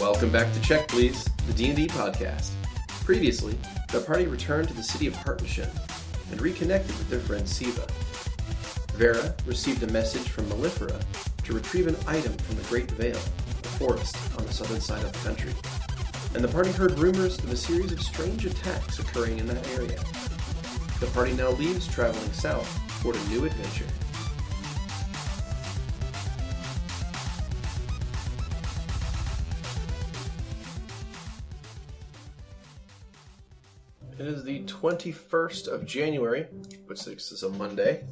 Welcome back to Check Please, the D&D podcast. Previously, the party returned to the city of Hartmanshire and reconnected with their friend Siva. Vera received a message from Mellifera to retrieve an item from the Great Vale, a forest on the southern side of the country, and the party heard rumors of a series of strange attacks occurring in that area. The party now leaves traveling south toward a new adventure. It is the 21st of January, which is a Monday,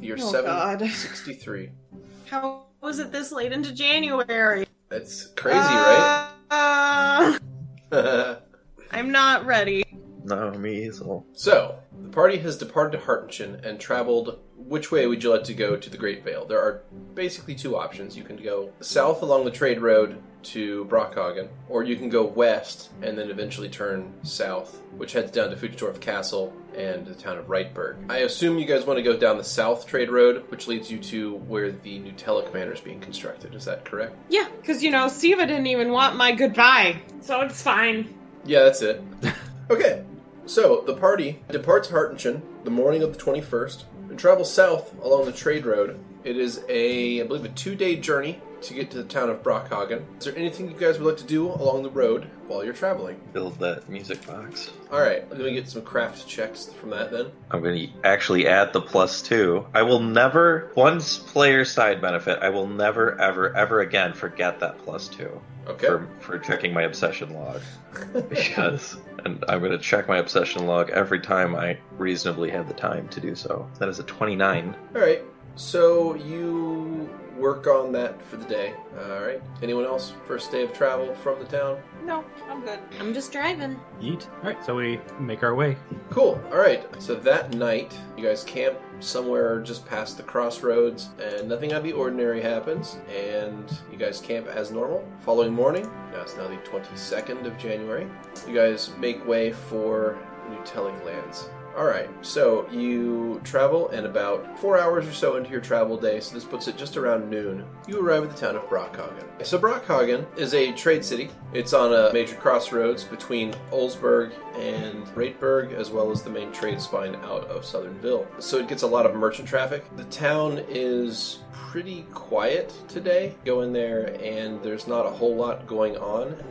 the year Oh, 763. How was it this late into January? That's crazy, Uh, right? I'm not ready. No, me as well. so, the party has departed to Hartingen and traveled. Which way would you like to go to the Great Vale? There are basically two options. You can go south along the trade road to Brockhagen, or you can go west and then eventually turn south, which heads down to Fuchsdorf Castle and the town of Reitberg. I assume you guys want to go down the south trade road, which leads you to where the new telecommander is being constructed. Is that correct? Yeah, because you know, Siva didn't even want my goodbye, so it's fine. Yeah, that's it. okay, so the party departs Hartingen the morning of the 21st and travels south along the trade road. It is a, I believe, a two day journey to get to the town of Brockhagen. Is there anything you guys would like to do along the road while you're traveling? Build that music box. All right, I'm going to get some craft checks from that then. I'm going to actually add the plus two. I will never, once player side benefit, I will never, ever, ever again forget that plus two Okay. for, for checking my obsession log. because, and I'm going to check my obsession log every time I reasonably have the time to do so. That is a 29. All right, so you work on that for the day. All right. Anyone else? First day of travel from the town? No, I'm good. I'm just driving. Yeet. All right, so we make our way. Cool. All right. So that night, you guys camp somewhere just past the crossroads, and nothing out of the ordinary happens. And you guys camp as normal. Following morning, now it's now the 22nd of January. You guys make way for New Telling Lands. All right. So you travel, and about four hours or so into your travel day, so this puts it just around noon, you arrive at the town of Brockhagen. So Brockhagen is a trade city. It's on a major crossroads between Olsberg and Rateberg, as well as the main trade spine out of Southernville. So it gets a lot of merchant traffic. The town is pretty quiet today. Go in there, and there's not a whole lot going on.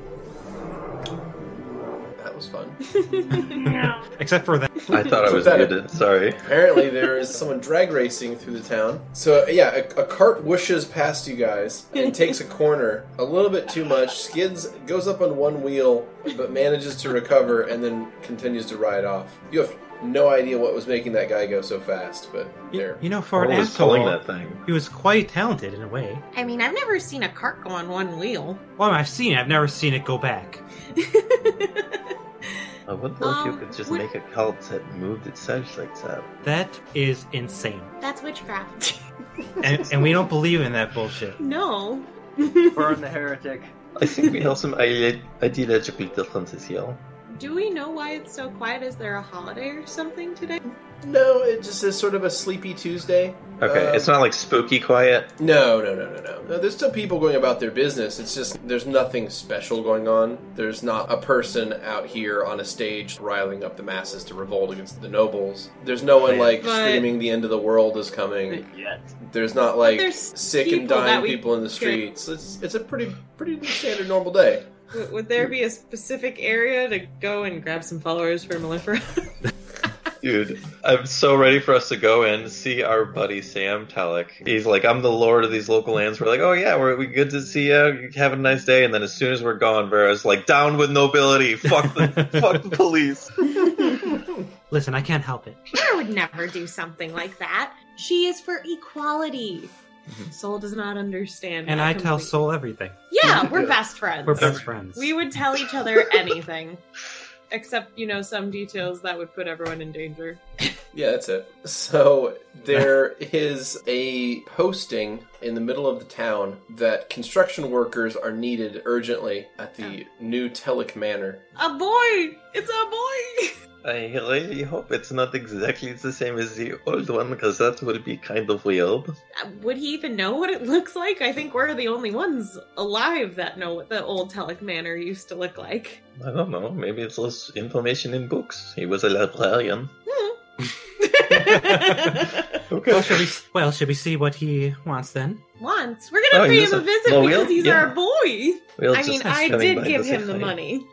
That was fun. Except for that. I thought I was Pathetic. muted. Sorry. Apparently, there is someone drag racing through the town. So, yeah, a, a cart whooshes past you guys and takes a corner a little bit too much, skids, goes up on one wheel, but manages to recover and then continues to ride off. You have no idea what was making that guy go so fast, but You, there. you know, for an What was pulling asshole, that thing? he was quite talented in a way. I mean, I've never seen a cart go on one wheel. Well, I've seen it. I've never seen it go back. I would love if Um, you could just would- make a cult that moved itself like that. That is insane. That's witchcraft. And, and we don't believe in that bullshit. no. Burn the heretic. I think we have some ide- ideological differences here. Do we know why it's so quiet? Is there a holiday or something today? No, it just is sort of a sleepy Tuesday. Okay, Um, it's not like spooky quiet. No, no, no, no, no, no. There's still people going about their business. It's just there's nothing special going on. There's not a person out here on a stage riling up the masses to revolt against the nobles. There's no one like But- screaming the end of the world is coming. Yes. There's not like there's sick and people that dying we people in the streets. It's it's a pretty pretty standard normal day. W- would there be a specific area to go and grab some followers for Mellifera? Dude, I'm so ready for us to go in, see our buddy Sam Telek. He's like, I'm the lord of these local lands. We're like, oh yeah, we're we good to see you. You Have a nice day. And then as soon as we're gone, Vera's like, down with nobility. Fuck the, fuck the police. Listen, I can't help it. I would never do something like that. She is for equality. Mm-hmm. Soul does not understand. And that I tell completely. Soul everything. Yeah, we're best friends. We're best friends. We would tell each other anything. Except, you know, some details that would put everyone in danger. Yeah, that's it. So there is a posting in the middle of the town that construction workers are needed urgently at the new Telic Manor. A boy! It's a boy! I really hope it's not exactly the same as the old one, because that would be kind of weird. Uh, Would he even know what it looks like? I think we're the only ones alive that know what the old Telic Manor used to look like. I don't know. Maybe it's just information in books. He was a librarian. Hmm. Well, Okay. should we? Well, should we see what he wants then? Once. We're gonna Oh, pay he's him a a- visit well, because we'll- he's yeah. our boy. I mean, I coming did give him the money.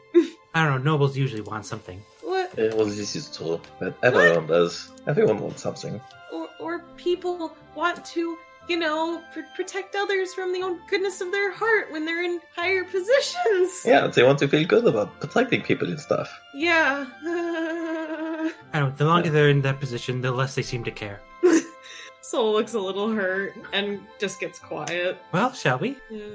I don't know. Nobles usually want something. What? well, this is true. But everyone does. Everyone wants something. Or, or people want to, you know, pr- protect others from the own goodness of their heart when they're in higher positions. Yeah, they want to feel good about protecting people and stuff. Yeah. I don't. The longer they're in that position, the less they seem to care. Soul looks a little hurt and just gets quiet. Well, shall we? Yeah.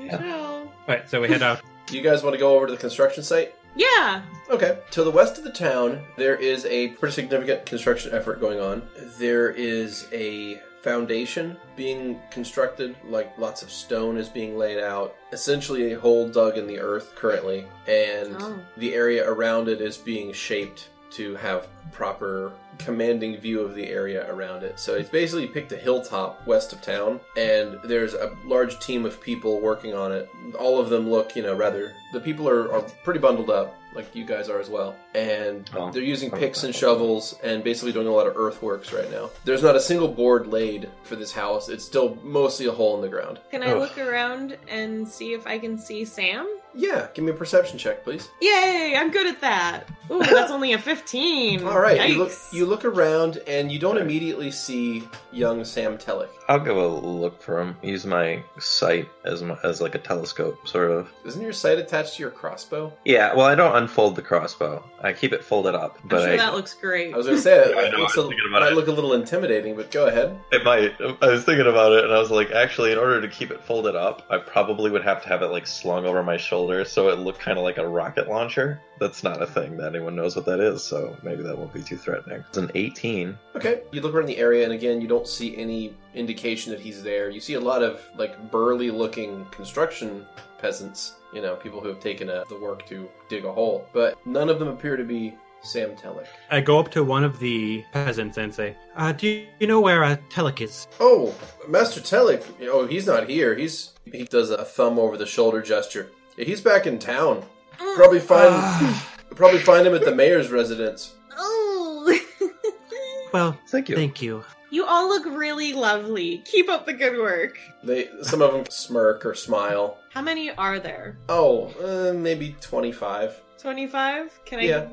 Yeah. All right. So we head out. Do you guys want to go over to the construction site? Yeah. Okay. To the west of the town, there is a pretty significant construction effort going on. There is a foundation being constructed, like lots of stone is being laid out. Essentially, a hole dug in the earth currently, and Oh. the area around it is being shaped to have proper commanding view of the area around it. So it's basically picked a hilltop west of town, and there's a large team of people working on it. All of them look, you know, rather the people are, are pretty bundled up, like you guys are as well. And Oh. they're using picks and shovels and basically doing a lot of earthworks right now. There's not a single board laid for this house. It's still mostly a hole in the ground. Can I Ugh. look around and see if I can see Sam? Yeah, give me a perception check, please. Yay! I'm good at that. Ooh, that's only a 15. All right, you look Yikes. you look around and you don't Right. immediately see young Sam Tellick. I'll go a look for him. Use my sight as my, as like a telescope, sort of. Isn't your sight attached to your crossbow? Yeah. Well, I don't unfold the crossbow. I keep it folded up, I'm but sure I, that looks great. I was going to say Yeah, I it, know, I looks was a- thinking about might it. look a little intimidating, but go ahead. It might. I was thinking about it, and I was like, actually, in order to keep it folded up, I probably would have to have it like slung over my shoulder, so it looked kind of like a rocket launcher. That's not a thing that anyone knows what that is, so maybe that won't be too threatening. It's an 18. Okay, you look around the area, and again, you don't see any indication that he's there. You see a lot of like burly-looking construction peasants, you know, people who have taken uh the work to dig a hole, but none of them appear to be Sam Tellick. I go up to one of the peasants and say, uh, "Do you, you know where uh, Telic is?" Oh, Master Tellick! Oh, he's not here. He's he does a thumb over the shoulder gesture. He's back in town. Mm. Probably find Ah, probably find him at the mayor's residence. Ooh. well, Thank you. thank you. you all look really lovely. Keep up the good work. They some of them smirk or smile. How many are there? Oh, uh, maybe twenty-five. 25? Can I? Yeah.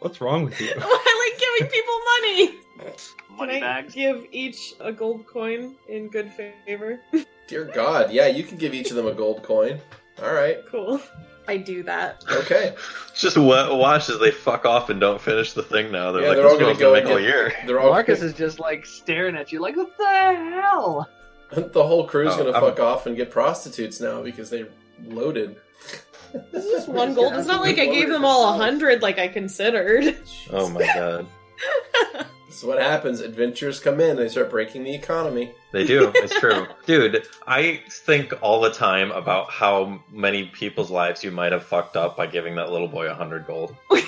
What's wrong with you? I like giving people money. Money Can I bags. give each a gold coin in good favor? Dear God, yeah, you can give each of them a gold coin. All right, Cool. I do that. okay. Just wa- watch as they fuck off and don't finish the thing. Now they're Yeah, like, they're "This all gonna one's gonna go make all and year." They're all Marcus is just like staring at you, like what the hell? the whole crew's Oh, gonna I'm- fuck off and get prostitutes now because they loaded. This is just one gold. It's not like I gave them all a hundred like I considered. Oh my god, This is what happens. Adventurers come in. They start breaking the economy. they do. It's true, dude. I think all the time about how many people's lives you might have fucked up by giving that little boy a hundred gold. Oh,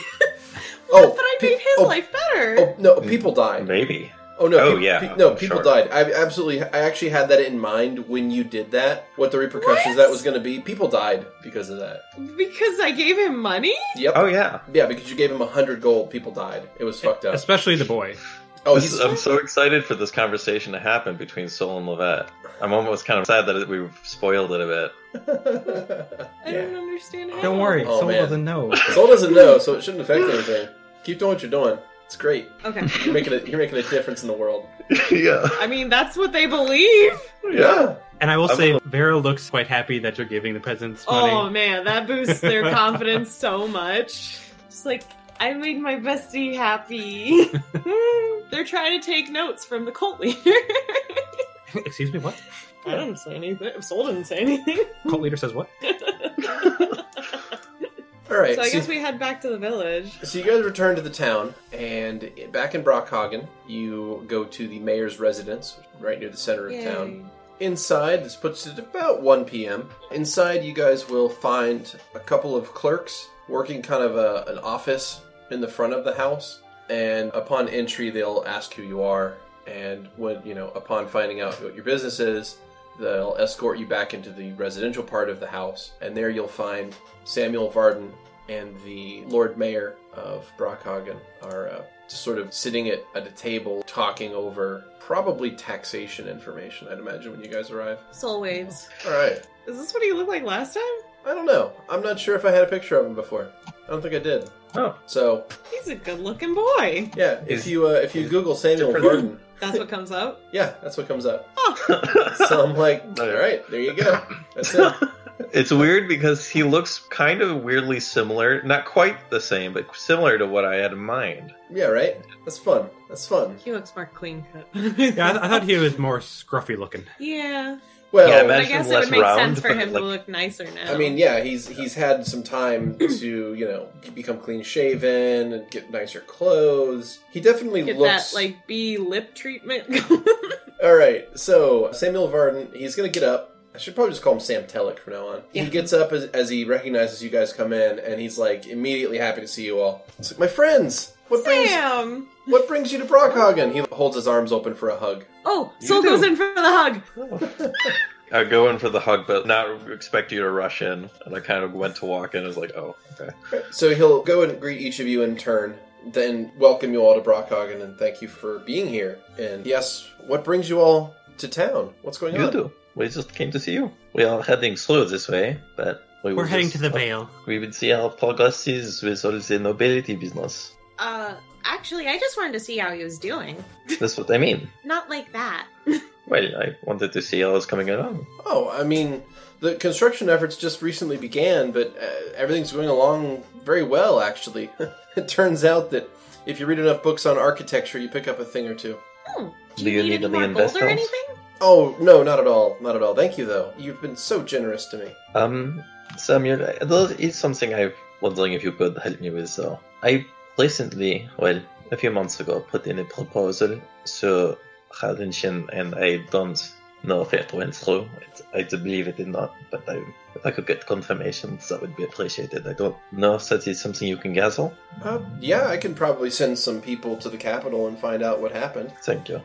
but I pe- made his oh, life better. Oh no, people died. Maybe. Oh no. Oh, pe- yeah, pe- no, people sure. died. I absolutely. I actually had that in mind when you did that. What the repercussions What? that was going to be? People died because of that. Because I gave him money? Yep. Oh yeah. Yeah, because you gave him a hundred gold, people died. It was fucked up. Especially the boy. Oh, This- he's I'm so excited for this conversation to happen between Sol and Levette. I'm almost kind of sad that it, we've spoiled it a bit. I yeah. don't understand how. Don't worry, Oh, Soul man. doesn't know. Soul doesn't know, so it shouldn't affect anything. Keep doing what you're doing. It's great. Okay. You're making a you're making a difference in the world. yeah. I mean, that's what they believe. Yeah. And I will I'm say, Vera looks quite happy that you're giving the peasants money. Oh man, that boosts their confidence so much. Just like, I made my bestie happy. They're trying to take notes from the cult leader. I Excuse me, what? didn't say anything. Soul didn't say anything. Cult leader says what? All right. so I so- guess we head back to the village. So you guys return to the town, and back in Brockhagen, you go to the mayor's residence, right near the center of town. Inside, this puts it about 1 p.m. Inside, you guys will find a couple of clerks working kind of a, an office in the front of the house. And upon entry, they'll ask who you are. And when, you know, upon finding out what your business is, they'll escort you back into the residential part of the house. And there you'll find Samuel Varden and the Lord Mayor of Brockhagen are uh, just sort of sitting at, at a table talking over probably taxation information, I'd imagine, when you guys arrive. Soul waves. All right. Is this what he looked like last time? I don't know. I'm not sure if I had a picture of him before. I don't think I did. Oh. So He's a good-looking boy. yeah, if Is- you uh, if you is Google Samuel different- Varden, That's what comes up. yeah, that's what comes up. so So I'm like, Oh, all right, there you go. That's it. it's weird because he looks kind of weirdly similar, not quite the same, but similar to what I had in mind. Yeah, right. That's fun. That's fun. He looks more clean cut. Yeah, I, th- I thought he was more scruffy looking. Yeah. Well, Yeah, But I Imagine guess it would less make round, sense for but, him like- to look nicer now. I mean, yeah, he's he's had some time to you know become clean shaven and get nicer clothes. He definitely get looks that like B lip treatment. All right, so Samuel Varden, he's gonna get up. I should probably just call him Sam Tellick from now on. Yeah. He gets up as, as he recognizes you guys come in, and he's like immediately happy to see you all. It's like my friends. What brings Sam. what brings you to Brockhagen? He holds his arms open for a hug. Oh, You Soul do. goes in for the hug. I go in for the hug, but not expect you to rush in. And I kind of went to walk in. I was like, oh, okay. So he'll go and greet each of you in turn, then welcome you all to Brockhagen and thank you for being here. And yes, what brings you all to town? What's going You on? do. We just came to see you. We are heading slow this way, but we We're will heading just- to the Vale. We will see how progress is with all the nobility business. Uh, actually, I just wanted to see how he was doing. That's what I mean. Not like that. Well, I wanted to see how it's coming along. Oh, I mean, the construction efforts just recently began, but uh, everything's going along very well, actually. it turns out that if you read enough books on architecture, you pick up a thing or two. Do Do you, you need, need any any more gold investments? or anything? Oh, no, not at all. Not at all. Thank you, though. You've been so generous to me. Um, Samuel, there is something I'm wondering if you could help me with, though. I recently, well, a few months ago, put in a proposal to Hardinshin, and I don't know if it went through. It, I do believe it did not, but I, if I could get confirmation, that would be appreciated. I don't know if that is something you can gather. Uh, yeah, I can probably send some people to the capital and find out what happened. Thank you.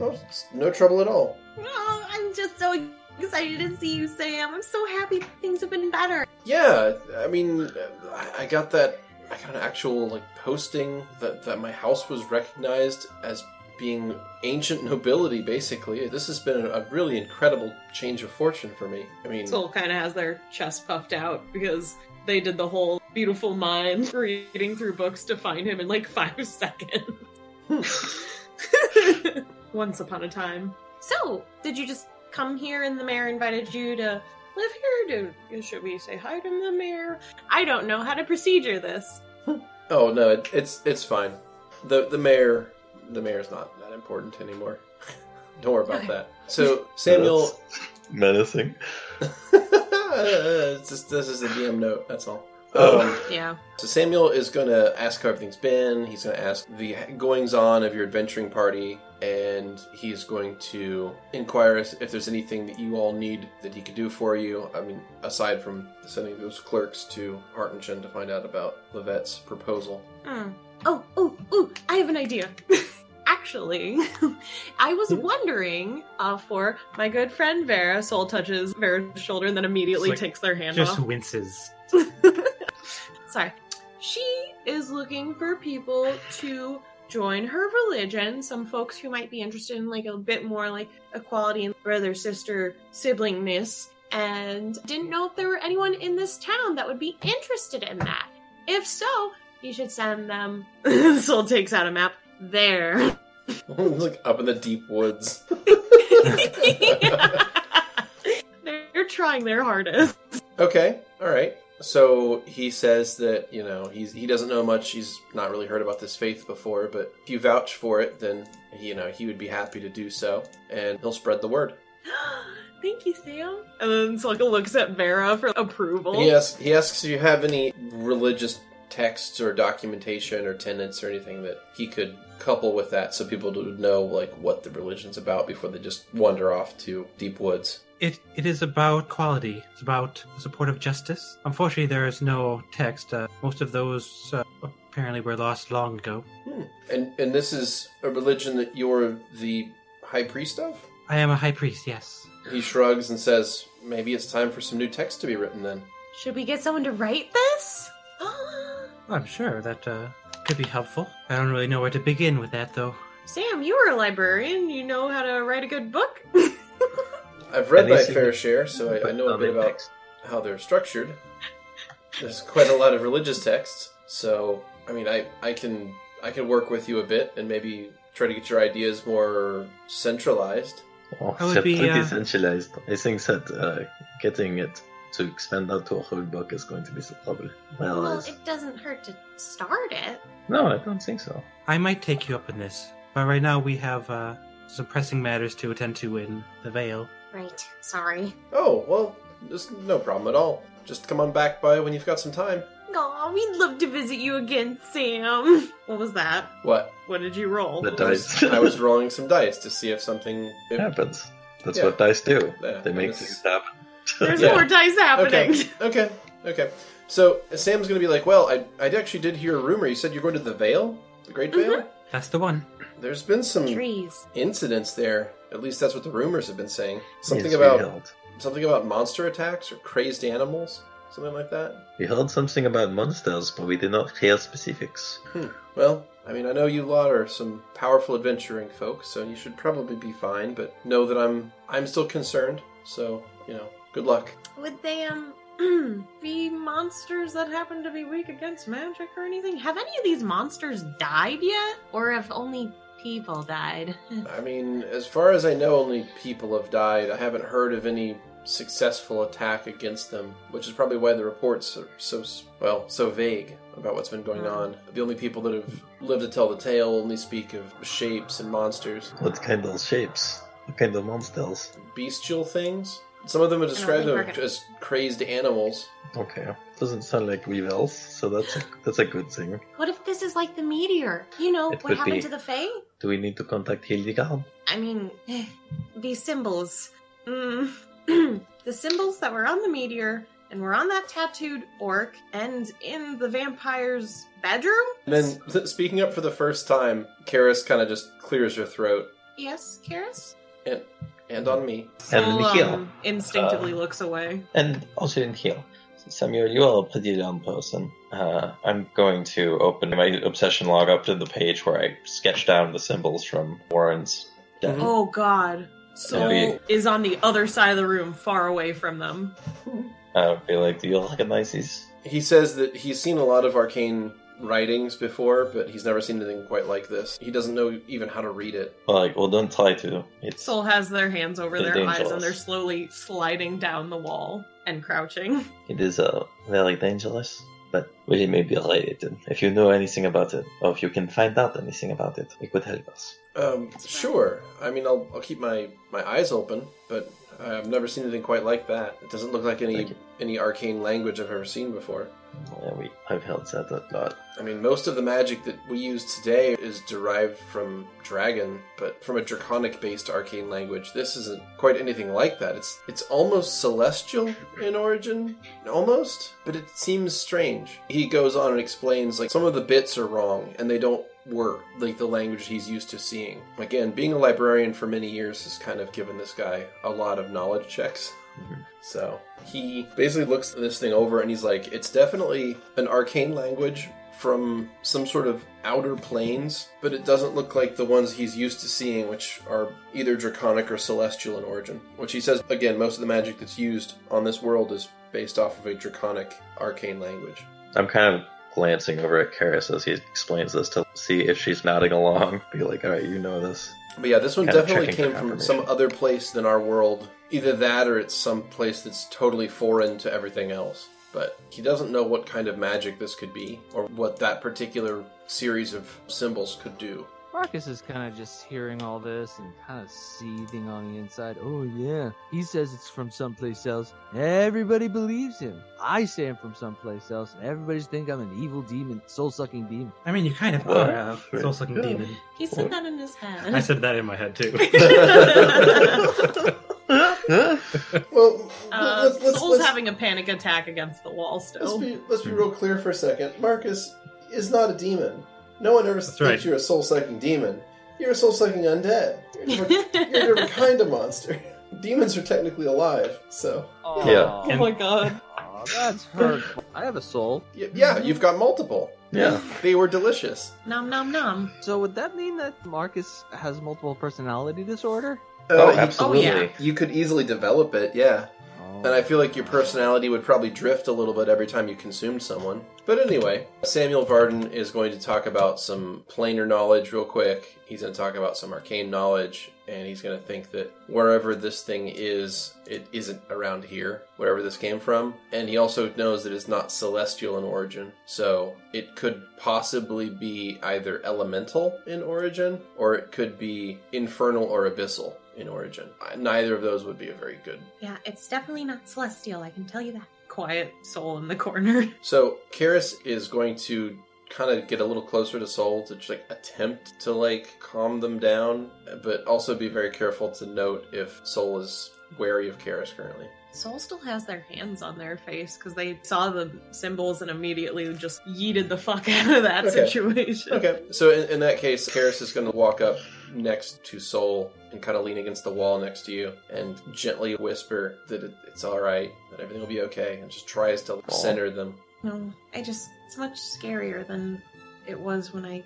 Oh, it's no trouble at all. Oh, I'm just so excited to see you, Sam. I'm so happy things have been better. Yeah, I mean, I- I got that. I got an actual like posting that that my house was recognized as being ancient nobility. Basically, this has been a really incredible change of fortune for me. I mean, Soul kind of has their chest puffed out because they did the whole beautiful mind reading through books to find him in like five seconds. Once upon a time. So, did you just come here and the mayor invited you to? Live here, dude. Should we say hi to the mayor? I don't know how to procedure this. oh no, it, it's it's fine. the The mayor, the mayor's not that important anymore. Don't worry about Okay. that. So Samuel, That's menacing. it's just this is a DM note. That's all. Um, Oh. Yeah. So Samuel is going to ask how everything's been. He's going to ask the goings on of your adventuring party, and he's going to inquire as- if there's anything that you all need that he could do for you. I mean, aside from sending those clerks to Hartenchen to find out about Levette's proposal. Uh. Hmm. Oh, oh, oh! I have an idea. Actually, I was wondering uh, for my good friend Vera. Soul touches Vera's shoulder and then immediately It's like- takes their hand Just off. winces. Sorry. She is looking for people to join her religion. Some folks who might be interested in like a bit more like equality and brother sister siblingness, and Didn't know if there were anyone in this town that would be interested in that. If so, you should send them. Soul takes out a map. There. like up in the deep woods. They're trying their hardest. Okay, all right. So he says that you know he's he doesn't know much. He's not really heard about this faith before, but if you vouch for it, then you know he would be happy to do so, and he'll spread the word. Thank you, Sam. And then Slugga looks at Vera for approval. Yes, he asks, "Do you have any religious texts or documentation or tenets or anything that he could couple with that, so people would know like what the religion's about before they just wander off to deep woods?" It it is about quality. It's about support of justice. Unfortunately, there is no text. Uh, most of those uh, apparently were lost long ago. And and this is a religion that you're the high priest of. I am a high priest. Yes. He shrugs and says, "Maybe it's time for some new text to be written then." Should we get someone to write this? I'm sure that uh, could be helpful. I don't really know where to begin with that though. Sam, you were a librarian. You know how to write a good book. I've read At least my you fair can share, so I, I Put know a some bit about index. how they're structured. There's quite a lot of religious texts, so I mean, I I can I can work with you a bit and maybe try to get your ideas more centralized. Oh, I would they're be, pretty uh, centralized. I think that uh, getting it to expand out to a whole book is going to be the problem. Well, Well, it's- it doesn't hurt to start it. no, I don't think so. I might take you up on this, but right now we have uh, some pressing matters to attend to in the Vale. Right. Sorry. Oh well, there's no problem at all. Just come on back by when you've got some time. Aw, we'd love to visit you again, Sam. what was that? What? What did you roll? The I was, dice I was rolling some dice to see if something. If, happens. That's Yeah. what dice do. Yeah, They make this- things happen. There's Yeah. more dice happening. Okay. Okay. Okay. So Sam's gonna be like, "Well, I, I actually did hear a rumor. You said you're going to the Vale, the Great Vale. That's the one. There's been some Trees. incidents there. At least that's what the rumors have been saying. Something Yes, about We heard. something about monster attacks or crazed animals, something like that. we heard something about monsters, but we did not hear specifics. Well, I mean, I know you lot are some powerful adventuring folk, so you should probably be fine. But know that I'm I'm still concerned. So you know, good luck. Would they, um, Be monsters that happen to be weak against magic or anything? Have any of these monsters died yet? or if only people died? I mean, as far as I know, only people have died. I haven't heard of any successful attack against them, which is probably why the reports are so well so vague about what's been Hmm. going on. The only people that have lived to tell the tale only speak of shapes and monsters, What kind of shapes? What kind of monsters? bestial things. Some of them are described think we're them as crazed animals. Okay, doesn't sound like weevils, so that's a, that's a good thing. What if this is like the meteor? You know, It what could happened be. to the Fae? Do we need to contact Hildegard? I mean, These symbols. Mm. the symbols that were on the meteor and were on that tattooed orc and in the vampire's bedroom? And then, th- speaking up for the first time, Karis kind of just clears her throat, Yes, Karis? and on me. And Sol, Michiel. um, instinctively Uh, looks away. And also in here, Samuel, you are a pretty dumb person. Uh, I'm going to open my obsession log up to the page where I sketch down the symbols from Warren's death. Mhm. Oh god. Sol Yeah. is on the other side of the room, far away from them. Uh, be like, do you recognize these? He says that he's seen a lot of arcane writings before, but he's never seen anything quite like this. He doesn't know even how to read it. Well, like, well, don't try to. It's Sol has their hands over They're their eyes dangerous. and they're slowly sliding down the wall and crouching. it is uh, very dangerous, but we may be related. If you know anything about it, or if you can find out anything about it, it could help us. Um, sure. I mean, I'll, I'll keep my, my eyes open, but I've never seen anything quite like that. It doesn't look like Thank any you. any arcane language I've ever seen before. Yeah, we, I've heard that a lot. I mean, most of the magic that we use today is derived from dragon, but from a draconic based arcane language. This isn't quite anything like that. It's it's almost celestial in origin, almost, but it seems strange. He goes on and explains like some of the bits are wrong and they don't work like the language he's used to seeing. Again, being a librarian for many years has kind of given this guy a lot of knowledge checks. So he basically looks this thing over and he's like, it's definitely an arcane language from some sort of outer planes, but it doesn't look like the ones he's used to seeing, which are either draconic or celestial in origin. Which he says, again, most of the magic that's used on this world is based off of a draconic arcane language. I'm kind of glancing over at Karis as he explains this to see if she's nodding along. Be like, all right, you know this. But yeah, this one Kinda definitely checking came for from some confirmation. other place than our world. Either that or it's some place that's totally foreign to everything else. But he doesn't know what kind of magic this could be or what that particular series of symbols could do. Marcus is kind of just hearing all this and kind of seething on the inside. Oh, yeah. He says it's from someplace else. Everybody believes him. I say I'm from someplace else. And everybody's think I'm an evil demon, soul sucking demon. I mean, you kind of Well, are a sure. soul sucking Yeah. demon. He said that in his head. I said that in my head too. Well, Uh, let's, let's, Soul's let's, having a panic attack against the wall let's, still. be, let's be real clear for a second. Marcus is not a demon. No one ever thinks right. you're a soul sucking demon. You're a soul sucking undead. You're a different, you're a different kind of monster. Demons are technically alive, so. Yeah. Aw, And- my god. aw, that's hurtful. I have a soul. Y- yeah, you've got multiple. yeah. They were delicious. Nom nom nom. So would that mean that Marcus has multiple personality disorder? Uh, Oh, you- absolutely. yeah. You could easily develop it, yeah. Oh. And I feel like your personality would probably drift a little bit every time you consumed someone. But anyway, Samuel Varden is going to talk about some planar knowledge real quick. He's going to talk about some arcane knowledge, and he's going to think that wherever this thing is, it isn't around here, wherever this came from. And he also knows that it's not celestial in origin. So it could possibly be either elemental in origin, or it could be infernal or abyssal in origin. Neither of those would be a very good Yeah, it's definitely not celestial, I can tell you that. Quiet soul in the corner. So Karis is going to kind of get a little closer to Soul to like attempt to like calm them down, but also be very careful to note if Soul is wary of Karis currently. Soul still has their hands on their face because they saw the symbols and immediately just yeeted the fuck out of that Okay. situation. Okay, so in, in that case, Karis is going to walk up next to Soul and kind of lean against the wall next to you and gently whisper that it, it's all right, that everything will be okay, and just tries to center them. No, I just, it's much scarier than it was when I.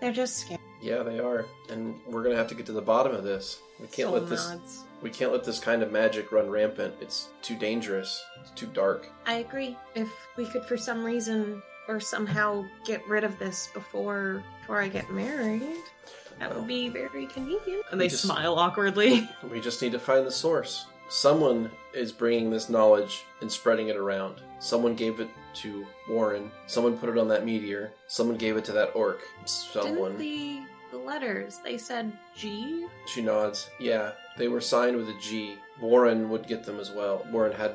They're just scared. Yeah, they are, and we're gonna have to get to the bottom of this. We can't soul let this. nods. We can't let this kind of magic run rampant. It's too dangerous. It's too dark. I agree. If we could for some reason or somehow get rid of this before before I get married, that would be very convenient. And they We just- smile awkwardly. We just need to find the source. Someone is bringing this knowledge and spreading it around. Someone gave it to Warren. Someone put it on that meteor. Someone gave it to that orc. Someone. Didn't the the letters they said G? She nods. Yeah, they were signed with a G. Warren would get them as well. Warren had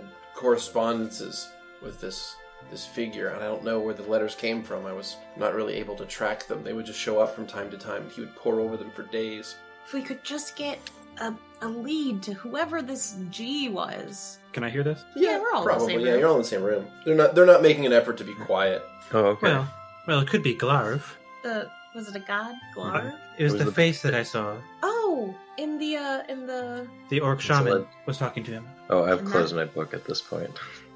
correspondences with this this figure, and I don't know where the letters came from. I was not really able to track them. They would just show up from time to time. He would pore over them for days. If we could just get a, a lead to whoever this G was. Can I hear this? Yeah, we're all in the probably. same yeah, room. you're all in the same room. They're not. They're not making an effort to be quiet. Oh, okay. Well, well, it could be Glarv. The was it a god? It Glar? was, It was the, the- face that I saw. Oh, in the uh in the The orc It's a shaman lead. was talking to him. Oh, I've closed my book at this point.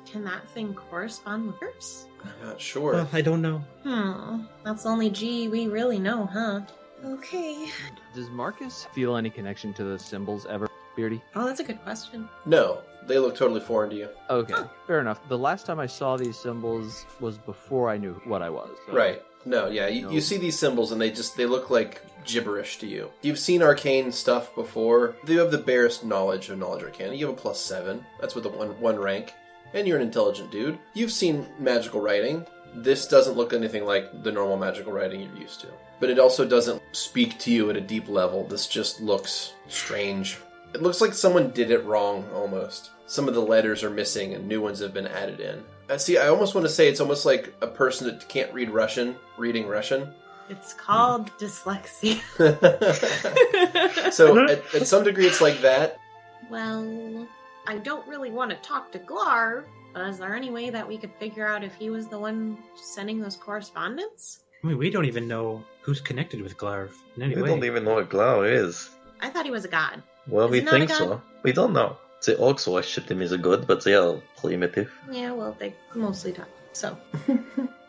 can that thing correspond with yours? I'm not sure. Uh-huh. Well, I don't know. Hmm. That's the only G we really know, huh? Okay. Does Marcus feel any connection to the symbols ever, Beardy? Oh, that's a good question. no, they look totally foreign to you. Okay, fair enough. The last time I saw these symbols was before I knew what I was. so- Right. No, yeah, you, No. you see these symbols and they just they look like gibberish to you. You've seen arcane stuff before. You have the barest knowledge of knowledge arcana. You have a plus seven. That's with the one one rank, and you're an intelligent dude. You've seen magical writing. This doesn't look anything like the normal magical writing you're used to, but it also doesn't speak to you at a deep level. This just looks strange. It looks like someone did it wrong almost. Some of the letters are missing and new ones have been added in. I see, I almost want to say it's almost like a person that can't read Russian reading Russian. It's called dyslexia. so at, at some degree it's like that. Well, I don't really want to talk to Glar, but is there any way that we could figure out if he was the one sending those correspondence? I mean, we don't even know who's connected with Glarv in any We way. don't even know what Glau is. I thought he was a god. Well, Is we it not think a god? so. We don't know. The orcs worship him as a god, but they are primitive. Yeah, well, they mostly talk. So,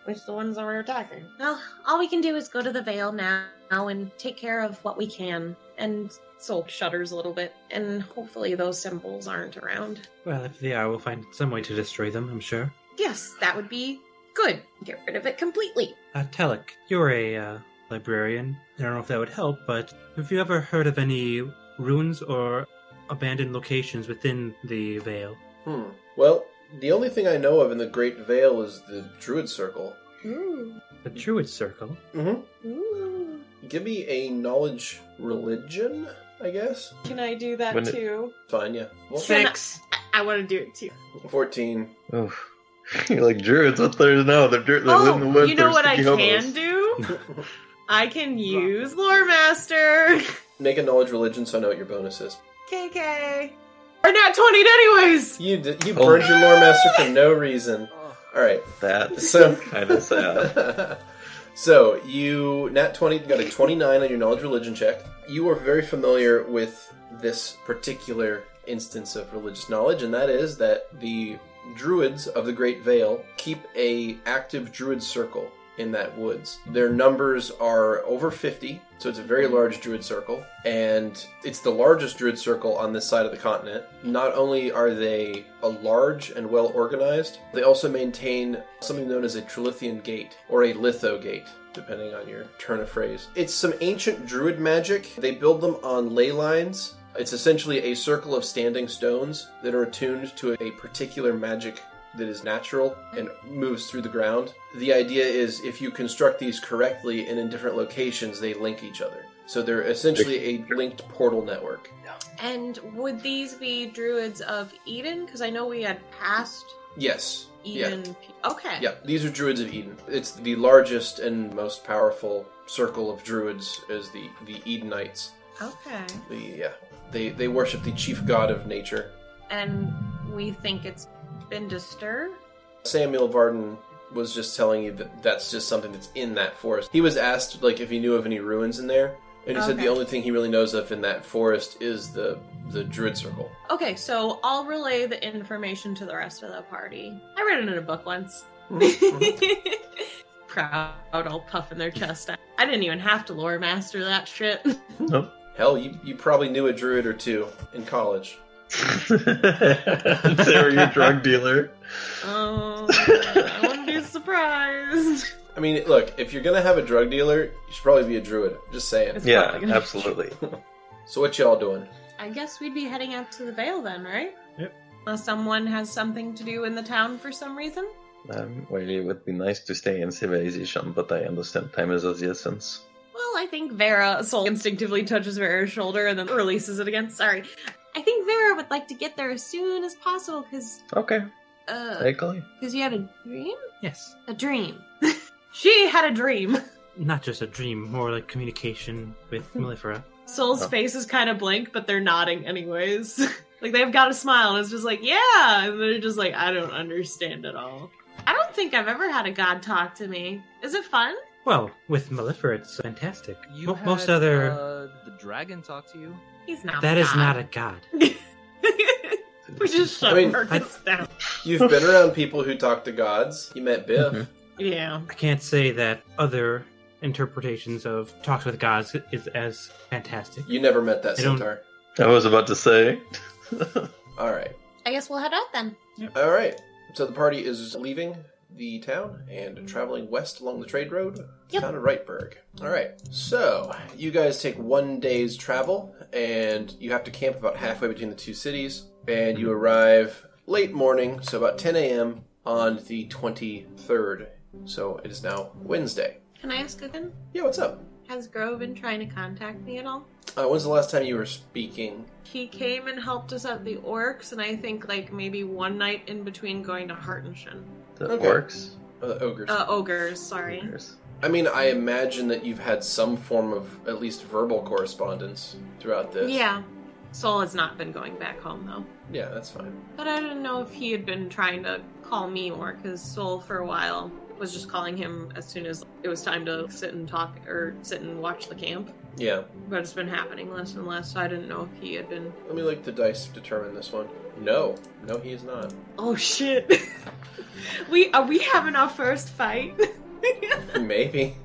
Which the ones that we're attacking? well, all we can do is go to the Vale now and take care of what we can. And Soul shudders a little bit. and hopefully those symbols aren't around. Well, if they are, we'll find some way to destroy them, I'm sure. Yes, that would be good. Get rid of it completely. Uh, Telek, you're a uh, librarian. I don't know if that would help, but have you ever heard of any ruins or abandoned locations within the Vale? Hmm. Well, the only thing I know of in the Great Vale is the Druid Circle. Ooh, The Druid Circle? Mm-hmm. ooh. give me a knowledge religion, I guess. Can I do that When it- too? Fine, yeah. Well, Sure. Six. I want to do it too. 14. Oof. You're like druids. What there to know? They're druids. They live in the oh, woods. you know They're what I sticky hobos. can do? I can use Lore Master. Make a knowledge religion so I know what your bonus is. KK. Or not 20 anyways. You did, you Oh. burned your lore master for no reason. All right, That's so kind of sad. so you nat 20 got a 29 on your knowledge religion check you are very familiar with this particular instance of religious knowledge and that is that the druids of the great vale keep a active druid circle in that woods their numbers are over 50 so it's a very large druid circle and it's the largest druid circle on this side of the continent not only are they a large and well organized they also maintain something known as a Trilithian Gate or a Litho Gate, depending on your turn of phrase. It's some ancient druid magic. They build them on ley lines. It's essentially a circle of standing stones that are attuned to a particular magic that is natural and moves through the ground. The idea is if you construct these correctly and in different locations, they link each other. So they're essentially a linked portal network. And would these be druids of Eden? Because I know we had passed Yes. Yeah. Eden. pe- Okay. Yeah, these are Druids of Eden. It's the largest and most powerful circle of Druids is the the Edenites. Okay. The yeah, they they worship the chief god of nature. And we think it's been disturbed. Samuel Varden was just telling you that that's just something that's in that forest. He was asked like if he knew of any ruins in there, and he said the Okay. only thing he really knows of in that forest is the the Druid circle. Okay, so I'll relay the information to the rest of the party. I read it in a book once. Proud, all puffing their chest out. I didn't even have to lore master that shit. Hell, you, you probably knew a druid or two in college. they were your drug dealer. Oh, I wouldn't be surprised. I mean, look, if you're gonna have a drug dealer, you should probably be a druid. Just saying. It's Yeah, probably gonna- absolutely. So what y'all doing? I guess we'd be heading out to the Vale then, right? Yep. Unless someone has something to do in the town for some reason. Um, well, it would be nice to stay in civilization, but I understand time is of the essence. Well, I think Vera Soul instinctively touches Vera's shoulder and then releases it again. Sorry. I think Vera would like to get there as soon as possible uh, because Okay, I because agree. you had a dream? Yes. A dream. she had a dream. Not just a dream, more like communication with Mellifera. Soul's Oh. face is kind of blank, but they're nodding anyways. like they've got a smile, and it's just like, yeah. And they're just like, I don't understand at all. I don't think I've ever had a god talk to me. Is it fun? Well, with Mellifera, it's fantastic. You Mo- had, most other. uh, the dragon talk to you. He's not. that is not a god. a. we just shut I mean, Marcus down. You've been around people who talk to gods. You met Biff. Mhm. Yeah. I can't say that other interpretations of talks with gods is as fantastic. You never met that I don't- centaur. I was about to say. All right. I guess we'll head out then. All right. So the party is leaving the town and traveling west along the trade road, the Yep. town of Wrightburg. All right. So you guys take one day's travel, and you have to camp about halfway between the two cities, and you arrive late morning, so about 10 a.m. on the 23rd. So it is now Wednesday. Can I ask again? Yeah, what's up? Has Grove been trying to contact me at all? Uh, when's the last time you were speaking? He came and helped us at the orcs, and I think like maybe one night in between going to Hartenshin. The Okay. orcs? Uh, ogres. Uh, ogres, sorry. Ogres. I mean, I imagine that you've had some form of at least verbal correspondence throughout this. Yeah. Soul has not been going back home though. Yeah, that's fine. But I didn't know if he had been trying to call me more, because Soul for a while was just calling him as soon as it was time to sit and talk or sit and watch the camp. Yeah. But it's been happening less and less, so I didn't know if he had been. Let me look the dice to determine this one. No. No, he is not. Oh shit! we are we having our first fight? Maybe.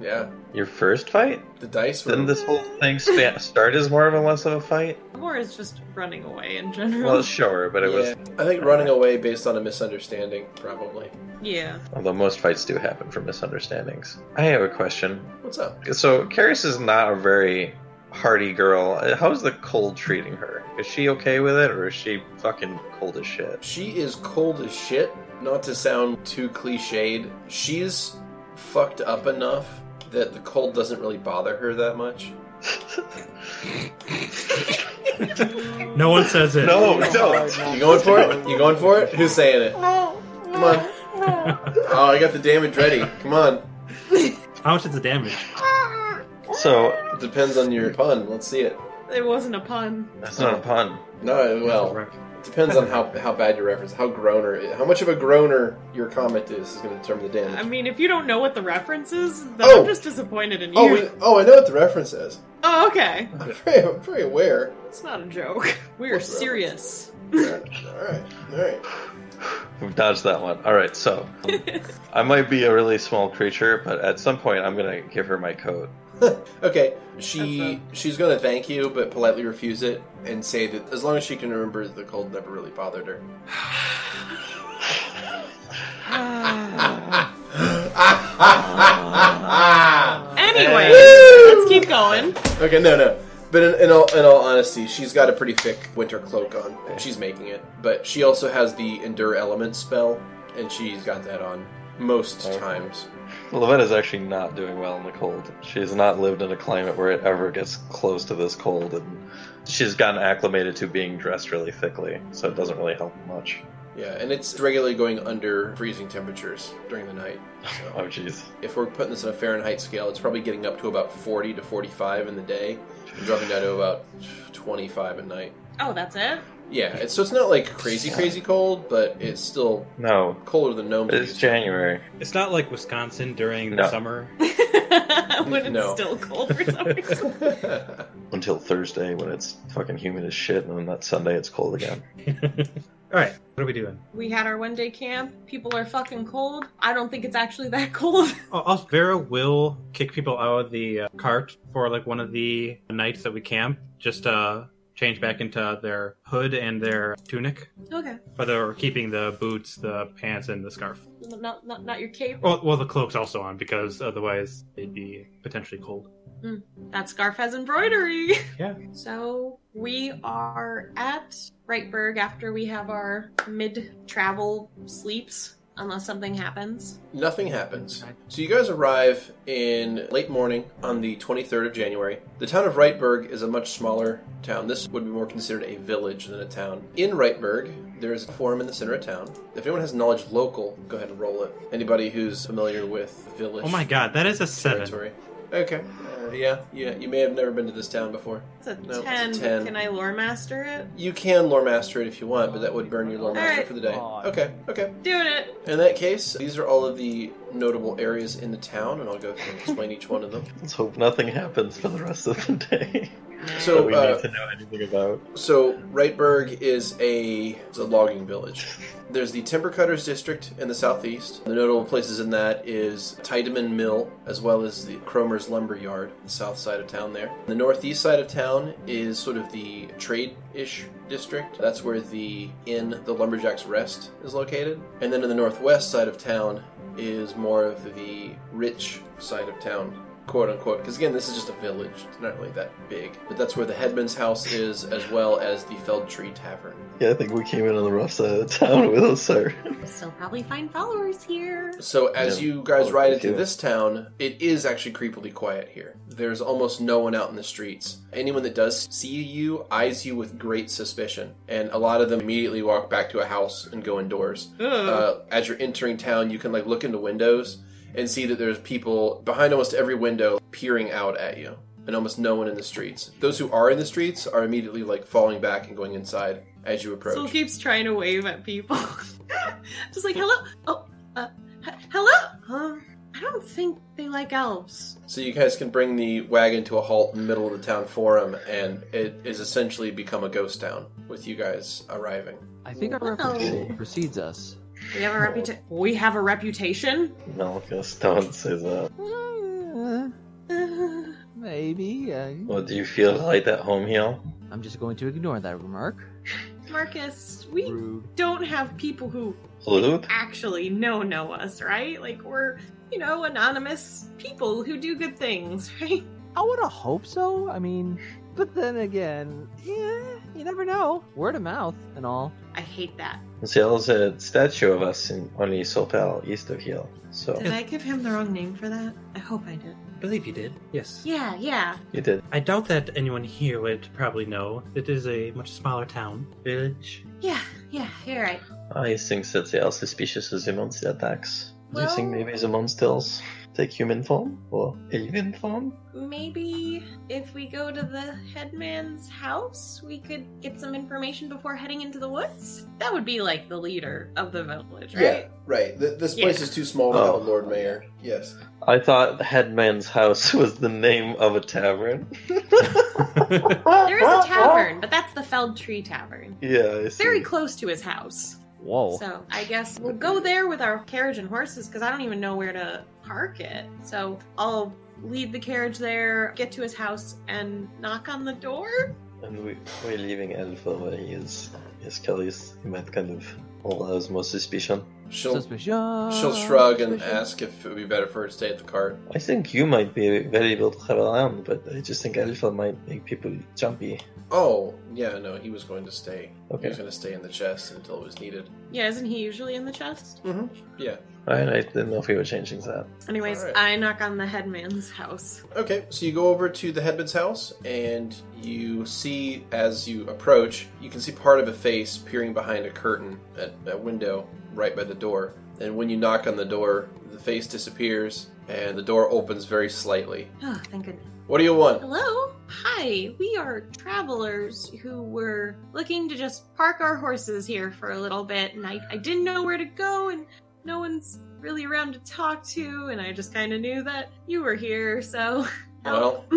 yeah. Your first fight? The dice were. Didn't this whole thing spa- start as more of a less of a fight? More is just running away in general. Well, sure, but it was. Yeah. I think running away based on a misunderstanding, probably. yeah. Although most fights do happen from misunderstandings. I have a question. What's up? So, Karis is not a very hardy girl. Uh, How's the cold treating her? Is she okay with it, or is she fucking cold as shit? She is cold as shit. Not to sound too cliched, she's fucked up enough that the cold doesn't really bother her that much. No one says it. No, no. You going for it? You going for it? Who's saying it? No, no, Come on. Oh, I got the damage ready. Come on. How much is the damage? So It depends on your pun. Let's see it. It wasn't a pun. that's not a pun. No, well, it depends on how how bad your reference, how groaner, how much of a groaner your comment is, is going to determine the damage. I mean, if you don't know what the reference is, then Oh. I'm just disappointed in you. oh, we, oh, I know what the reference is. oh, okay. I'm very, I'm very aware. It's not a joke. We are What's the serious. All right, all right. We've dodged that one. All right, so I might be a really small creature, but at some point I'm gonna give her my coat. Okay, she she's going to thank you, but politely refuse it and say that as long as she can remember, the cold never really bothered her. Ah. Anyway, Woo! let's keep going. Okay, no, no. But in, in all in all honesty, she's got a pretty thick winter cloak on. She's making it, but she also has the endure element spell, and she's got that on most Okay. times. Lavetta is actually not doing well in the cold. She has not lived in a climate where it ever gets close to this cold, and she's gotten acclimated to being dressed really thickly, so it doesn't really help much. Yeah, and it's regularly going under freezing temperatures during the night. Oh, So jeez. if we're putting this in a Fahrenheit scale, it's probably getting up to about forty to forty-five in the day, and dropping down to about twenty-five at night. Oh, that's it? Yeah, it's, so it's not like crazy, crazy cold, but it's still No, colder than gnomes. it's January. It's not like Wisconsin during the No. summer. when it's No. still cold for some reason. until Thursday when it's fucking humid as shit, and then that Sunday it's cold again. All right, what are we doing? we had our one day camp. People are fucking cold. I don't think it's actually that cold. Oh, also, Vera will kick people out of the uh, cart for like one of the nights that we camp, just uh, change back into their hood and their tunic, okay. but they're keeping the boots, the pants, and the scarf. Not, not, not your cape. Well, well, the cloak's also on because otherwise they'd be potentially cold. That scarf has embroidery. Yeah. So we are at Reitberg after we have our mid travel sleeps, unless something happens. Nothing happens. So you guys arrive in late morning on the 23rd of January. The town of Reitberg is a much smaller town. This would be more considered a village than a town. In Reitberg, there is a forum in the center of town. If anyone has knowledge local, go ahead and roll it. Anybody who's familiar with village Oh my god, that is a seven. territory. Okay. Uh, yeah, yeah. You may have never been to this town before. It's a, No, it's a 10, but 10. Can I lore master it? You can lore master it if you want, but that would burn your lore master Alright. for the day. Aw. Okay, okay. Doing it. In that case, these are all of the notable areas in the town, and I'll go through and explain each one of them. Let's hope nothing happens for the rest of the day that So, we uh, need to know anything about. so Reitberg is a, it's a logging village. There's the timber cutters district in the southeast. The notable places in that is Tiedemann Mill, as well as the Cromer's Lumber Yard, the south side of town there. The northeast side of town is sort of the trade-ish district. That's where the inn, the Lumberjack's Rest, is located. And then in the northwest side of town is more of the rich side of town quote unquote because again this is just a village it's not really that big but that's where the headman's house is as well as the felled tree tavern Yeah, I think we came in on the rough side of town with us, sir. Still probably find followers here. so as Yeah. you guys Oh, ride yeah. into this town it is actually creepily quiet here there's almost no one out in the streets anyone that does see you eyes you with great suspicion and a lot of them immediately walk back to a house and go indoors Ugh. uh, as you're entering town, you can like look into windows and see that there's people behind almost every window peering out at you, and almost no one in the streets. Those who are in the streets are immediately like falling back and going inside as you Still approach. keeps trying to wave at people. Just like, hello. Oh, uh, h- hello. Um, I don't think they like elves. So you guys can bring the wagon to a halt in the middle of the town forum, and it is essentially become a ghost town with you guys arriving. I think our reputation precedes us. We have a reputation. We have a reputation. Malchus, don't say that. Uh, Uh, maybe. Uh, Well, do you feel like that home heel? I'm just going to ignore that remark. Marcus, we Rude. don't have people who Lude? actually know know us, right? Like we're, you know, anonymous people who do good things, right? I want to hope so. I mean, But then again, yeah, you never know. Word of mouth and all. I hate that. There's a statue of us in, on Isopel, east of here. So Did I give him the wrong name for that? I hope I did. I believe you did. Yes. Yeah, yeah. you did. I doubt that anyone here would probably know. It is a much smaller town, village. Yeah, yeah, you're right. I think that they are suspicious of the monster attacks. Do you think Well- maybe the monsters take human form or alien form? Maybe if we go to the headman's house, we could get some information before heading into the woods? That would be like the leader of the village, Yeah, right? right. Th- this place Yeah. is too small to have a Oh. Lord Mayor. Yes. I thought the headman's house was the name of a tavern. There is a tavern, but that's the Feld Tree Tavern. yeah, I see. Very close to his house. Whoa. So I guess we'll go there with our carriage and horses because I don't even know where to park it. So I'll lead the carriage there, get to his house, and knock on the door. And we, we're leaving Elf over. He is, he is curious. He might kind of arouse more suspicion. She'll Suspicion. she'll shrug and Suspicion. ask if it would be better for her to stay at the cart. I think you might be very able to travel around, but I just think Alpha might make people jumpy. Oh, yeah, no, he was going to stay. He Okay. was going to stay in the chest until it was needed. Yeah, isn't he usually in the chest? Yeah. Alright, I didn't know if we were changing that. Anyways, All right. I knock on the headman's house. Okay, so you go over to the headman's house, and you see as you approach, you can see part of a face peering behind a curtain at a window right by the door. And when you knock on the door, the face disappears, and the door opens very slightly. Oh, thank goodness. What do you want? Hello? Hi, we are travelers who were looking to just park our horses here for a little bit, and I, I didn't know where to go, and no one's really around to talk to, and I just kind of knew that you were here, so. help.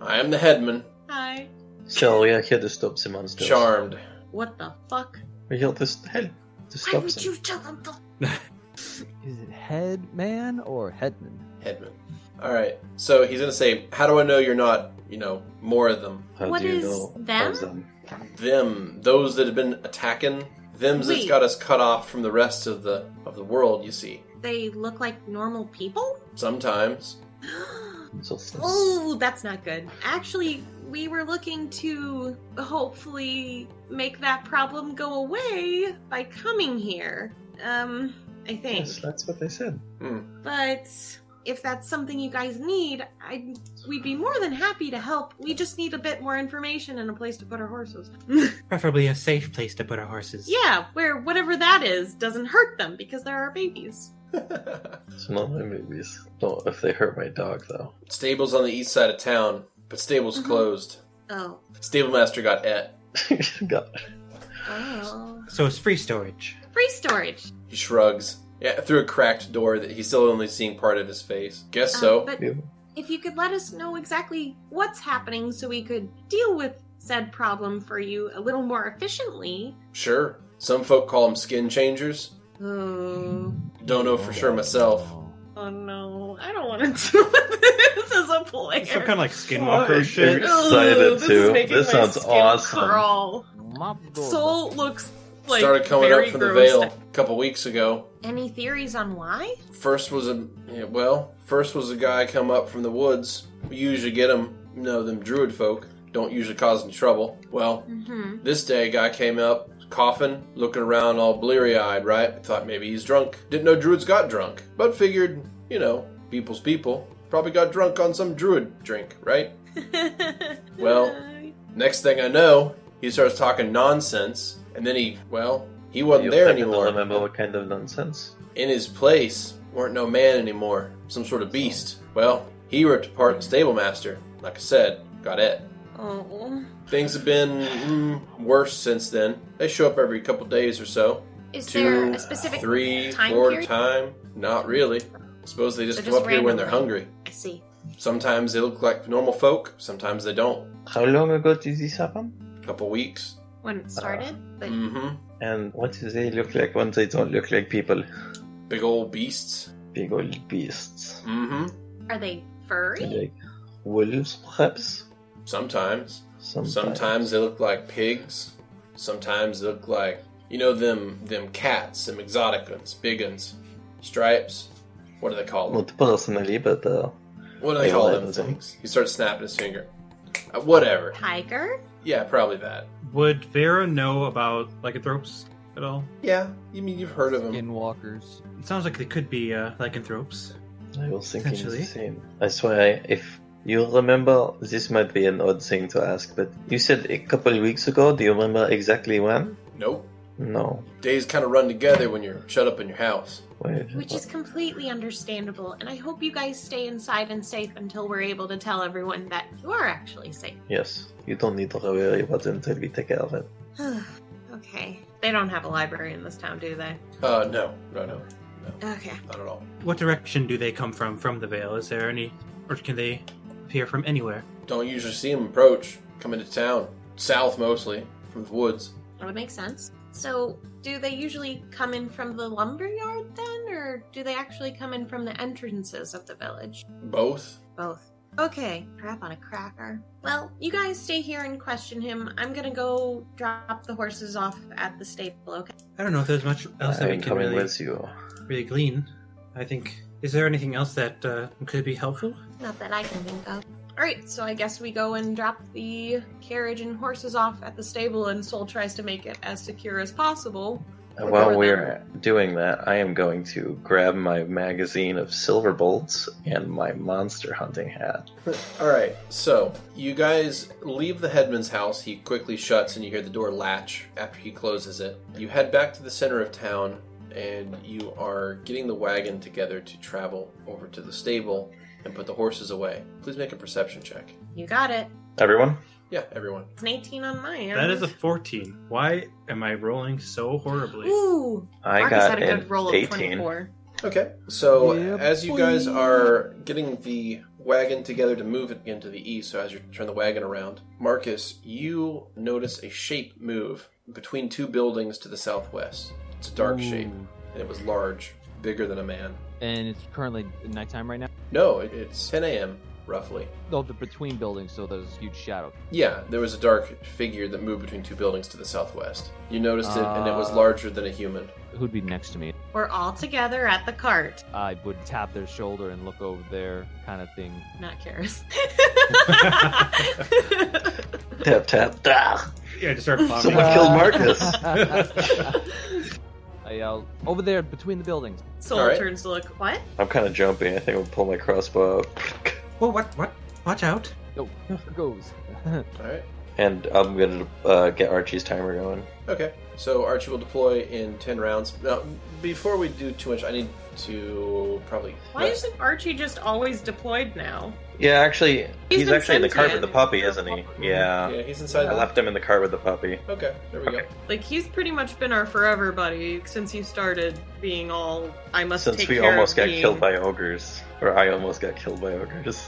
I am the headman. Hi. So we are here to stop the monsters. Charmed. What the fuck? We're here to s- help to Why stop would them. you tell them the Is it headman or headman? Headman. All right. So he's gonna say, "How do I know you're not, you know, more of them? How What do you is know them? of them? Them, those that have been attacking, them's that's Wait. got us cut off from the rest of the of the world. You see, They look like normal people? sometimes. Monsters. Oh, that's not good. Actually, we were looking to hopefully make that problem go away by coming here. Um, I think. Yes, that's what they said. But if that's something you guys need, I we'd be more than happy to help. We just need a bit more information and a place to put our horses. Preferably a safe place to put our horses. yeah, where whatever that is doesn't hurt them because they're our babies. It's not my movies. No, if they hurt my dog though. Stables on the east side of town, but stables Mhm. closed. Oh. Stablemaster got et. God. Oh. So it's free storage. Free storage. He shrugs." Yeah, through a cracked door that he's still only seeing part of his face. Guess Uh, so. but Yeah. if you could let us know exactly what's happening so we could deal with said problem for you a little more efficiently. Sure. Some folk call them skin changers. Oh, Don't know for sure myself. oh no. I don't want to deal with this as a player. Some kind of like Oh, skinwalker dude. shit. excited this too. Is making This my sounds skin awesome. Crawl. Mabdol. Soul looks like Started coming very up from the gross. veil a couple weeks ago. Any theories on why? First was a yeah, well. First was a guy come up from the woods. We usually get them. You know them druid folk don't usually cause any trouble. Well, Mm-hmm. this day a guy came up coughing, looking around all bleary eyed. Right, We thought maybe he's drunk. Didn't know druids got drunk, but figured you know people's people probably got drunk on some druid drink. Right. Well, Next thing I know, he starts talking nonsense, and then he well he wasn't You there fucking don't anymore. Remember what kind of nonsense? In his place weren't no man anymore, some sort of beast. Well, he ripped apart the stablemaster. Like I said, got it. oh. Things have been mm, worse since then. They show up every couple days or so. Is Two, there a specific Three, time four period? time. Not really. Suppose they just So come just up here when they're randomly. hungry. I see. Sometimes they look like normal folk. Sometimes they don't. How long ago did this happen? couple weeks. When it started, but Mm-hmm. And what do they look like when they don't look like people? Big old beasts. Big old beasts. Mm-hmm. are they furry? Like wolves, perhaps? Sometimes. Sometimes. Sometimes they look like pigs. Sometimes they look like you know them them cats, them exotic ones, big ones, stripes. What do they call them? Not personally, but uh, What do they they call all them have them. things? He starts snapping his finger. Uh, whatever. Tiger? Yeah, probably that. Would Vera know about lycanthropes at all? Yeah, you mean you've heard of them? Skinwalkers. It sounds like they could be uh, lycanthropes. I was thinking Potentially. the same. That's why I, if you remember, this might be an odd thing to ask, but you said a couple weeks ago. Do you remember exactly when? Nope. No. Days kind of run together when you're shut up in your house. Wait, Which is completely understandable, and I hope you guys stay inside and safe until we're able to tell everyone that you are actually safe. Yes, you don't need to worry about it until we take care of it. okay. They don't have a library in this town, do they? Uh, no, no, no, Okay. not at all. What direction do they come from from the veil? Is there any, or can they appear from anywhere? Don't usually see them approach. Come into town, south mostly from the woods. That would make sense. So, do they usually come in from the lumberyard then, or do they actually come in from the entrances of the village? Both. Both. Okay, crap on a cracker. Well, you guys stay here and question him. I'm gonna go drop the horses off at the stable, okay? I don't know if there's much else that Oh, we I'm can coming really, with you. really glean. I think. Is there anything else that uh, could be helpful? Not that I can think of. Alright, so I guess we go and drop the carriage and horses off at the stable, and Soul tries to make it as secure as possible. And Or While them. we're doing that, I am going to grab my magazine of silver bolts and my monster hunting hat. All right, so you guys leave the headman's house. He quickly shuts, and you hear the door latch after he closes it. You head back to the center of town, and you are getting the wagon together to travel over to the stable and put the horses away. Please make a perception check. You got it. Everyone? Yeah, everyone. It's an 18 on my end. That is a 14. Why am I rolling so horribly? Ooh! I Marcus got had a an good roll of 18. 24. Okay, so Yeah, as you boy. guys are getting the wagon together to move it into the east, so as you turn the wagon around, Marcus, you notice a shape move between two buildings to the southwest. It's a dark shape, Ooh. and it was large, bigger than a man. And it's currently nighttime right now. No, it, it's 10 a.m., roughly. Oh, the between buildings, so there's a huge shadow. Yeah, there was a dark figure that moved between two buildings to the southwest. You noticed it, and it was Ah. larger than a human. Who'd be next to me? We're all together at the cart. I would tap their shoulder and look over there, kind of thing. Not Karis. Tap, tap, da! Yeah, I just started Someone vomiting. Someone killed Marcus. I yell, over there between the buildings. Soul All right. turns to look. What? I'm kind of jumpy. I think I'll pull my crossbow out. Whoa, what? What? Watch out. Goes. All right. And I'm going to uh, get Archie's timer going. Okay, so Archie will deploy in 10 rounds. Now, before we do too much, I need to probably. Why isn't Archie just always deployed now? Yeah, actually, he's, been actually in the cart with sentient. the puppy, isn't he? Yeah. Yeah, he's inside I the left him in the cart with the puppy. Okay, there we Okay. Like he's pretty much been our forever buddy since you started being all I must Since take we care almost of got being- killed by ogres. Or I almost got killed by ogres.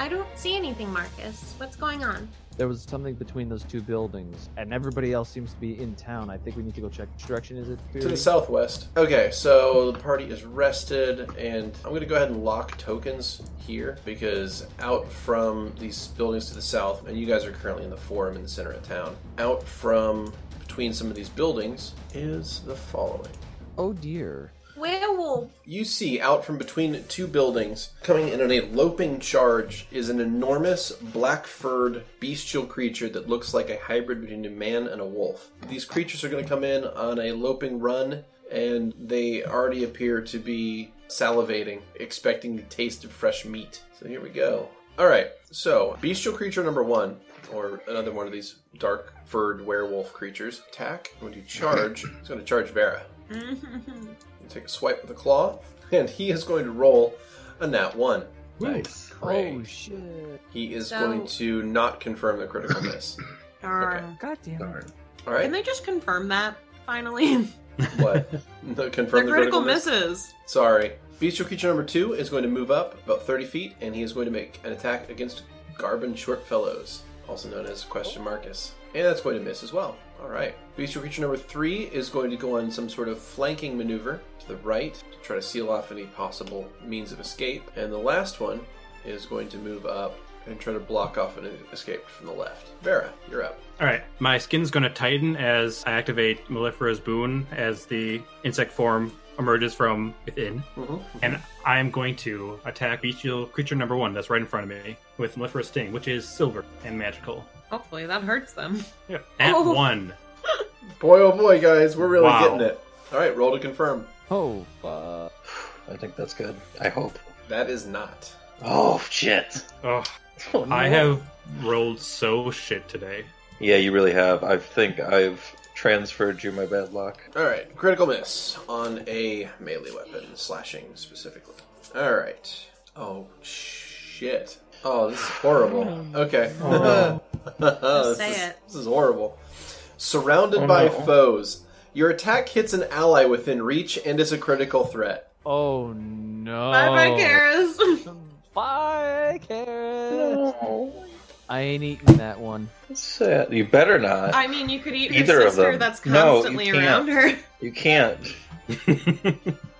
I don't see anything, Marcus. What's going on? There was something between those two buildings, and everybody else seems to be in town. I think we need to go check. Which direction is it? go. To Fury? the southwest. Okay, so the party is rested, and I'm going to go ahead and lock tokens here because out from these buildings to the south, and you guys are currently in the forum in the center of town, out from between some of these buildings is the following. Oh dear. Werewolf. You see, out from between two buildings, coming in on a loping charge, is an enormous black furred bestial creature that looks like a hybrid between a man and a wolf. These creatures are going to come in on a loping run, and they already appear to be salivating, expecting the taste of fresh meat. So here we go. All right, so bestial creature number one, or another one of these dark furred werewolf creatures, attack. When you charge, he's going to charge Vera. You take a swipe with a claw, and he is going to roll a nat one. Nice. Great. Oh shit. he is So- going to not confirm the critical miss. Darn. God damn it. All Can right, they just confirm that finally? what? No, They're confirm the critical misses. Sorry. Bestial creature number two is going to move up about thirty feet, and he is going to make an attack against Garbin Shortfellows, also known as Question Marcus, and that's going to miss as well. All right. Bestial creature number three is going to go on some sort of flanking maneuver to the right to try to seal off any possible means of escape, and the last one is going to move up and try to block off an escape from the left. Vera, you're up. All right, my skin's going to tighten as I activate Mellifera's Boon as the insect form emerges from within, Mhm. and I am going to attack bestial creature number one that's right in front of me with Maleficent Sting, which is silver and magical. Hopefully that hurts them. Yeah. At Oh. one. Boy, oh boy, guys, we're really Wow. getting it. All right, roll to confirm. Oh, fuck. I think that's good. I hope. That is not. Oh shit! Oh, Oh, no. I have rolled so shit today. Yeah, you really have. I think I've transferred you my bad luck. All right, critical miss on a melee weapon, slashing specifically. All right. Oh shit. Oh, this is horrible. Okay. this, say is, it. this is horrible. Surrounded Oh, by no. foes, your attack hits an ally within reach and is a critical threat. Oh, no. Bye bye, Karis. Bye, Kara. I ain't eating that one. Sad. You better not. I mean, you could eat her Either of sister them. that's No, you constantly can't. around her. You can't.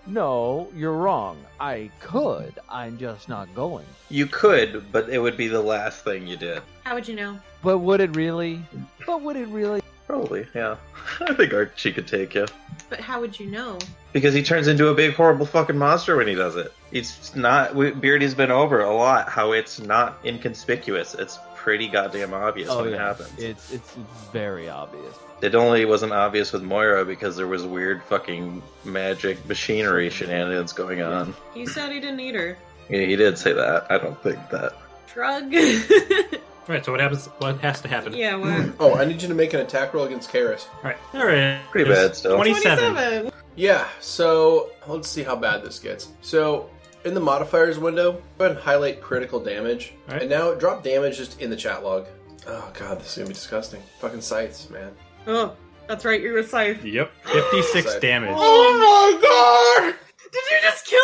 No, you're wrong. I could. I'm just not going. You could, but it would be the last thing you did. How would you know? But would it really? But would it really? Probably, yeah. I think Archie could take you. But how would you know? Because he turns into a big, horrible fucking monster when he does it. It's not. we- Beardy's been over a lot how it's not inconspicuous. It's pretty goddamn obvious when it happens. Oh, It, Oh, It's, it's very obvious. only wasn't obvious with Moira because there was weird fucking magic machinery shenanigans going on. He said he didn't eat her. Yeah, he did say that. I don't think that. Drug. Right, so what happens? What has to happen? yeah, what? Oh, I need you to make an attack roll against Karis. All right, there it is. Pretty bad still. 27. Yeah, so let's see how bad this gets. So in the modifiers window, go ahead and highlight critical damage. Alright. And now drop damage just in the chat log. Oh god, this is gonna be disgusting. Fucking sights, man. Oh, that's right, you're a scythe. Yep, 56 Sorry. damage. Oh my god! Did you just kill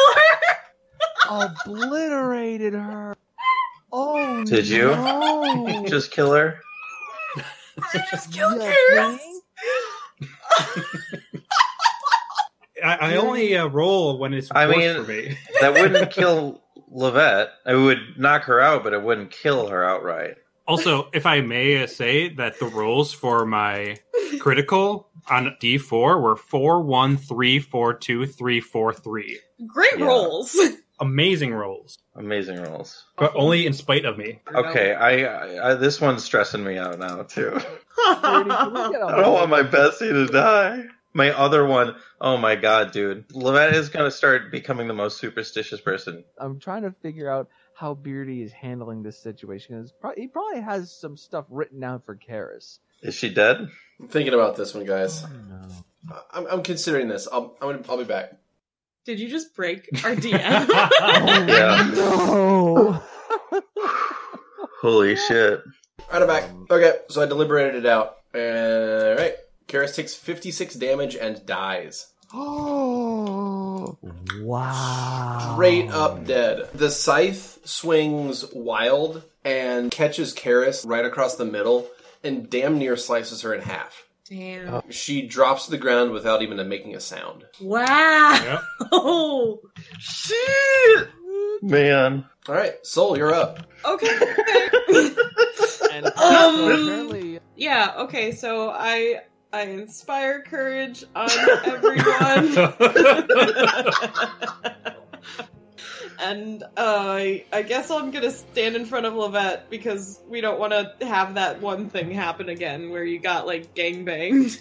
her? Obliterated her. Oh, Did you? No. Just kill her? Did you just kill Yeah, Karis? man. I, I only uh, roll when it's I worse mean- for me. That wouldn't kill Levette. It would knock her out, but it wouldn't kill her outright. Also, if I may uh, say that the rolls for my critical on D4 were 4, 1, 3, 4, 2, 3, 4, 3. Great Yeah. rolls. Amazing rolls, Amazing rolls. but only in spite of me. Okay, I, I, I this one's stressing me out now too. Brady, can we get a I don't want my bestie to die. My other one, oh my god, dude, Levette is gonna start becoming the most superstitious person. I'm trying to figure out how Beardy is handling this situation. It's prob- he probably has some stuff written down for Karis. Is she dead? I'm thinking about this one, guys. Oh, No. I- I'm, I'm considering this. I'll, I'm gonna, I'll be back. Did you just break our DM? Yeah. No. Holy shit! Right, I'm back. Okay, so I deliberated it out. Alright. Karis takes 56 damage and dies. oh. Wow. Straight up dead. The scythe swings wild and catches Karis right across the middle and damn near slices her in half. Oh. Damn. She drops to the ground without even making a sound. Wow. Yep. Shit. Man, All right, Soul, you're up. Okay. And Um. apparently, yeah, okay, so I I inspire courage on everyone. and uh, I, I guess I'm gonna stand in front of Levette because we don't want to have that one thing happen again where you got like gangbanged.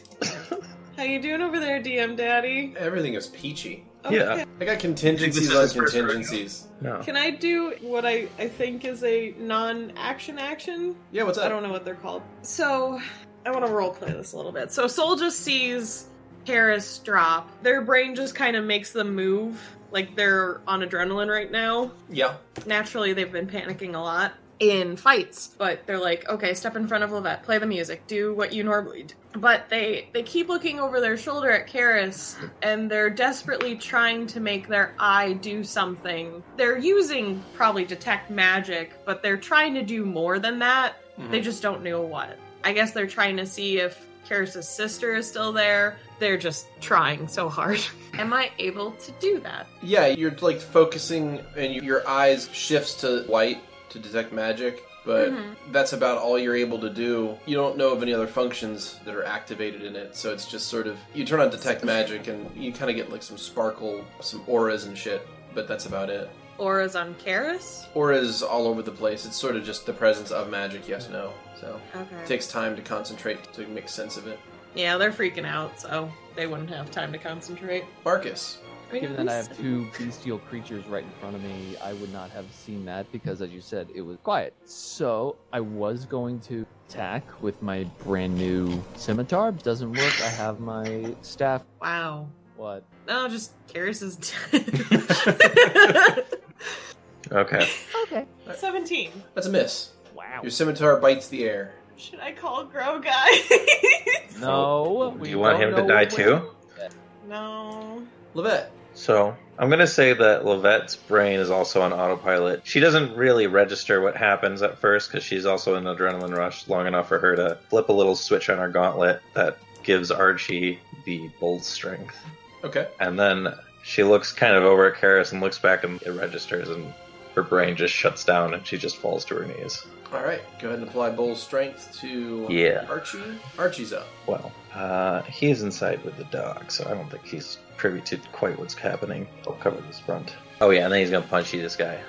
How you doing over there, DM Daddy? Everything is peachy. Yeah. I got contingencies I on think this is his first contingencies. no. Can I do what I, I think is a non-action action? Yeah, what's up? I don't know what they're called. So I want to roleplay this a little bit. So Soul just sees Paris drop. Their brain just kind of makes them move. Like they're on adrenaline right now. Yeah. Naturally, they've been panicking a lot in fights, but they're like, okay, step in front of Levette, play the music, do what you normally do. But they they keep looking over their shoulder at Karis, and they're desperately trying to make their eye do something. They're using probably detect magic, but they're trying to do more than that. They just don't know what. I guess they're trying to see if Karis' sister is still there. They're just trying so hard. Am I able to do that? Yeah, you're like focusing and you, your eyes shifts to white to detect magic but Mhm. that's about all you're able to do. You don't know of any other functions that are activated in it, so it's just sort of you turn on detect magic and you kind of get like some sparkle, some auras and shit, but that's about it. Auras on Karis? Auras all over the place. It's sort of just the presence of magic, yes, no. So Okay. it takes time to concentrate to make sense of it. yeah, they're freaking out, so they wouldn't have time to concentrate. Marcus, I mean, Given at that I least- have two bestial creatures right in front of me, I would not have seen that because, as you said, it was quiet. So I was going to attack with my brand new scimitar. Doesn't work. I have my staff. Wow. What? No, just Karis is dead. Okay. Okay. 17. that's a miss. Wow. Your scimitar bites the air. Should I call Grow guys? No. Do we you want don't him to know die what- too? no. Levette, So I'm gonna say that Lavette's brain is also on autopilot. She doesn't really register what happens at first because she's also in adrenaline rush long enough for her to flip a little switch on her gauntlet that gives Archie the bold strength. okay. And then she looks kind of over at Karis and looks back and it registers and her brain just shuts down and she just falls to her knees. All right, go ahead and apply bull strength to Yeah. Archie. Archie's up. Well, uh, he's inside with the dog, so I don't think he's privy to quite what's happening. I'll cover this front. Oh yeah, and then he's gonna punchy this guy.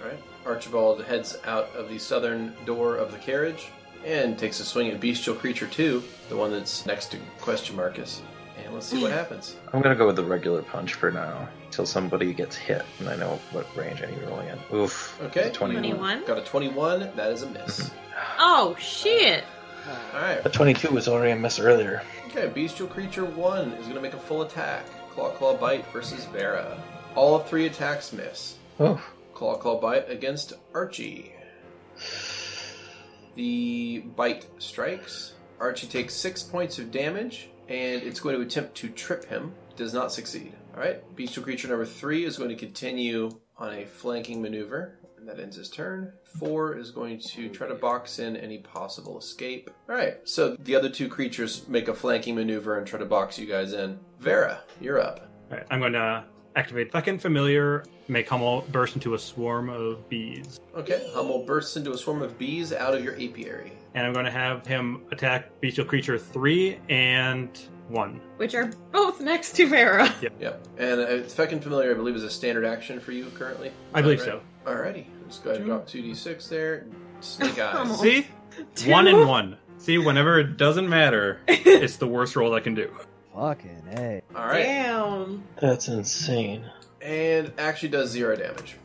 All right. Archibald heads out of the southern door of the carriage and takes a swing at bestial creature two, the one that's next to question Marcus. And let's see what happens. I'm gonna go with the regular punch for now till somebody gets hit and I know what range I need to roll in. Oof. Okay. it's a 21. 21? Got a 21. That is a miss. Oh, shit. All right. A 22 was already a miss earlier. Okay. Bestial creature one is going to make a full attack. Claw claw bite versus Vera. All three attacks miss. Oh. Claw claw bite against Archie. The bite strikes. Archie takes six points of damage, and it's going to attempt to trip him. Does not succeed. All right. Bestial creature number three is going to continue on a flanking maneuver, and that ends his turn. Four is going to try to box in any possible escape. All right. So the other two creatures make a flanking maneuver and try to box you guys in. Vera, you're up. Alright, I'm going to activate second familiar, make Hummel burst into a swarm of bees. Okay. Hummel bursts into a swarm of bees out of your apiary. And I'm going to have him attack bestial creature 3 and 1. Which are both next to Vera. Yep. And uh, Feckin' Familiar, I believe, is a standard action for you currently. I believe Alright. so. Alrighty. Let's go ahead and drop 2d6 there. Snake Come Eyes. on. See? Two? 1 and 1. See, whenever it doesn't matter, it's the worst roll I can do. Fucking a. Alright. Damn. That's insane. And actually does zero damage.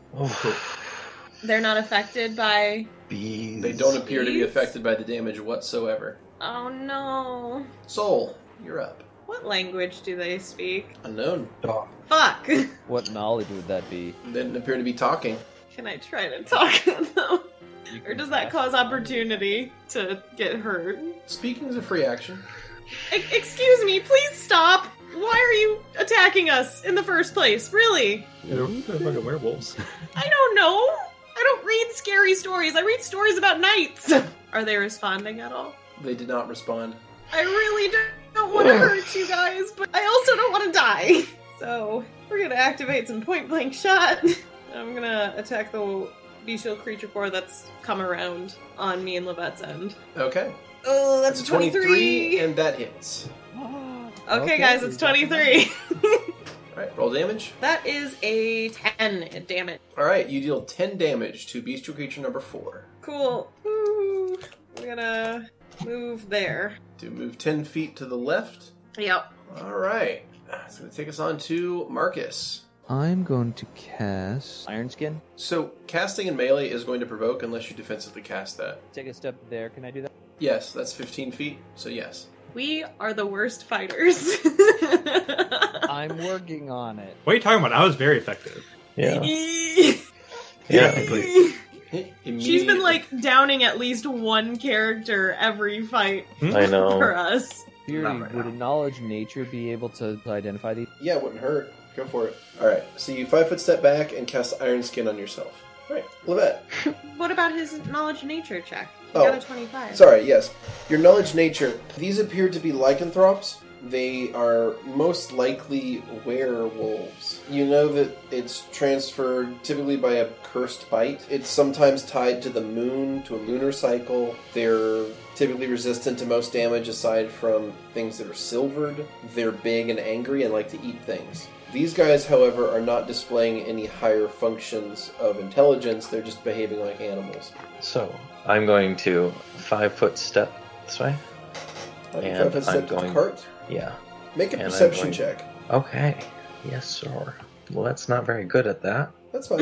They're not affected by. Bees. They don't appear to be Jeez. affected by the damage whatsoever. Oh no. Soul, you're up. What language do they speak? Unknown. dog. Fuck. Can What knowledge would that be? Didn't appear to be talking. I try to talk with them? You Or can does that pass cause it on. opportunity to get hurt? Speaking's a free action. E- excuse me, please stop! Why are you attacking us in the first place? Really? They're fucking werewolves. I don't know! I don't read scary stories, I read stories about knights! Are they responding at all? They did not respond. I really don't want to hurt you guys, but I also don't want to die. So we're gonna activate some point blank shot. I'm gonna attack the bestial creature four that's come around on me and Levette's end. Okay. Oh, that's a It's 23. and that hits. Okay, guys, it's 23. Alright, roll damage. that is a 10. Damn it. Alright, you deal 10 damage to bestial creature number 4. Cool. Ooh, I'm gonna move there. To move 10 feet to the left. Yep. All right. It's going to take us on to Marcus. I'm going to cast Iron Skin. So, casting in melee is going to provoke unless you defensively cast that. Take a step there. Can I do that? Yes, that's 15 feet, so yes. We are the worst fighters. I'm working on it. What are you talking about? I was very effective. Yeah. Yeah. Technically. She's been like downing at least one character every fight I for know. us. Fury, Not right would now. a knowledge nature be able to identify these? Yeah, it wouldn't hurt. Go for it. All right, so you five foot step back and cast Iron Skin on yourself. All right, Levette. What about his knowledge nature check? He Oh, got a 25. Sorry, yes. Your knowledge nature. These appear to be lycanthropes, They are most likely werewolves. You know that it's transferred typically by a cursed bite. It's sometimes tied to the moon, to a lunar cycle. They're typically resistant to most damage aside from things that are silvered. They're big and angry and like to eat things. These guys, however, are not displaying any higher functions of intelligence. They're just behaving like animals. So I'm going to five foot step this way. Like And if I I'm set the going- cart, Yeah. make a and I'm perception going- check. Okay. Yes, sir. Well, that's not very good at that, That's fine.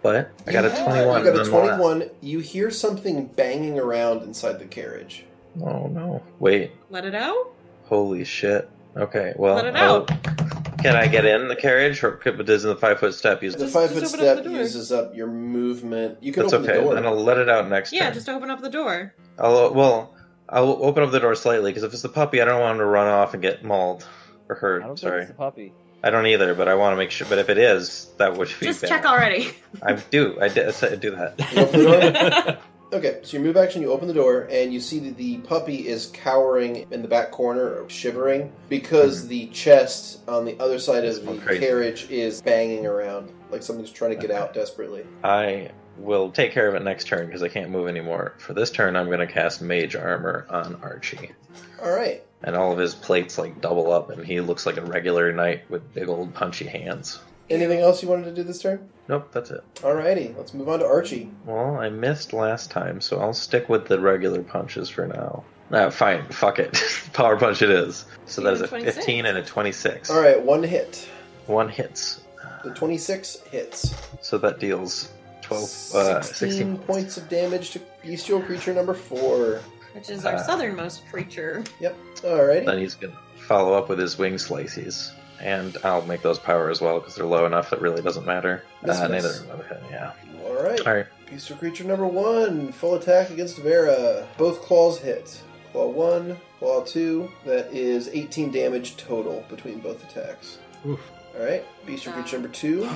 but I got Yeah, a 21. You got a and I'm not- 21. You hear something banging around inside the carriage. Oh no! Wait. Let it out? Holy shit. Okay. Well, Let it I'll- can I get in the carriage, or could- does the five foot step use? The Just- five just foot open up step the door. uses up your movement. You can That's open okay. the Then door. I'll let it out next. Yeah, turn. just open up the door. I'll well, I'll open up the door slightly because if it's the puppy, I don't want him to run off and get mauled or I don't hurt. think Sorry, it's a puppy. I don't either, but I want to make sure. But if it is, that would be Just bad. check already. I do. I, did, I said- I do that. You open the door. Okay, so you move action, you open the door, and you see that the puppy is cowering in the back corner, shivering, because the chest on the other side It's of the going Hmm. crazy. carriage is banging around, like something's trying to get out desperately. I will take care of it next turn because I can't move anymore. For this turn, I'm going to cast Mage Armor on Archie, All right, and all of his plates like double up, and he looks like a regular knight with big old punchy hands. anything else you wanted to do this turn? Nope, that's it. Alrighty, let's move on to Archie. Well, I missed last time, so I'll stick with the regular punches for now. Ah, fine, fuck it. Power punch it is. So that is a 26. 15 and a 26. All right, one hit. One hits. The 26 hits. So that deals 12, uh, 16 points of damage to bestial creature number four. Which is our Uh. southernmost creature. Then Alrighty. he's going to follow up with his wing slices. And I'll make those power as well because they're low enough that really doesn't matter. This Uh, miss. neither of them hit, yeah. Alright. All right. Bestial creature number one. Full attack against Vera. Both claws hit. Claw one, claw two. That is 18 damage total between both attacks. Oof. Alright. Bestial creature number two.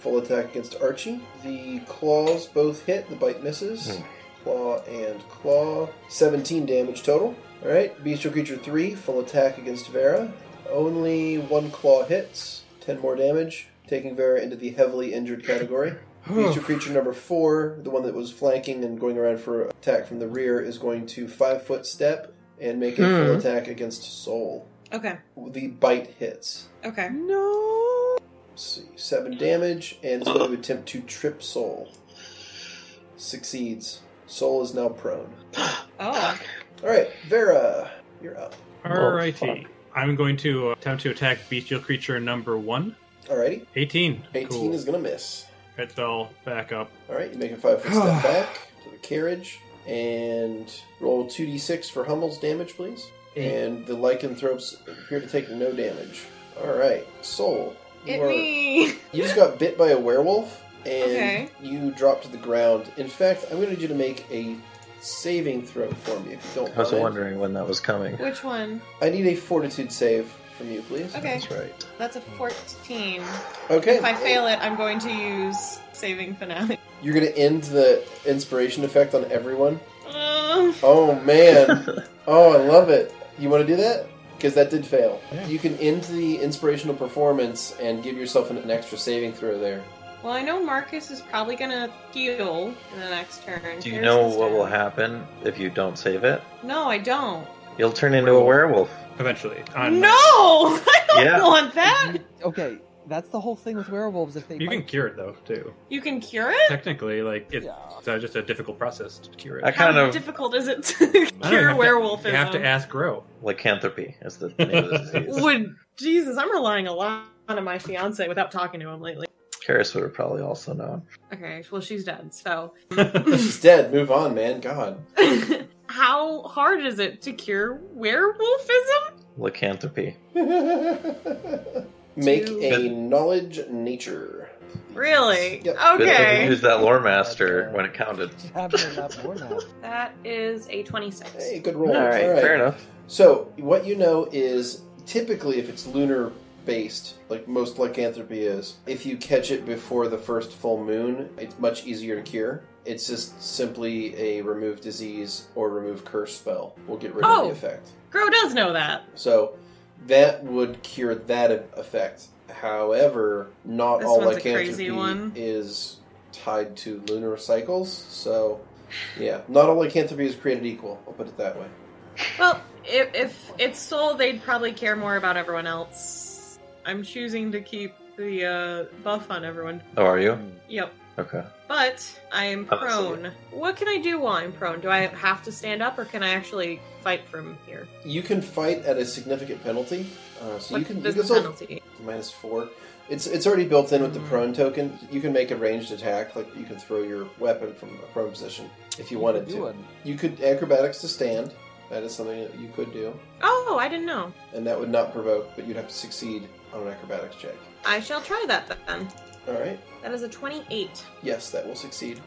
Full attack against Archie. The claws both hit. The bite misses. Hmm. Claw and claw. 17 damage total. Alright. Bestial creature three. Full attack against Vera. Only one claw hits. 10 more damage. Taking Vera into the heavily injured category. Feature creature number four, the one that was flanking and going around for attack from the rear, is going to five foot step and make a full Hmm. attack against Soul. Okay. The bite hits. Okay. Mm. Let's see, seven damage, and it's going to attempt to trip Soul. Succeeds. Soul is now prone. Ah, Oh. All right, Vera, you're up. Oh, Alrighty. fuck. I'm going to uh, attempt to attack bestial creature number one. Alrighty, 18. 18 cool. is going to miss. It's all back up. All right, you make a five foot step back to the carriage and roll 2d6 for Hummel's damage, please. And the lycanthropes appear to take no damage. All right, Soul. You, It are, you me. just got bit by a werewolf and Okay. you drop to the ground. In fact, I'm going to need you to make a saving throw for me if you don't I was mind. wondering when that was coming. Which one? I need a fortitude save from you, please. Okay. That's right. That's a 14. Okay. If I fail it, I'm going to use saving finale. You're going to end the inspiration effect on everyone. Uh, Oh man. Oh, I love it. You want to do that? Because that did fail. You can end the inspirational performance and give yourself an, an extra saving throw there. well, I know Marcus is probably going to heal in the next turn. Do you Here's know his what will turn. happen if you don't save it? No, I don't. You'll turn into a werewolf. Eventually. On- No! I don't Yeah. want that! Mm-hmm. Okay, that's the whole thing with werewolves. If they You can bite. cure it, though, too. You can cure it? Technically, like, it's Yeah. uh, just a difficult process to cure it. I How kind of difficult is it to I don't cure know, you have werewolfism? to- You have to ask Grow. lycanthropy is the name of the disease. Would Jesus? I'm relying a lot on my fiance without talking to him lately. Karis would have probably also known. Okay, well she's dead, so She's dead. Move on, man. God. how hard is it to cure werewolfism? Lycanthropy. Make Two. a knowledge nature. Really? Yep. Good thing Okay, we used that lore master when it counted. Have them not born now. that is a twenty-six. Hey, good roll. All right, fair enough. So, what you know is typically if it's lunar based, like most lycanthropy is, if you catch it before the first full moon, it's much easier to cure. It's just simply a remove disease or remove curse spell will get rid of Oh. the effect. Gro does know that. So that would cure that e- effect. However, not This all one's a lycanthropy crazy one. is tied to lunar cycles. So, yeah, not all lycanthropy is created equal. I'll put it that way. Well, if, if it's sold, they'd probably care more about everyone else. I'm choosing to keep the uh, buff on everyone. Oh, are you? Yep. Okay. But I am Oh, that's prone. What can I do while I'm prone? Do I have to stand up, or can I actually fight from here? You can fight at a significant penalty. Uh, so you What's can, you this can still penalty? minus four. It's it's already built in with the Mm. prone token. You can make a ranged attack, like you can throw your weapon from a prone position if you wanted could do to. one. You could acrobatics to stand. That is something that you could do. Oh, I didn't know. and that would not provoke, but you'd have to succeed on an acrobatics check. I shall try that then. All right. That is a 28. Yes, that will succeed.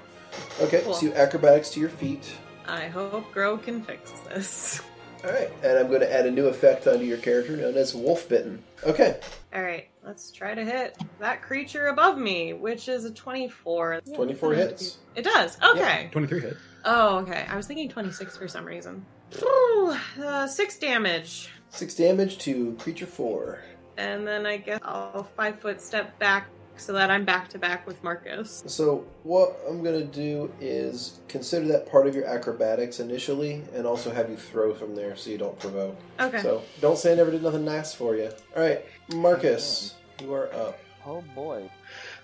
Okay, Cool. so you acrobatics to your feet. I hope Gro can fix this. All right, and I'm going to add a new effect onto your character known as wolf bitten. Okay, All right, let's try to hit that creature above me, which is a 24. 24 hits. It does. Okay. 23 hit. Oh, okay. I was thinking 26 for some reason. Ooh, uh, six damage. Six damage to creature four. And then I guess I'll five foot step back so that I'm back to back with Marcus. So what I'm going to do is consider that part of your acrobatics initially, and also have you throw from there so you don't provoke. Okay. So don't say I never did nothing nice for you. All right, Marcus, you are up. Oh boy.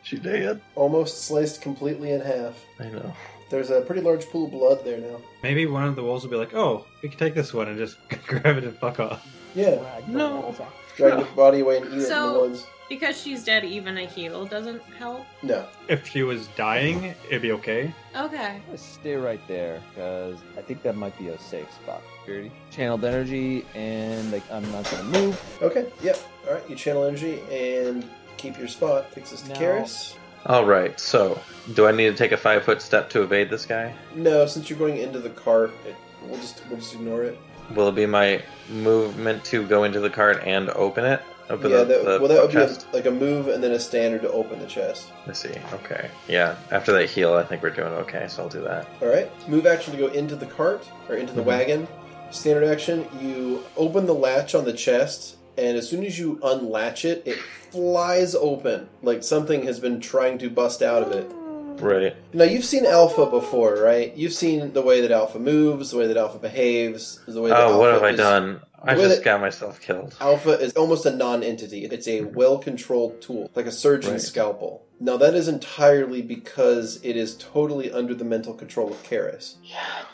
She did. Almost sliced completely in half. I know. There's a pretty large pool of blood there now. Maybe one of the wolves will be like, "Oh, we can take this one and just grab it and fuck off." Yeah, No. drag the body away and eat it in the So- woods. Because she's dead, even a heal doesn't help. No. If she was dying, it'd be okay. Okay. I'm gonna stay right there because I think that might be a safe spot. Security. Channeled energy, and like I'm not gonna move. Okay, yep. Alright, you channel energy and keep your spot. Takes us to No. Karis. All right. So, do I need to take a five foot step to evade this guy? No, since you're going into the cart, it, we'll just we'll just ignore it. Will it be my movement to go into the cart and open it? Open yeah, the, that, the well, that would chest? be a, like a move and then a standard to open the chest. I see. Okay. Yeah. After that heal, I think we're doing okay. So I'll do that. Alright, move action to go into the cart or into the wagon. Mhm. Standard action, you open the latch on the chest, and as soon as you unlatch it, it flies open like something has been trying to bust out of it. Right. Now you've seen Alpha before, right? You've seen the way that Alpha moves, the way that Alpha behaves, the way. That Oh, what Alpha have I is- uh, done? I With just it- got myself killed. Alpha is almost a non-entity. It's a well-controlled tool, like a surgeon's Right. scalpel. Now that is entirely because it is totally under the mental control of Karis.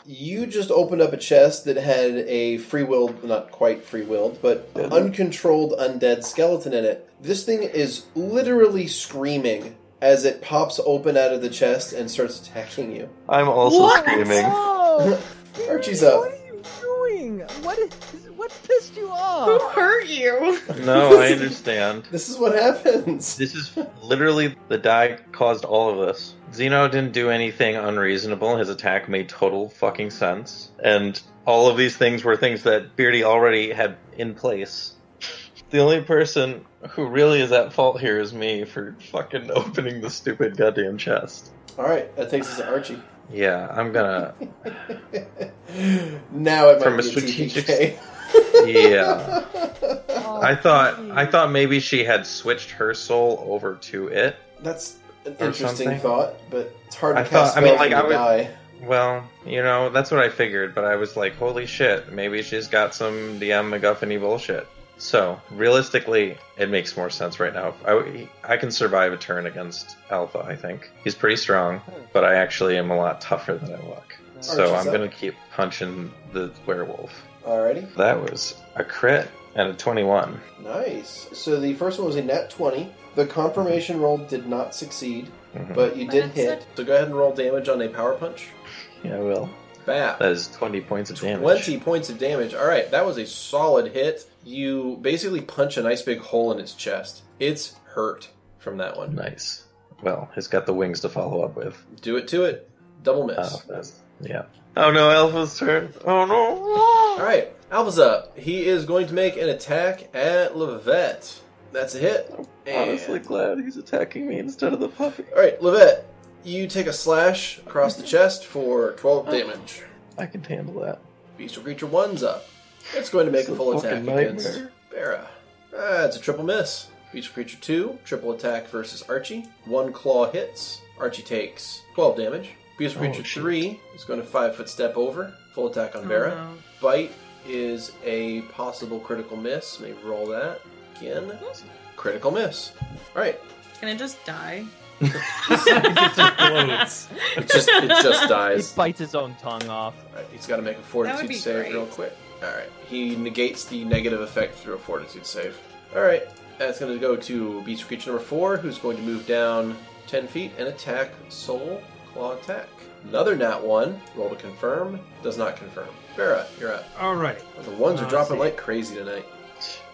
You just opened up a chest that had a free willed, not quite free willed, but uncontrolled undead skeleton in it. This thing is literally screaming as it pops open out of the chest and starts attacking you. I'm also What? screaming. Oh, Archie's up. What are you doing? What is? What pissed you Who off? hurt you? No, I understand. This is what happens. This is literally the die caused all of this. Zeno didn't do anything unreasonable. His attack made total fucking sense. And all of these things were things that Beardy already had in place. The only person who really is at fault here is me for fucking opening the stupid goddamn chest. All right, that takes us to Archie. Yeah, I'm gonna. now it might From a be strategic TPK. Yeah. I thought I thought maybe she had switched her soul over to it. That's an Or interesting something. thought, but it's hard to I cast thought- I mean, spells like, when I you would- die. Well, you know, that's what I figured, but I was like, holy shit, maybe she's got some DM MacGuffin bullshit. So, realistically, it makes more sense right now. I, I can survive a turn against Alpha, I think. He's pretty strong, but I actually am a lot tougher than I look. So, Hmm. Archie's I'm up. going to keep punching the werewolf. Alrighty, That was a crit and a 21. nice. So the first one was a nat 20. The confirmation roll did not succeed, Mhm. but you did That's hit. So go ahead and roll damage on a power punch. yeah, I will. Bap. That is 20 points of damage. 20 points of damage. All right, that was a solid hit. You basically punch a nice big hole in its chest. It's hurt from that one. Nice. Well, he's got the wings to follow up with. Do it to it. Double miss. Oh, that's- yeah. Oh no, Alpha's turn. Oh no. All right, Alpha's up. He is going to make an attack at Levette. That's a hit. Oh, And- Honestly, glad he's attacking me instead of the puppy. All right, Levette, you take a slash across the chest for 12 damage. I can handle that. Beastial creature one's up. It's going to make It's a full attack fucking against nightmare. Barra. Ah, it's a triple miss. Beastial creature two, triple attack versus Archie. One claw hits. Archie takes 12 damage. Beastial Oh, creature shit. three is going to five foot step over. Full attack on Vera. Oh, Bite is a possible critical miss. Maybe roll that again. Critical miss. All right. no. Can it just die? It just floats. It just it just He dies. bites his own tongue off. Alright, he's got to make a That would fortitude be save great. real quick. Alright, he negates the negative effect through a fortitude save. Alright, that's going to go to Beast Creature number 4, who's going to move down 10 feet and attack Soul Claw Attack. Another nat 1. Roll to confirm. Does not confirm. Vera, you're up. All right. The ones Oh, are Uh, dropping see. like crazy tonight.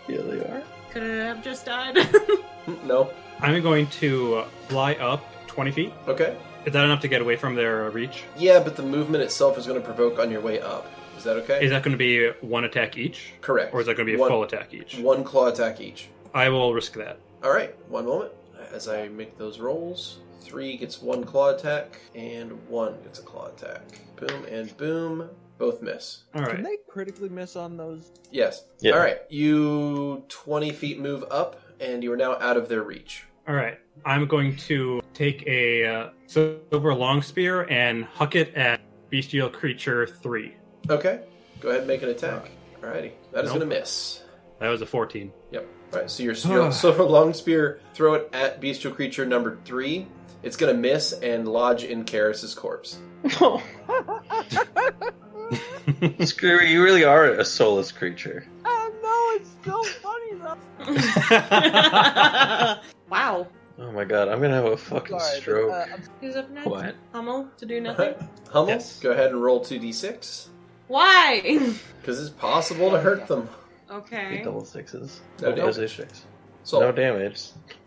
Yeah, they are. Could it have just died? Mm, No? I'm going to uh, fly up 20 feet. Okay. Is that enough to get away from their uh, reach? Yeah, but the movement itself is going to provoke on your way up. Is that okay? Is that going to be one attack each? Correct. Or is that going to be a one, full attack each? One claw attack each. I will risk that. All right, one moment. As I make those rolls, three gets one claw attack, and one gets a claw attack. Boom and boom, both miss. All right. Can they critically miss on those? Yes. Yeah. All right, you twenty feet move up, and you are now out of their reach. All right. I'm going to take a uh, silver long spear and huck it at bestial creature three. Okay, go ahead and make an attack. Alrighty, that is Nope. gonna miss. That was a 14. All right, so your, your silver long spear, throw it at bestial creature number three. It's gonna miss and lodge in Karis's corpse. Oh, All Screw it, you really are a soulless creature. Oh no, it's so funny though. wow. Oh my god, I'm gonna have a fucking Sorry, stroke. uh, I'm- Who's up next? what? Hummel to do nothing. Hummel, Yes. go ahead and roll two d6 Why? because it's possible to hurt them. okay. Double sixes. No No damage. damage. So No damage.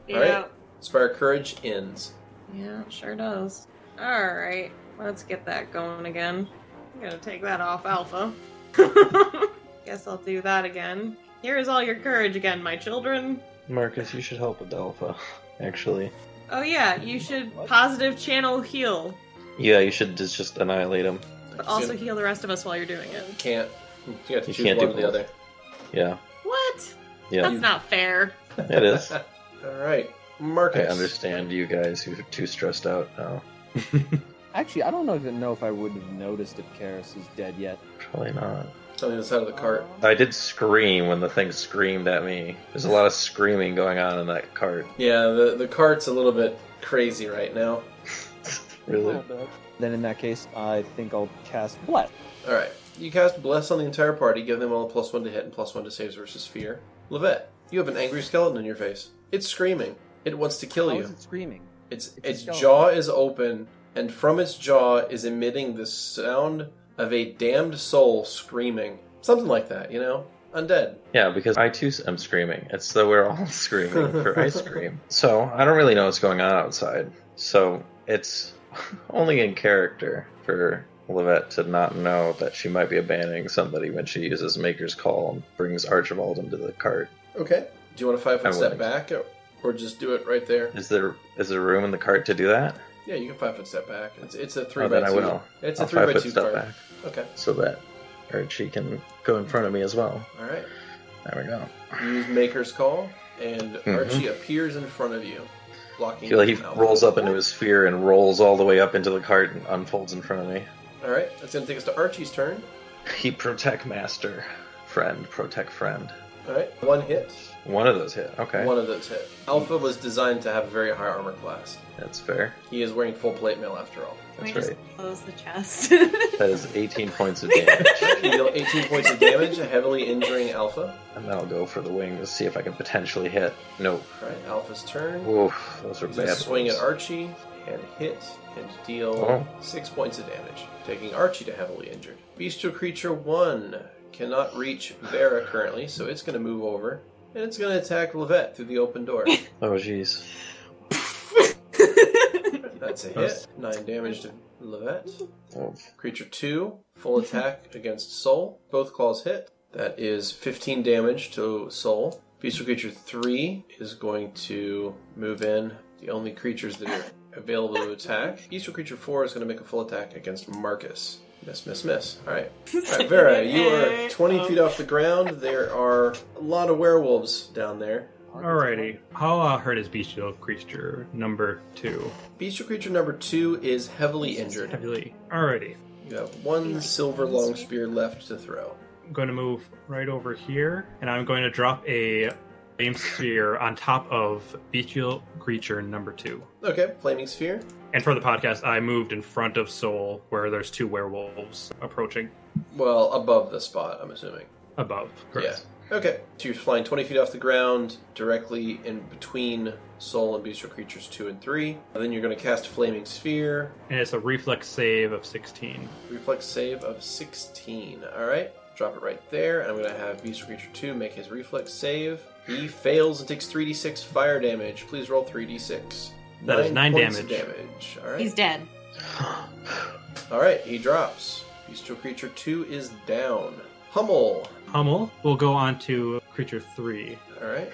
Yeah. Alright. Inspire Courage ends. Yeah, it sure does. All right, let's get that going again. I'm gonna take that off alpha. Guess I'll do that again. Here is all your courage again, my children. Marcus, you should help with Alpha, actually. Oh yeah, you should positive channel heal, Yeah, you should just, just annihilate him. but also You heal the rest of us while you're doing it. can't. You have to You choose can't one do or the both. other. Yeah, What? yeah, That's not fair. it is. All right, I Marcus. understand you guys who are too stressed out now. Actually, I don't even know if I would have noticed if Karis is dead yet. Probably not. Something that's out of the cart. I did scream when the thing screamed at me. There's a lot of screaming going on in that cart. Yeah, the the cart's a little bit crazy right now. Really? Then in that case, I think I'll cast Bless. All right, you cast Bless on the entire party. Give them all a plus one to hit and plus one to saves versus fear. Levette, you have an angry skeleton in your face. It's screaming. It wants to kill How you. is it screaming? Its a its skeleton. jaw is open, and from its jaw is emitting the sound of a damned soul screaming. Something like that, you know? Undead. Yeah, because I too am screaming. It's that we're all screaming for ice cream. So I don't really know what's going on outside. So it's only in character for Levette to not know that she might be abandoning somebody when she uses Maker's Call and brings Archibald into the cart. Okay. Do you want a five I foot step would. back, or, or just do it right there? Is there is there room in the cart to do that? Yeah, you can five foot step back. It's, it's a three Oh, by then I two. will. It's I'll a three five by foot two step card. back Okay. so that Archie can go in front of me as well. All right. There we go. You use Maker's Call, and Mhm. Archie appears in front of you, I blocking. feel like he you out. rolls up into his sphere and rolls all the way up into the cart and unfolds in front of me. All right. That's gonna take us to Archie's turn. He protect master, friend, protect friend. All right. One hit. One of those hit. Okay, One of those hit. Alpha was designed to have a very high armor class. that's fair. He is wearing full plate mail after all. Let me That's just right. close the chest. That is 18 points of damage, You deal 18 points of damage, heavily injuring Alpha. and then I'll go for the wing to see if I can potentially hit. Nope. All right, Alpha's turn. Oof, those are He's gonna bad. swing ones. at Archie and hit and deal Oh. six points of damage, taking Archie to heavily injured. Bestial creature one cannot reach Vera currently, so it's going to move over and it's going to attack Levette through the open door. Oh jeez. That's a hit. Nine damage to Levette. Oh, Creature two, full attack against Soul. Both claws hit. That is 15 damage to Soul. Beastral creature three is going to move in. The only creatures that are available to attack. Beastral creature four is going to make a full attack against Marcus. Miss, miss, miss. All right. All right, Vera, you are 20 feet off the ground. There are a lot of werewolves down there. Alrighty. I'll uh, hurt his bestial creature number two Beastral creature number two is heavily injured. heavily. Alrighty. You have one silver long spear left to throw. I'm going to move right over here, and I'm going to drop a flame sphere on top of bestial creature number two. Okay, flaming sphere. And for the podcast, I moved in front of Soul, where there's two werewolves approaching Well, above the spot, I'm assuming. above. Correct. Yeah. Okay. So you're flying 20 feet off the ground, directly in between soul and bestial creatures 2 and 3. And then you're going to cast Flaming Sphere. And it's a reflex save of 16. Reflex save of 16. All right. Drop it right there. And I'm going to have bestial creature 2 make his reflex save. He fails and takes 3d6 fire damage. Please roll 3d6. That is nine points of damage. damage. All right. He's dead. All right. He drops. Bestial creature 2 is down. Hummel. Hummel will go on to creature three. All right.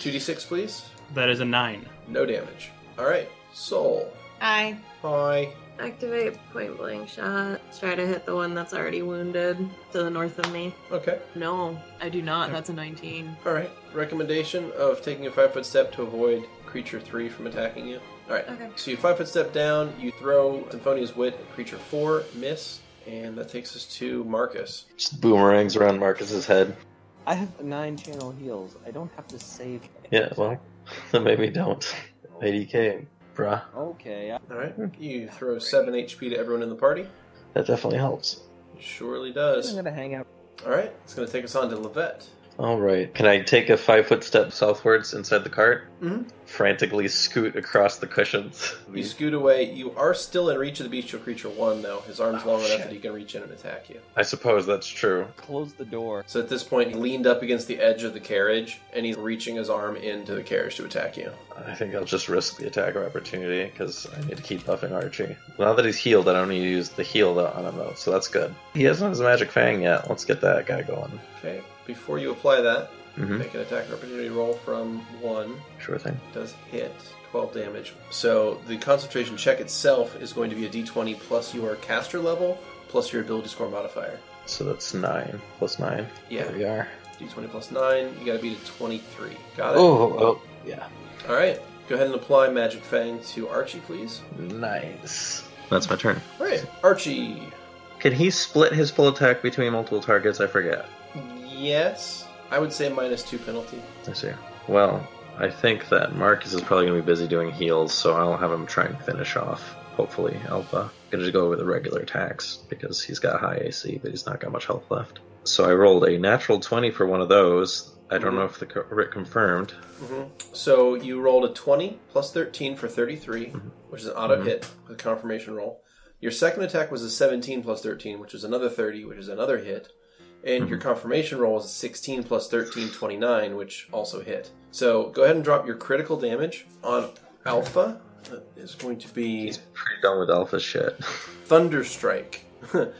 2d6, please. That is a nine. No damage. All right. Soul. I Hi. Activate point blank shot. Let's try to hit the one that's already wounded to the north of me. Okay. No, I do not. That's a 19. All right. Recommendation of taking a five foot step to avoid creature three from attacking you. All right. Okay. So you five foot step down. You throw Symphonia's Wit at creature four, miss, and that takes us to Marcus. Just boomerangs around Marcus's head. I have nine channel heals. I don't have to save. Yeah, well, maybe don't. ADK, bruh. Okay. All right. You throw seven HP to everyone in the party. That definitely helps. Surely does. gonna hang out. All right. It's going to take us on to Levette. All right. Can I take a five foot step southwards inside the cart? Mhm. Frantically scoot across the cushions. You scoot away. You are still in reach of the bestial creature one, though. His arm's Oh, long enough shit. that he can reach in and attack you. I suppose that's true. Close the door. So at this point, he leaned up against the edge of the carriage, and he's reaching his arm into the carriage to attack you. I think I'll just risk the attack of opportunity because I need to keep buffing Archie. Now that he's healed, I don't need to use the heal on him though, so that's good. He doesn't have his magic fang yet. Let's get that guy going. Okay, before you apply that, hmm make an attack opportunity roll from one. Sure thing. Does hit 12 damage. So the concentration check itself is going to be a d20 plus your caster level plus your ability score modifier. So that's nine plus nine. Yeah, There we are. d20 plus nine. You got to beat a 23. Got it. Oh, oh, yeah. All right. Go ahead and apply Magic Fang to Archie, please. Nice. That's my turn. All right, Archie. Can he split his full attack between multiple targets? I forget. Yes, I would say minus two penalty. I see. Well, I think that Marcus is probably going to be busy doing heals, so I'll have him try and finish off, hopefully, Alpha. going to just go with the regular attacks because he's got high AC, but he's not got much health left. So I rolled a natural 20 for one of those. I don't know if the co- Rick confirmed. hmm So you rolled a 20 plus 13 for 33, Mhm. which is an auto Mhm. hit with a confirmation roll. Your second attack was a 17 plus 13, which is another 30, which is another hit. And your confirmation roll was a 16 plus 13, 29, which also hit. So go ahead and drop your critical damage on Alpha. That is going to be He's pretty done with Alpha shit. Thunderstrike.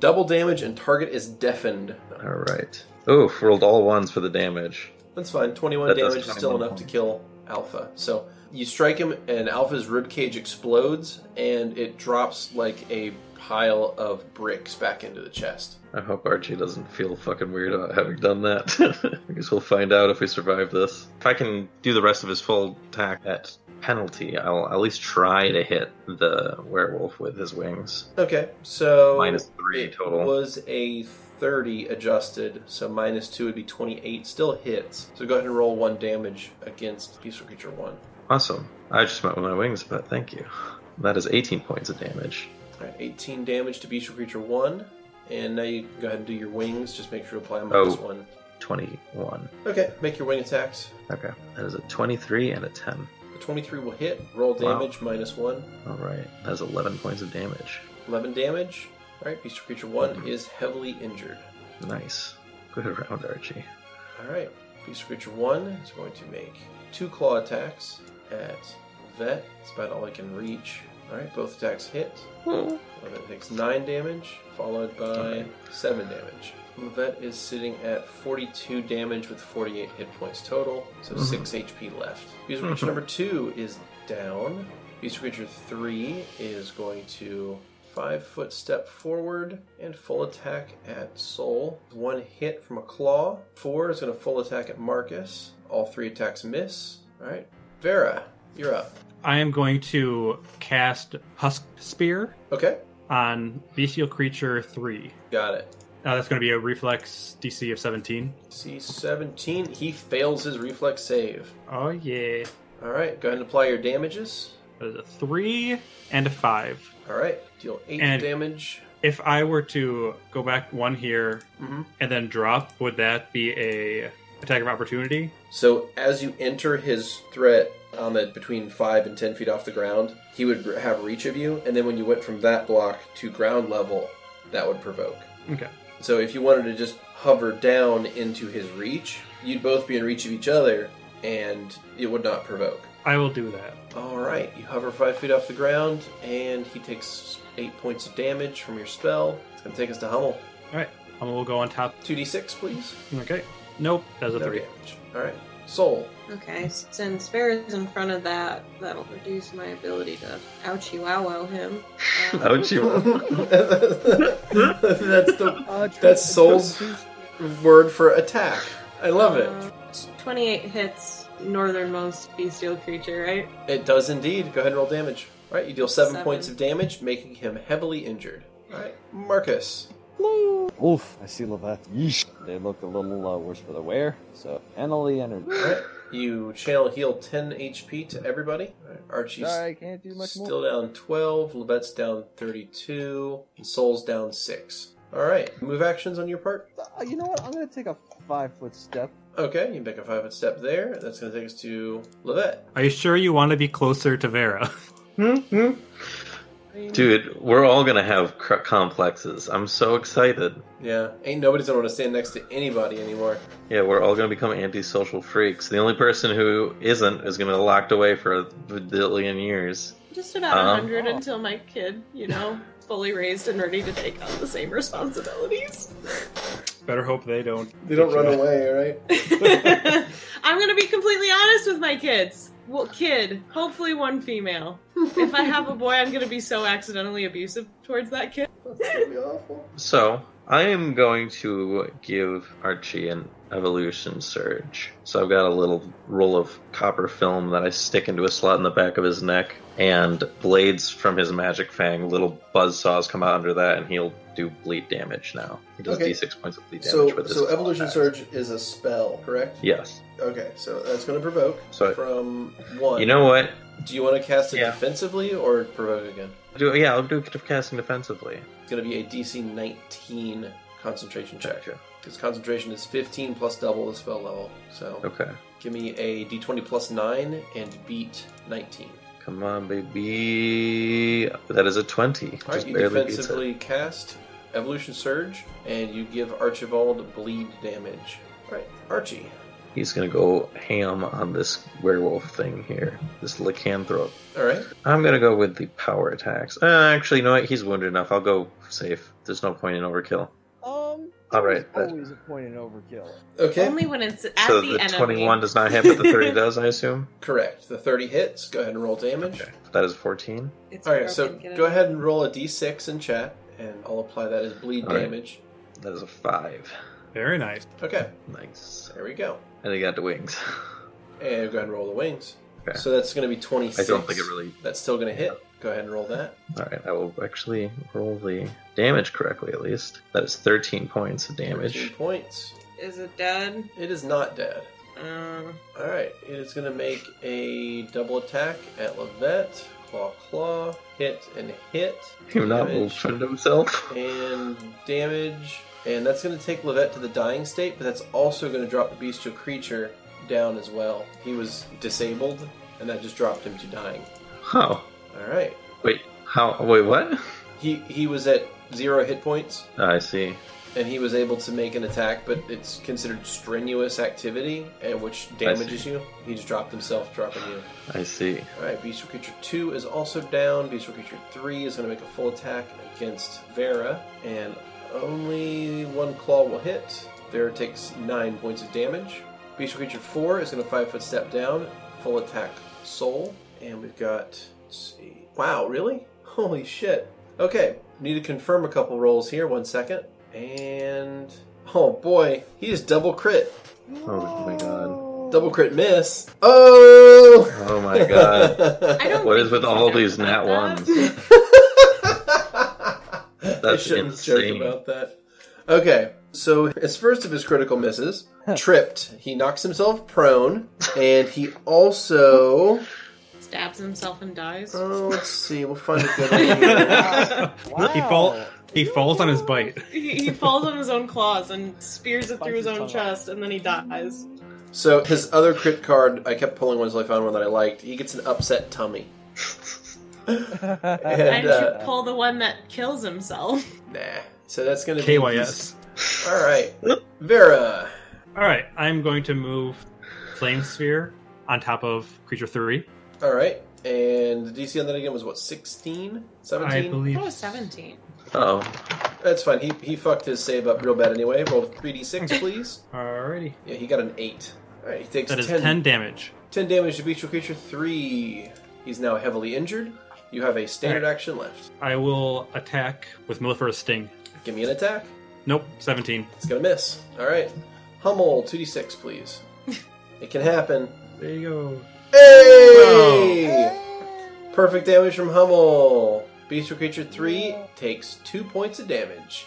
Double damage and target is deafened. all right. Oof, rolled all ones for the damage. That's fine. 21 That does damage is still 21 enough to points. kill Alpha. So you strike him, and Alpha's ribcage explodes, and it drops like a pile of bricks back into the chest. I hope Archie doesn't feel fucking weird about having done that. I guess we'll find out if we survive this. If I can do the rest of his full attack at penalty, I'll at least try to hit the werewolf with his wings. Okay, so. Minus three it total. was a 30 adjusted, so minus 2 would be 28. Still hits. So go ahead and roll 1 damage against Beastral Creature 1. Awesome. I just met with my wings, but thank you. That is 18 points of damage. Alright, 18 damage to Beastral Creature 1. And now you can go ahead and do your wings. Just make sure to apply a minus Oh. 1. 21. Okay, make your wing attacks. Okay. That is a 23 and a 10. The 23 will hit. Roll Wow. damage minus 1. All right. That is 11 points of damage. 11 damage. Alright, Beast of Creature 1 is heavily injured. Nice. Good round, Archie. Alright, Beast of Creature 1 is going to make two claw attacks at Vet. That's about all I can reach. Alright, both Hmm. Oh, attacks hit. Well, That takes 9 damage, followed by Okay. 7 damage. Levette is sitting at 42 damage with 48 hit points total, so 6 HP left. Beast creature number 2 is down. Beast creature 3 is going to 5 foot step forward and full attack at Soul. One hit from a claw. 4 is going to full attack at Marcus. All three attacks miss. Alright. Vera, you're up. I am going to cast Husk Spear Okay, on Bestial Creature 3. got it. Uh, that's going to be a reflex DC of 17. C17, he fails his reflex save. Oh, yeah. Alright, go ahead and apply your damages. That is a 3 and a 5. Alright, deal 8 And- damage. If I were to go back one here Mm-hmm. and then drop, would that be a attack of opportunity? So as you enter his threat on the between five and ten feet off the ground, he would have reach of you, and then when you went from that block to ground level, that would provoke. Okay. So if you wanted to just hover down into his reach, you'd both be in reach of each other, and it would not provoke. I will do that. All right, you hover five feet off the ground, and he takes eight points of damage from your spell. It's gonna take us to Hummel. Um, we'll go on top. Two d six, please. Okay. Nope, that's a No 3. damage. All right, Soul. Okay, since Vera's in front of that, that'll reduce my ability to ouchie wow him. Um, Ouchie. That's the Uh, That's Soul's word for attack. I love it. uh, 28 hits northernmost bestial creature, right? It does indeed. Go ahead and roll damage. All right, you deal seven, Seven. points of damage, making him heavily injured. All right, Marcus. Oof, I see Levette. Yeesh. They look a little uh, worse for the wear. So, Annalie entered. All right, you channel heal 10 HP to everybody. All right, Archie's Sorry, I can't do much more. still down 12, Levette's down 32, and Soul's down 6. All right, move actions on your part. Uh, you know what? I'm gonna take a five foot step. Okay, you make a five foot step there. That's going to take us to Levette. Are you sure you want to be closer to Vera? Dude, we're all gonna have cr- complexes. I'm so excited. Yeah, ain't nobody's going to want to stand next to anybody anymore. Yeah, we're all gonna become antisocial freaks. The only person who isn't is gonna be locked away for a billion years. Just about uh-huh. Um, 100 until my kid, you know, fully raised and ready to take on the same responsibilities. Better hope they don't. They don't run away, right? I'm gonna be completely honest with my kids. Well, kid, hopefully one female. If I have a boy, I'm gonna be so accidentally abusive towards that kid. That's going to be awful. So, I am going to give Archie an evolution surge. So, I've got a little roll of copper film that I stick into a slot in the back of his neck, and blades from his magic fang, little buzz saws, come out under that, and he'll do bleed damage now. He does Okay. d6 points of bleed damage So, with his. so evolution attack. surge is a spell, correct? Yes. Okay, so that's going to provoke So- from one. You know what? do you want to cast it Yeah. defensively or provoke again? Do yeah, I'll do casting defensively. It's going to be a DC 19 concentration check because concentration is 15 plus double the spell level. So Okay. give me a D20 plus nine and beat 19. Come on, baby. That is a 20. All right, Just you barely beats it. defensively cast evolution surge and you give Archibald bleed damage. All right, Archie. He's going to go ham on this werewolf thing here. This lycanthrope. All right. I'm going to go with the power attacks. Uh, actually, you know what? He's wounded enough. I'll go safe. There's no point in overkill. Um. All right. there's that- Always a point in overkill. Okay. Only when it's at so the, the, enemy. 21 does not hit, but the 30 does, I assume? Correct. The 30 hits. Go ahead and roll damage. Okay. That is 14. It's All right, so broken, get go it. ahead and roll a d6 in chat, and I'll apply that as bleed All right. damage. That is a 5. Very nice. Okay, Nice. there we go. And he got the wings. And go ahead and roll the wings. Okay. So that's going to be 26. I don't think it really That's still going to hit. Go ahead and roll that. All right, I will actually roll the damage correctly at least. That is 13 points of 13 damage. points. Is it dead? It is not dead. Uh, All right, it is going to make a double attack at Levette. Claw, claw, hit, and hit, Him not Damage. bullshitting himself. and damage. And that's going to take Levette to the dying state, but that's also going to drop the bestial creature down as well. He was disabled, and that just dropped him to dying. Oh, All right. wait, how? Wait, what? Ah, He he was at zero hit points, I see. and he was able to make an attack, but it's considered strenuous activity, and which damages you. He just dropped himself, dropping you. I see. All right, Beastral Creature 2 is also down. Beastral Creature 3 is going to make a full attack against Vera, and Only one claw will hit. There takes nine points of damage. Beast creature four is going to five foot step down, full attack soul, and we've got. Let's see. Wow, really? Holy shit! Okay, need to confirm a couple rolls here. One second, and oh boy, he is double crit, Oh my god. double crit miss. Oh! Oh my god. I don't What think is with he's all down these nat about that. ones? I That's shouldn't insane. joke about that. Okay, so his first of his critical misses, tripped. He knocks himself prone, and he also. Stabs himself and dies. Oh, let's see. We'll find a good one. here. He fall- He falls on his bite. he, he falls on his own claws and spears it through his Bites his tongue own out. chest, and then he dies. So his other crit card, I kept pulling ones until I found one that I liked. He gets an upset tummy. And And, you uh, pull the one that kills himself. nah. So that's gonna be KYS. All right, Vera. All right, I'm going to move Flame Sphere on top of creature three. All right, and the DC on that again was what 16? 17? I believe. That was 17. Oh, That's fine. He, he fucked his save up real bad anyway. Roll 3d6, please. Alrighty. Yeah, he got an 8. Alright, he takes That is 10, 10 damage. 10 damage to Beetle Creature 3. He's now heavily injured. You have a standard Alright. action left. I will attack with Milliferous Sting. Give me an attack. Nope, 17. It's gonna miss. Alright. Hummel, 2d6, please. it can happen. There you go. Hey! Perfect damage from Hummel. Beetle Creature 3 takes 2 points of damage.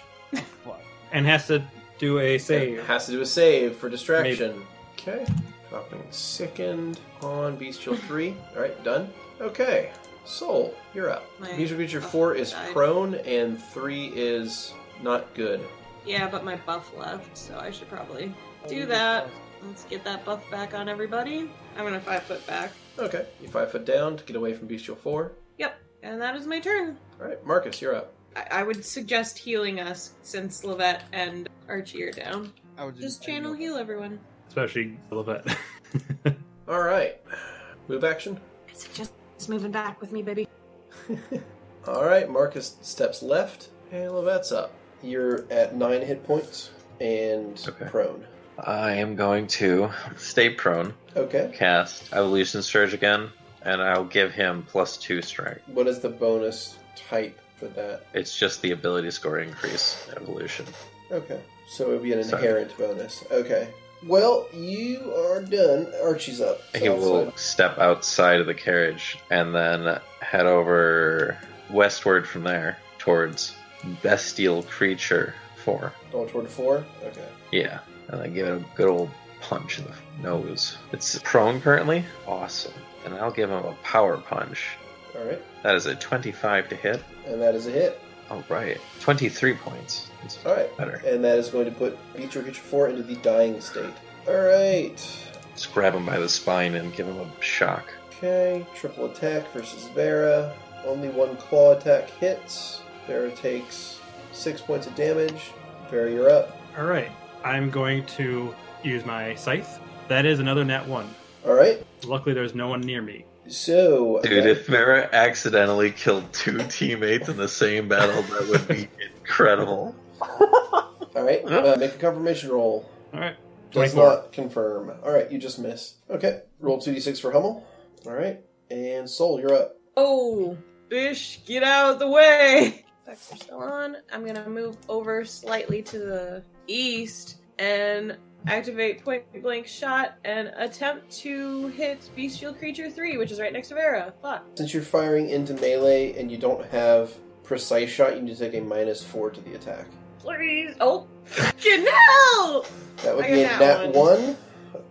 And has to do a save. Has to do a save for distraction. Okay. Dropping second on Bestial 3. Alright, done. Okay. Soul, you're up. My- Bestial creature oh, 4 is died. prone, and 3 is not good. Yeah, but my buff left, so I should probably do that. Let's get that buff back on everybody. I'm gonna five foot back. Okay. You 5 foot down to get away from Bestial 4. And that is my turn. Alright, Marcus, you're up. I, I would suggest healing us since Levette and Archie are down. I would Just channel heal everyone. Especially Levette. Alright. Move action. I suggest moving back with me, baby. Alright, Marcus steps left, and Levette's up. You're at 9 hit points and Okay. prone. I am going to stay prone, Okay. cast Evolution Surge again, and I'll give him plus two strength. What is the bonus type for that? It's just the ability score increase evolution. Okay. So it would be an Sorry. inherent bonus. Okay. Well, you are done. Archie's up. He will step outside of the carriage and then head over westward from there towards Bestial Creature 4. Oh, toward four? Okay. Yeah, and I give it a good old punch in the nose. It's prone currently. Awesome. And I'll give him a power punch. All right. That is a 25 to hit. And that is a hit. All right, 23 points. That's All right. better. And that is going to put Beecher Creature 4 into the dying state. All right. Let's grab him by the spine and give him a shock. Okay. Triple attack versus Vera. Only one claw attack hits. Vera takes six points of damage. Vera, you're up. Alright, I'm going to use my scythe. That is another nat 1. All right. Luckily, there's no one near me. So. Dude, if Vera accidentally killed two teammates in the same battle, that would be incredible. All right. Uh, make a confirmation roll. Alright. Does 24. not confirm. All right, you just miss. Okay, roll two d six for Hummel. All right, and Soul, you're up. Oh, bish, get out of the way! Effects are still on. I'm gonna move over slightly to the east and activate point blank shot and attempt to hit Bestial Creature 3, which is right next to Vera. Fuck. Since you're firing into melee and you don't have precise shot, you need to take a minus four to the attack. Please. Oh, fucking hell! That would I be a got nat that one.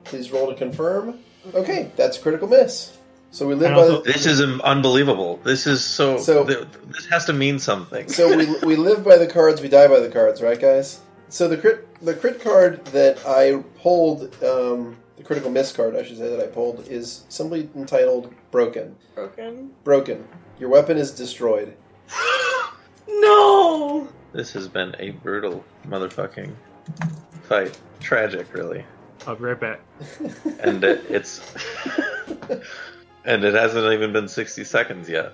Please roll to confirm. Okay, that's a critical miss. So we live And by also- the, This is um, unbelievable. This is so. So- th- this has to mean something. so we, we live by the cards, we die by the cards, right, guys? So the crit the crit card that I pulled, um, the critical miss card, I should say that I pulled, is simply entitled "Broken." Broken. Broken. Your weapon is destroyed. no! This has been a brutal motherfucking fight. Tragic, really. I'll be right back. And it, it's. and it hasn't even been 60 seconds yet.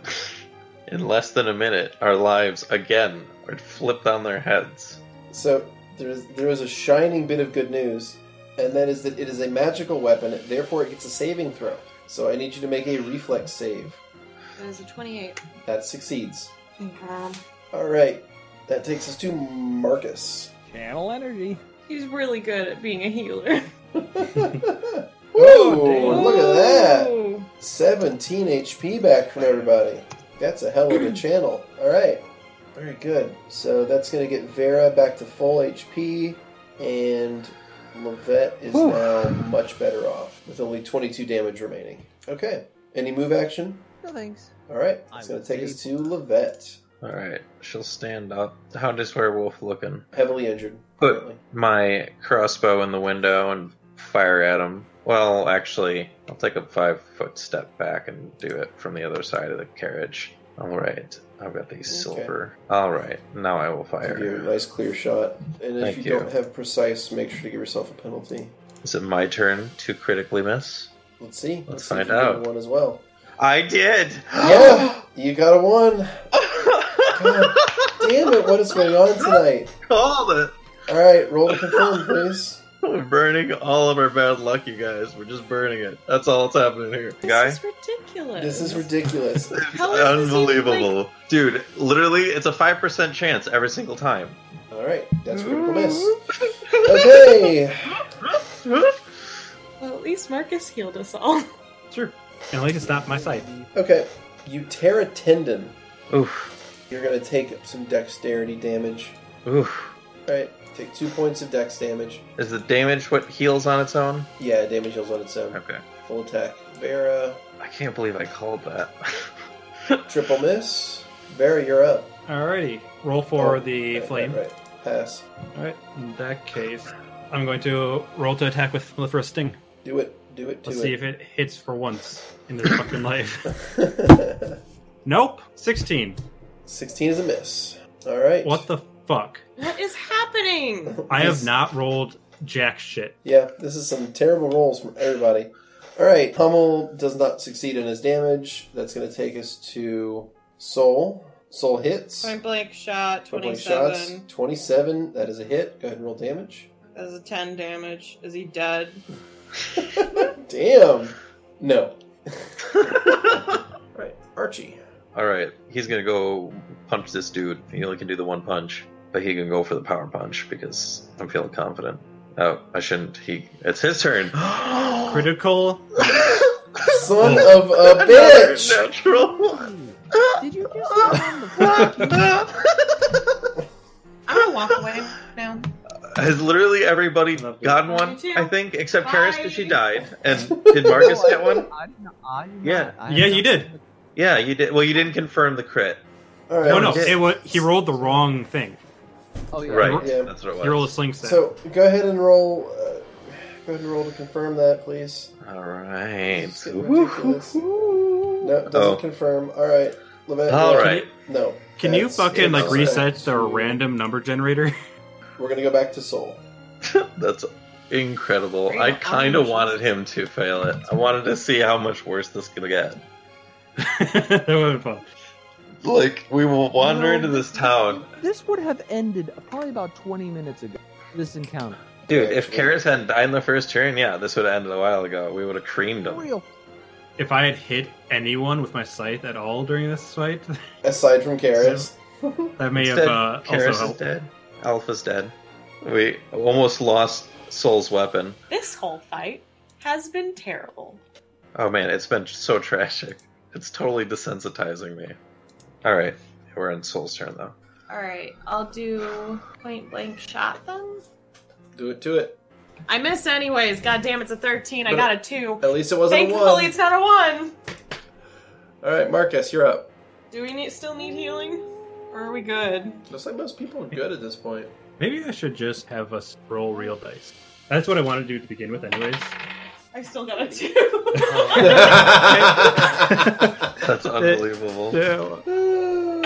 In less than a minute, our lives again are flipped on their heads. So there is there is a shining bit of good news, and that is that it is a magical weapon. Therefore, it gets a saving throw. So I need you to make a reflex save. That is a 28. That succeeds. Okay. All right, that takes us to Marcus. Channel energy. He's really good at being a healer. Whoa! dang. Oh, look at that. Ooh. 17 HP back from everybody. That's a hell of a channel. All right. Very good. So that's going to get Vera back to full HP, and Levette is Whew. now much better off with only 22 damage remaining. Okay. Any move action? No thanks. All right. I It's going to will take save. us to Levette. All right, she'll stand up. How does werewolf looking? Heavily injured. But- apparently. my crossbow in the window and fire at him. Well, actually, I'll take a five foot step back and do it from the other side of the carriage. All right, I've got these Okay. silver. All right, now I will Give you a fire. nice clear shot. And if Thank you, you. don't have precise, make sure to give yourself a penalty. Is it my turn to critically miss? Let's see. Let's see if find you get a out. One as well. I did. Yeah, you got a one. God damn it! What is going on tonight? Called it. All right, roll to confirm, please. We're burning all of our bad luck, you guys. We're just burning it. That's all that's happening here. This Guy? is ridiculous. This is ridiculous. It's How is this even, unbelievable. Dude, literally, it's a 5% chance every single time. All right, that's a critical miss. Okay, Well, at least Marcus healed us all. Sure. And at least it's not my scythe. okay. You tear a tendon. Oof. You're gonna take some dexterity damage. Oof. All right, take two points of dex damage. Is the damage what heals on its own? Yeah, damage heals on its own. Okay. Full attack. Vera, I can't believe I called that. triple miss. Vera, you're up. Alrighty. Roll for Oh, Right, the right, flame. Right, Pass. Alright, in that case, I'm going to roll to attack with the first Sting. Do it. Do it. Do Let's it. see if it hits for once in their fucking life. Nope! 16. 16 is a miss. All right. What the fuck? What is happening? I have This- not rolled jack shit. Yeah, this is some terrible rolls from everybody. All right, Hummel does not succeed in his damage. That's going to take us to Soul. Soul hits. Point blank shot, Doubling 27. 27. That is a hit. Go ahead and roll damage. That is a 10 damage. Is he dead? Damn. No. All right, Archie. All right, he's gonna go punch this dude. He only can do the one punch, but he can go for the power punch because I'm feeling confident. Oh, I shouldn't. He. It's his turn. Critical. Son Oh. of a Another bitch! Natural. one. Did you just sit on the fucking I'm gonna walk away now. Has literally everybody Love you. gotten one? Me too. I think, except Karis because she Bye. died. And did Marcus get one? I did not, I did Yeah. not- I Yeah, have you not- did. Yeah, you did. Well, you didn't confirm the crit. All right. Oh, No, no, he did. it was, he rolled the wrong thing. Oh, yeah. Right. Yeah. That's what it was. He rolled a sling set. So go ahead and roll. Uh, go ahead and roll to confirm that, please. All right. It's getting ridiculous. No, doesn't Oh. confirm. All right, Levant. All no, right. No. Can you That's- fucking like it's reset back the to- random number generator? We're gonna go back to Soul. That's incredible. Great I kind of options. wanted him to fail it. I wanted to see how much worse this could get. that would have been fun. Like, we will wander No, into this town. This would have ended probably about 20 minutes ago. This encounter. Dude, if Actually. Karis hadn't died in the first turn, yeah, this would have ended a while ago. We would have creamed him. Real. If I had hit anyone with my scythe at all during this fight, Aside from Karis, that may have Instead, uh, also Karis is helped. dead. Alpha's dead. We almost lost Soul's weapon. This whole fight has been terrible. Oh man, it's been so tragic. It's totally desensitizing me. Alright, we're on Soul's turn though. Alright, I'll do point blank shot then. do it to it. I miss anyways. God damn, it's a 13. I But- got a 2. At least it wasn't a Thankfully, one. it's not a 1. All right, Marcus, you're up. Do we need, still need healing? Or are we good? Looks like most people are good at this point. Maybe I should just have us roll real dice. That's what I want to do to begin with, anyways. I still got a 2. That's unbelievable. Yeah.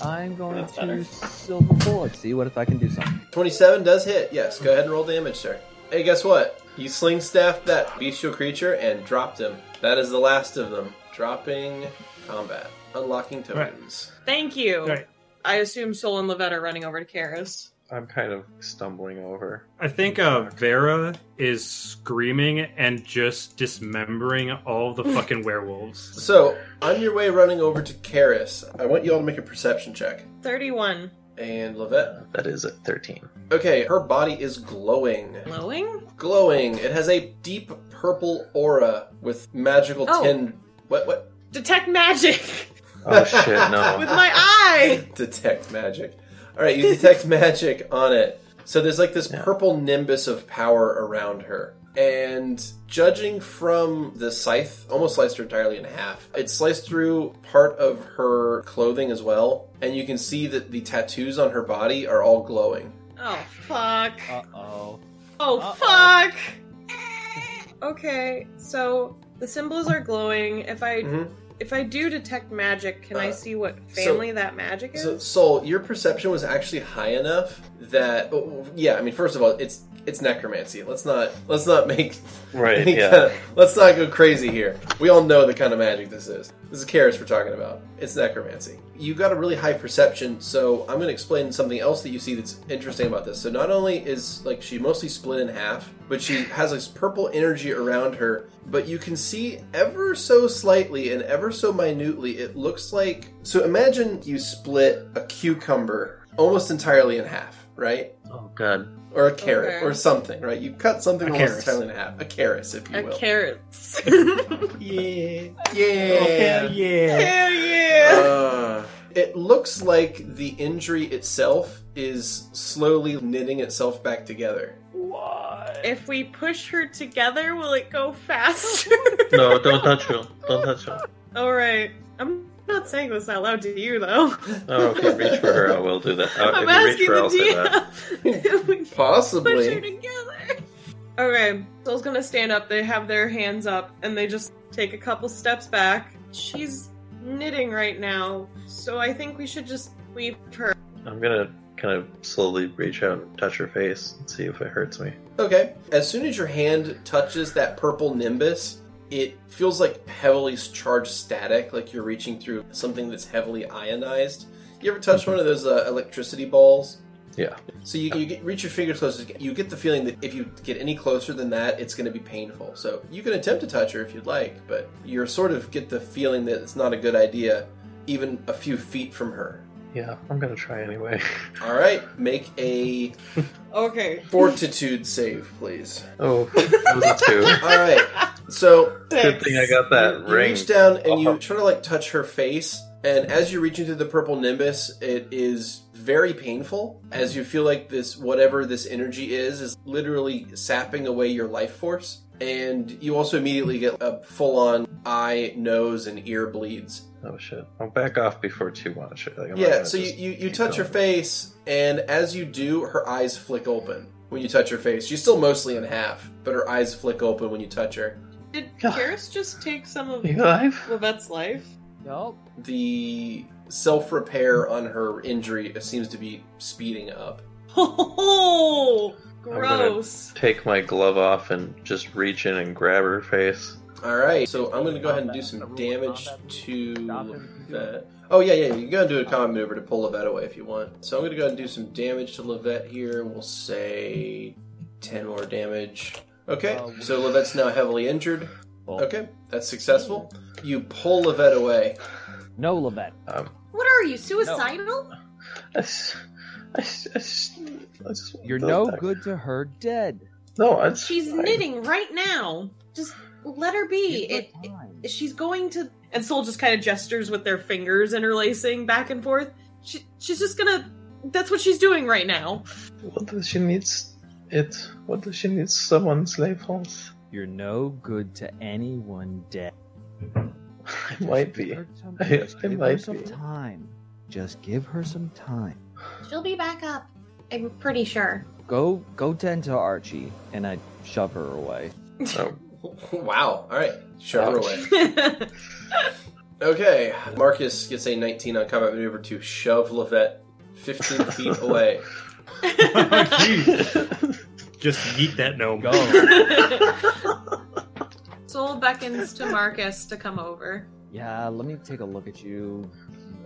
I'm going That's to better. silver bullet. See what if I can do something. Twenty-seven does hit. Yes, go ahead and roll damage, sir. Hey, guess what? You sling staffed that bestial creature and dropped him. That is the last of them. Dropping combat, unlocking Right. tokens. Thank you. Right. I assume Sol and Levette are running over to Karis. I'm kind of stumbling over. I think uh, Vera is screaming and just dismembering all the fucking werewolves. So, on your way running over to Karis, I want you all to make a perception check. 31. And Levette. That is a 13. Okay, her body is glowing. Glowing? Glowing. It has a deep purple aura with magical Oh. tin. What? What? Detect magic Oh shit, no. with my eye! Detect magic. All right, you detect magic on it. So there's like this Yeah. purple nimbus of power around her. And judging from the scythe, almost sliced her entirely in half. It sliced through part of her clothing as well. And you can see that the tattoos on her body are all glowing. Oh, fuck. Uh oh. Oh, Uh-oh. fuck! Okay, so the symbols are glowing. If I Mhm. if I do detect magic, can I Uh, see what so- family that magic is? So, Soul, your perception was actually high enough that, oh, yeah. I mean, first of all, it's it's necromancy. Let's not let's not make Right, any yeah. kinda- let's not go crazy here. We all know the kind of magic this is. This is Karis we're talking about. It's necromancy. You got a really high perception, so I'm going to explain something else that you see that's interesting about this. So not only is like she mostly split in half, but she has this purple energy around her. But you can see ever so slightly and ever so minutely, it looks like. So imagine you split a cucumber almost entirely in half, right? Oh god. Or a carrot, Okay. or something, right? You cut something A almost carrot. entirely in half. A carrot, if you a will. carrots. Yeah. Yeah. yeah. Oh, Hell yeah! Uh, it looks like the injury itself is slowly knitting itself back together. What? if we push her together, will it go faster? No, don't touch him. Don't touch him. All right. I'm not saying this out loud to you though. Oh, if you reach for her, I will do that. Oh, I'm if you reach asking for her, I'll say that. the DM. if we push her Possibly. together. Okay, Soul's gonna stand up. They have their hands up, and they just take a couple steps back. She's knitting right now, so I think we should just leave her. I'm gonna kind of slowly reach out and touch her face and see if it hurts me. Okay. As soon as your hand touches that purple nimbus, it feels like heavily charged static, like you're reaching through something that's heavily ionized. You ever touch one of those uh, electricity balls? Yeah. So you, you get, reach your finger close. You get the feeling that if you get any closer than that, it's going to be painful. So you can attempt to touch her if you'd like, but you're sort of get the feeling that it's not a good idea, even a few feet from her. Yeah, I'm gonna try anyway. All right, make a Okay. fortitude save, please. Oh, that was a two. All right. So Good thing I got that you, you ring. reach down and you Oh. try to like touch her face, and as you reach into the purple nimbus, it is very painful as you feel like this whatever this energy is is literally sapping away your life force. And you also immediately get a full on eye, nose, and ear bleeds. Oh shit! I'll back off before too much. Like, I'm not yeah, gonna so you, just you, you keep touch her going. face, and as you do, her eyes flick open when you touch her face. She's still mostly in half, but her eyes flick open when you touch her. Did God. Karis just take some of You alive? Levette's life? Nope. the self repair on her injury seems to be speeding up. Oh, gonna- gross. Take my glove off and just reach in and grab her face. All right, so I'm going to go ahead and do some damage to Levette. Oh yeah, yeah, you can go and do a combat maneuver to pull Levette away if you want. So I'm going to go ahead and do some damage to Levette here. We'll say ten more damage. Okay, so Levette's now heavily injured. Okay, that's successful. You pull Levette away. No, Levette. Um, What are you, suicidal? I, s- I s- I s- I just want You're those no back. good to her dead. No, I, She's I- knitting right now. Just let her be. Give her It, time. it- she's going to. And Soul just kind of gestures with their fingers interlacing back and forth. She, she's just gonna. That's what she's doing right now. What does she needs it? What does she need someone's life force? You're no good to anyone dead. I might Give be. her some- I- just I give her might some be. time. Just give her some time. She'll be back up. I'm pretty sure. Go, go tend to Archie, and I shove her away. Oh, Wow. All right, shove her Ouch. away. Okay, Marcus gets a 19 on combat maneuver to shove Levette 15 feet away. Oh, Just yeet that gnome. Soul beckons to Marcus to come over. Yeah, let me take a look at you.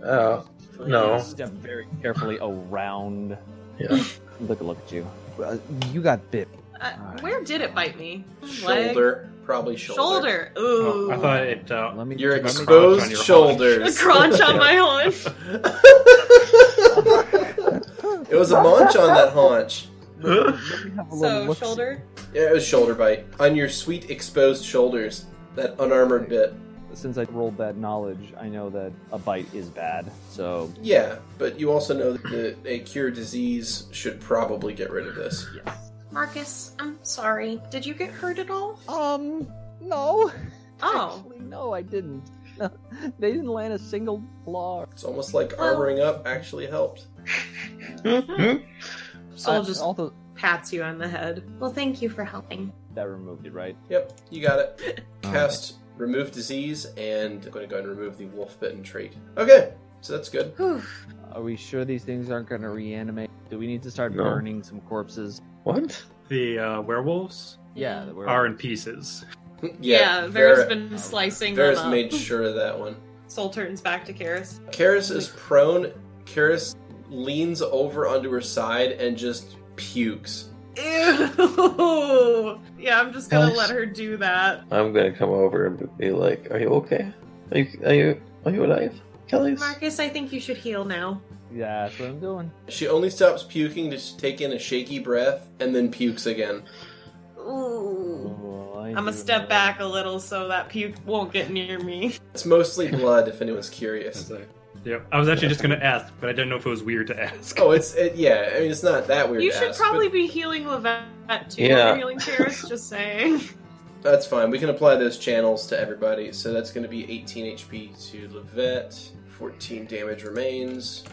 oh, no. Step very carefully around. Yeah. Look a look at you. Uh, you got bit. Uh, where did it bite me? Leg? Shoulder, probably shoulder. Shoulder. Oh, Ooh. I thought it. Uh, Let me. Your let me- exposed your a shoulders. crunch on my haunch. it was a munch on that haunch. let me have a little So look-see. shoulder. Yeah, it was shoulder bite on your sweet exposed shoulders. That unarmored bit. Since I rolled that knowledge, I know that a bite is bad. So Yeah, but you also know that a cure disease should probably get rid of this. yes. Marcus, I'm sorry. Did you get hurt at all? Um, no. Oh. Actually, no, I didn't. they didn't land a single flaw. It's almost like Well- armoring up actually helped. Hmm? Soul I- just also pats you on the head. Well, thank you for helping. That removed it, right? Yep, you got it. Cast remove disease, and I'm going to go ahead and remove the wolf bitten trait. Okay, so that's good. Whew. Are we sure these things aren't going to reanimate? Do we need to start No. burning some corpses? what? the uh, werewolves Yeah, that we're are in pieces. Yeah, Yeah, Vera's Vera, been slicing them Vera's up. made sure of that one. Soul turns back to Karis. Karis is prone. Karis leans over onto her side and just pukes. Ew. Yeah, I'm just gonna Nice. let her do that. I'm gonna come over and be like, "Are you okay? Are you are you are you alive, Kelly's?" Marcus, I think you should heal now. Yeah, that's what I'm doing. She only stops puking to s- take in a shaky breath and then pukes again. Ooh. Oh, I I'm gonna do step know. back a little so that puke won't get near me. It's mostly blood, if anyone's curious. Yep. I was actually just going to ask, but I didn't know if it was weird to ask. Oh, it's it, yeah. I mean, it's not that weird. You to should ask, but probably be healing Levette too. Yeah. Or healing Karis, just saying. that's fine. We can apply those channels to everybody. So that's going to be 18 HP to Levette. 14 damage remains.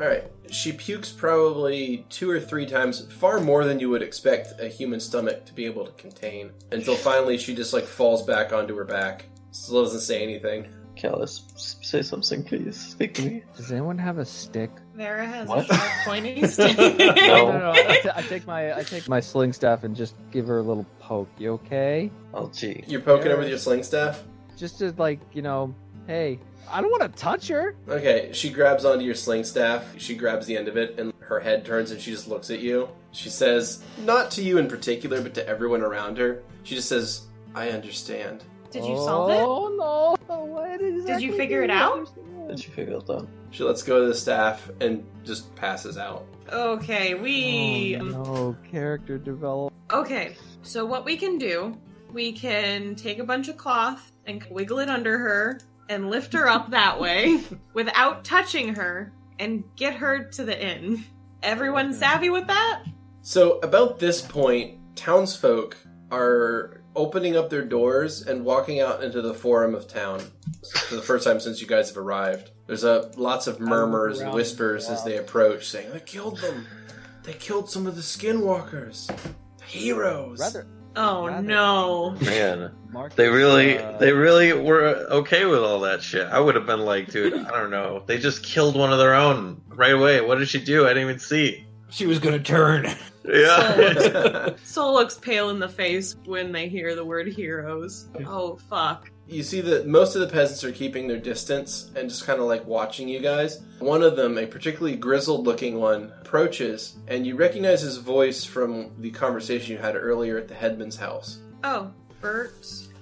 All right. She pukes probably two or three times, far more than you would expect a human stomach to be able to contain. Until finally, she just like falls back onto her back. Still doesn't say anything. Callus, s- say something, please. Speak to me. Does anyone have a stick? Vera has What? a sharp pointy stick. No. I, t- I take my I take my sling staff and just give her a little poke. You okay? Oh, gee. You're poking her with your sling staff. Just to like you know, hey, I don't want to touch her. Okay, she grabs onto your sling staff. She grabs the end of it, and her head turns and she just looks at you. She says, not to you in particular, but to everyone around her, she just says, I understand. Did you solve it? Oh no! What exactly Did you figure it do you out? understand? Did you figure it out? She lets go of the staff and just passes out. Okay, we. Oh, no character development. Okay, so what we can do, we can take a bunch of cloth and wiggle it under her and lift her up that way without touching her and get her to the inn. Everyone Okay. savvy with that? So, about this point, townsfolk are opening up their doors and walking out into the forum of town for the first time since you guys have arrived. There's a, lots of murmurs and whispers as they approach, saying, They killed them! They killed some of the skinwalkers! The heroes! Rather, Oh Rather. no. Man, Marcus, they really, uh, they really were okay with all that shit. I would have been like, dude, I don't know. They just killed one of their own right away. What did she do? I didn't even see. She was going to turn. Yeah. Soul looks pale in the face when they hear the word heroes. Oh fuck. you see that most of the peasants are keeping their distance and just kind of like watching you guys. One of them, a particularly grizzled looking one, approaches and you recognize his voice from the conversation you had earlier at the headman's house. Oh, Bert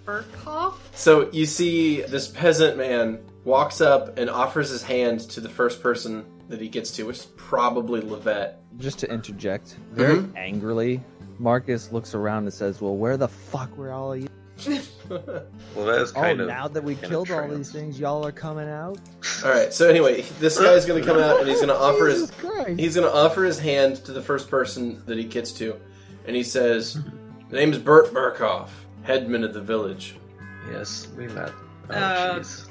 Berthoff? So you see this peasant man walks up and offers his hand to the first person that he gets to, which is probably Levette. just to interject, very Mm-hmm. angrily, Marcus looks around and says, "Well, where the fuck were all you? well, that was Oh, kind of. now that we kind of killed all trans. these things, y'all are coming out." All right. So anyway, this guy's going to come out and he's going to offer his Jesus Christ. He's going to offer his hand to the first person that he gets to, and he says, "The name's Bert Burkhoff, headman of the village." Yes, we met. Oh, Uh, jeez.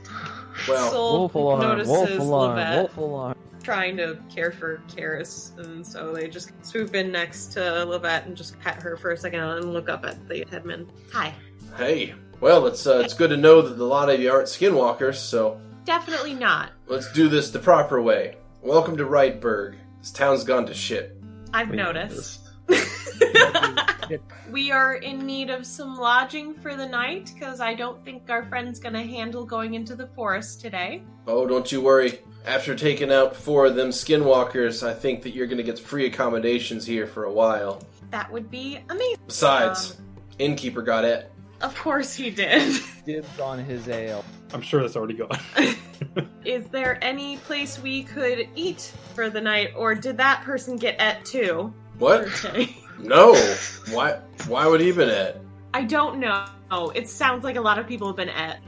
Well, Soul wolf alarm, notices wolf alarm, Levette. wolf alarm. trying to care for Karis, and so they just swoop in next to Levette and just pet her for a second and look up at the headman. Hi. hey, well, it's uh, it's good to know that a lot of you aren't skinwalkers, so Definitely not. let's do this the proper way. Welcome to Wrightburg. This town's gone to shit. I've We noticed. noticed. We are in need of some lodging for the night because I don't think our friend's gonna handle going into the forest today. Oh, don't you worry. After taking out four of them skinwalkers, I think that you're going to get free accommodations here for a while. That would be amazing. Besides, innkeeper got it. Of course he did. Dibs on his ale. I'm sure that's already gone. Is there any place we could eat for the night, or did that person get et too? What? Okay. No. Why? Why would he been at? I don't know. It sounds like a lot of people have been et.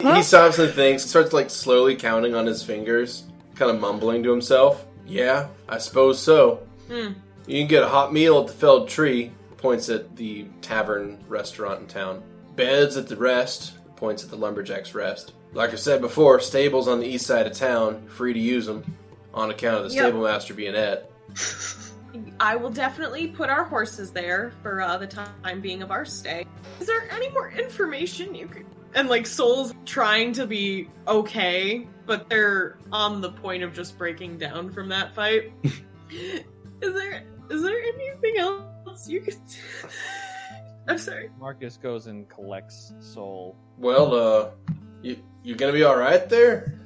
He stops and thinks, starts like slowly counting on his fingers, kind of mumbling to himself. Yeah, I suppose so. Hmm. You can get a hot meal at the Felled Tree. Points at the tavern restaurant in town. Beds at the Rest. Points at the Lumberjack's Rest. Like I said before, stables on the east side of town, free to use them, on account of the Yep. stable master being at. I will definitely put our horses there for uh, the time being of our stay. Is there any more information you could? And like Soul's trying to be okay, but they're on the point of just breaking down from that fight. is there is there anything else you could? I'm sorry. Marcus goes and collects soul. Well, uh, you you gonna be all right there?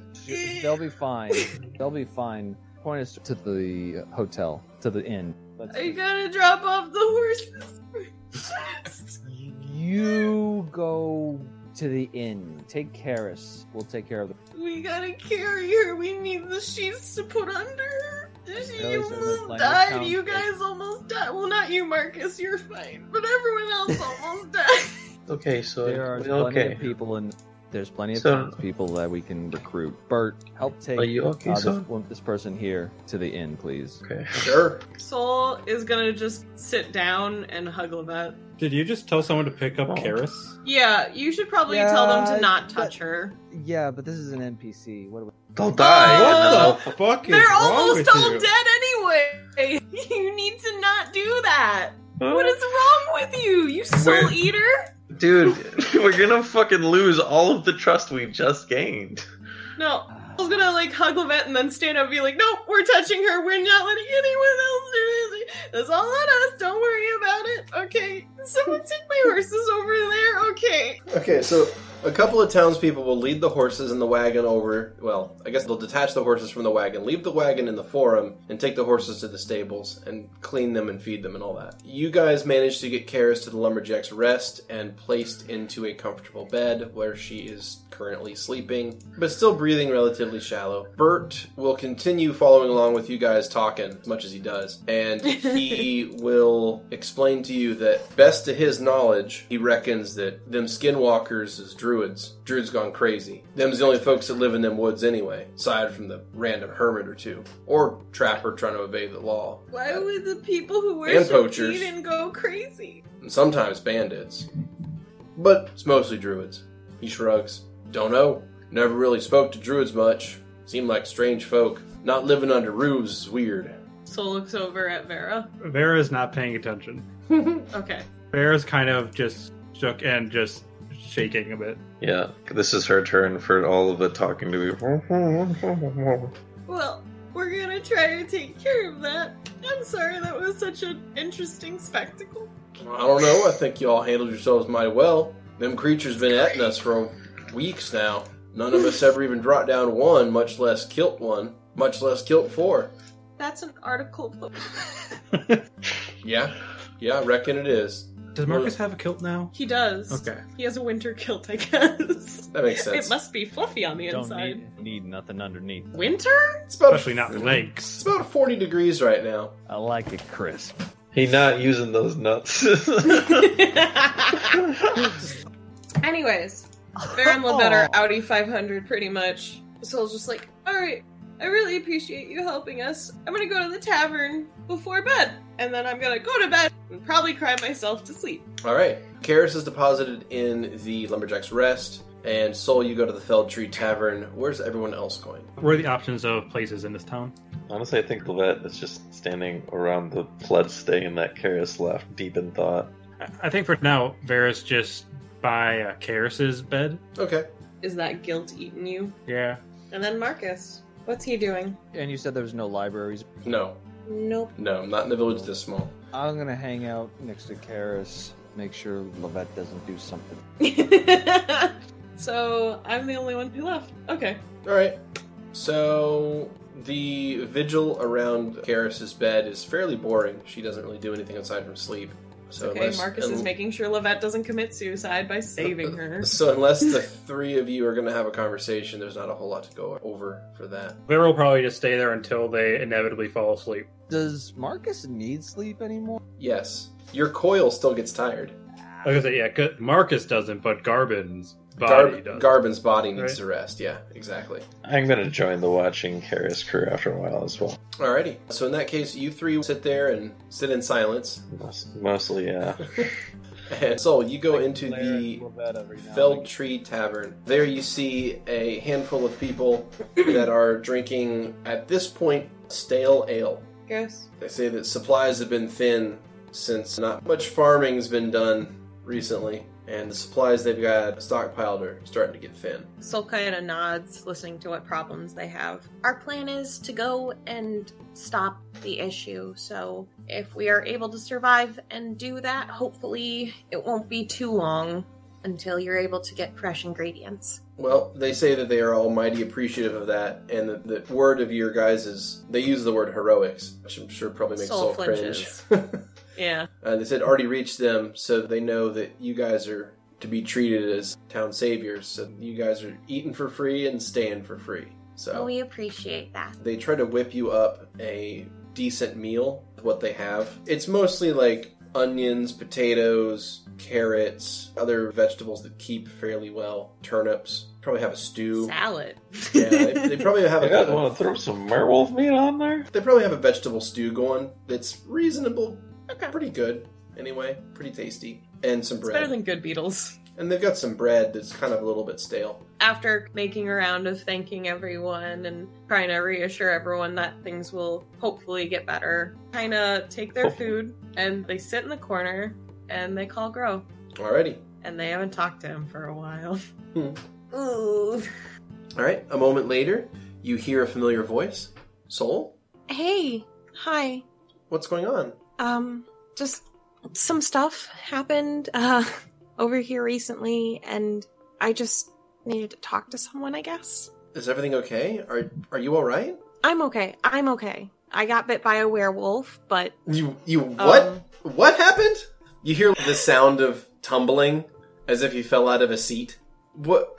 They'll be fine. They'll be fine. Point us to the hotel, to the inn. Let's- I gotta drop off the horses. first. You go to the inn. Take Karis. We'll take care of the. we gotta carry her. We need the sheets to put under her. She Those are the almost final died. count. You guys almost died. Well, not you, Marcus. You're fine. But everyone else almost died. Okay, so There are plenty okay. of people and there's plenty of So- people that we can recruit. Bert, help take Are you okay, uh, this, son? one- this person here to the inn, please. Okay. Sure. Soul is gonna just sit down and hug Levette. Did you just tell someone to pick up Oh. Karis? Yeah, you should probably tell them Yeah, to not but- touch her. Yeah, but this is an NPC. What do we? They'll die. and then Oh! they'll- the fuck They're almost all dead anyway. You need to not do that. What is wrong with you, you soul Where- eater? Dude, we're gonna fucking lose all of the trust we just gained. No, I was gonna like hug Levette and then stand up and be like, "No, we're touching her. We're not letting anyone else do this. That's all on us. Don't worry about it. Okay, someone take my horses over there. Okay." Okay, so a couple of townspeople will lead the horses and the wagon over. Well, I guess they'll detach the horses from the wagon, leave the wagon in the forum, and take the horses to the stables and clean them and feed them and all that. You guys manage to get Karis to the lumberjack's rest and placed into a comfortable bed where she is currently sleeping, but still breathing relatively shallow. Bert will continue following along with you guys talking as much as he does, and he will explain to you that, best to his knowledge, he reckons that them skinwalkers is druids. Druids gone crazy. Them's the only folks that live in them woods anyway, aside from the random hermit or two, or trapper trying to evade the law. Why would the people who And worship poachers. Eden go crazy? and sometimes bandits. But it's mostly druids. He shrugs. Don't know. Never really spoke to druids much. Seem like strange folk. Not living under roofs is weird. Soul looks over at Vera. Vera's not paying attention. Okay. Vera's kind of just shook and just shaking a bit. Yeah, this is her turn for all of the talking to me. Well, we're gonna try to take care of that. I'm sorry that was such an interesting spectacle. I don't know. I think y'all handled yourselves mighty well. Them creatures been at us for weeks now. None of us ever even brought down one, much less killed one, much less killed four. That's an article. Yeah, yeah, I reckon it is. Does Marcus have a kilt now? he does. Okay. He has a winter kilt, I guess. That makes It sense. must be fluffy on the Don't inside. need, need nothing underneath. Winter? It's about Especially not It's legs. about forty degrees right now. I like it crisp. he not using those nuts. Anyways, Baron Levette are Audi 500 pretty much. So I was just like, alright, I really appreciate you helping us. I'm gonna go to the tavern before bed, and then I'm gonna go to bed and probably cry myself to sleep. All right. Karis is deposited in the Lumberjack's Rest, and Soul, you go to the Felled Tree Tavern. Where's everyone else going? What are the options of places in this town? Honestly, I think Levette is just standing around the bloodstained that Karis left, deep in thought. I- I think for now, Vera's just by uh, Karis's bed. Okay. Is that guilt eating you? Yeah. And then Marcus, what's he doing? And you said there was no libraries. No. Nope. No, not in the village this small. I'm gonna hang out next to Karis, make sure Levette doesn't do something. so I'm the only one who left. Okay. All right. So the vigil around Karis's bed is fairly boring. She doesn't really do anything aside from sleep. So okay, unless- Marcus is un- making sure Levette doesn't commit suicide by saving her. So unless the three of you are going to have a conversation, there's not a whole lot to go over for that. Vera will probably just stay there until they inevitably fall asleep. Does Marcus need sleep anymore? Yes, your coil still gets tired. Like I said, yeah, good- Marcus doesn't, but Garbin's body Garb- does. Garbin's body needs Right. to rest. Yeah, exactly. I'm gonna join the watching Karis crew after a while as well. Alrighty. So in that case, you three sit there and sit in silence. Most- Mostly, yeah. And so you go into the Felled the Tree Tavern. There you see a handful of people that are drinking, at this point, stale ale. Guess. They say that supplies have been thin since not much farming has been done recently, and the supplies they've got stockpiled are starting to get thin. Solkayana nods, listening to what problems they have. Our plan is to go and stop the issue. So if we are able to survive and do that, hopefully it won't be too long until you're able to get fresh ingredients. Well, they say that they are almighty appreciative of that, and the, the word of your guys is they use the word heroics, which I'm sure probably makes Soul Sol cringe. Yeah. Uh, they said already reached them, so they know that you guys are to be treated as town saviors. So you guys are eating for free and staying for free. Oh, So We appreciate that. they try to whip you up a decent meal. with What they have, it's mostly like onions, potatoes, carrots, other vegetables that keep fairly well. Turnips probably have a stew. Salad. Yeah, they, they probably have You guys a. want to throw some werewolf meat on there? They probably have a vegetable stew going that's reasonable, pretty good anyway, pretty tasty, and some it's bread. better than good beetles. And they've got some bread that's kind of a little bit stale. After making a round of thanking everyone and trying to reassure everyone that things will hopefully get better, kind of take their Hopefully. food and they sit in the corner and they call Grow. Alrighty. And they haven't talked to him for a while. Ooh. Alright. A moment later, you hear a familiar voice. Soul? Hey, hi. What's going on? Um, just some stuff happened uh, over here recently, and I just needed to talk to someone, I guess. Is everything okay? Are are you alright? I'm okay. I'm okay. I got bit by a werewolf, but You you what? Um. what happened? You hear the sound of tumbling as if you fell out of a seat. What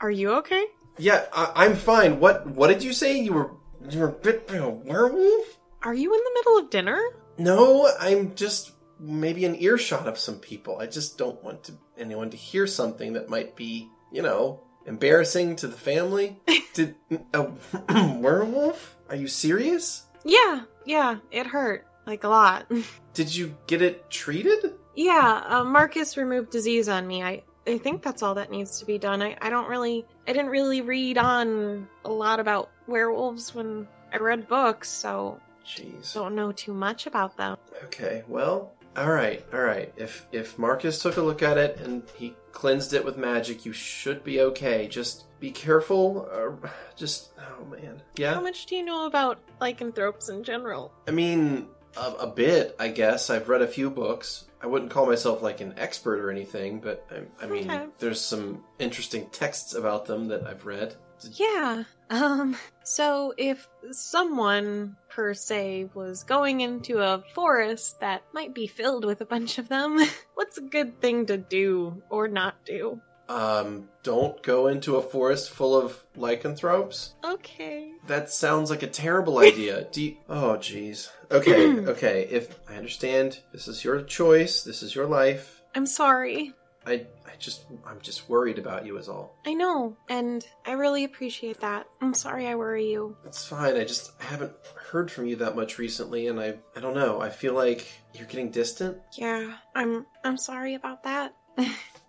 are you okay? yeah, I, I'm fine. What what did you say? You were you were bit by a werewolf? Are you in the middle of dinner? No, I'm just maybe an earshot of some people. I just don't want to, anyone to hear something that might be, you know, embarrassing to the family. Did a werewolf? Are you serious? Yeah, yeah. It hurt like a lot. Did you get it treated? yeah, uh, Marcus removed disease on me. I I think that's all that needs to be done. I, I don't really I didn't really read on a lot about werewolves when I read books, so Jeez. don't know too much about them. Okay. Well, all right, all right. If if Marcus took a look at it and he cleansed it with magic, you should be okay. Just be careful. Uh, just oh man. Yeah. How much do you know about lycanthropes in general? I mean, a, a bit, I guess. I've read a few books. I wouldn't call myself like an expert or anything, but I, I mean, Okay. there's some interesting texts about them that I've read. Yeah. Um so if someone per se was going into a forest that might be filled with a bunch of them, what's a good thing to do or not do? Um, don't go into a forest full of lycanthropes. Okay. That sounds like a terrible idea. Do you- oh, jeez. Okay, okay. If I understand, this is your choice. This is your life. I'm sorry. I, I just, I'm just worried about you, is all. I know, and I really appreciate that. I'm sorry I worry you. It's fine. I just haven't heard from you that much recently, and I I don't know. I feel like you're getting distant. Yeah, I'm I'm sorry about that.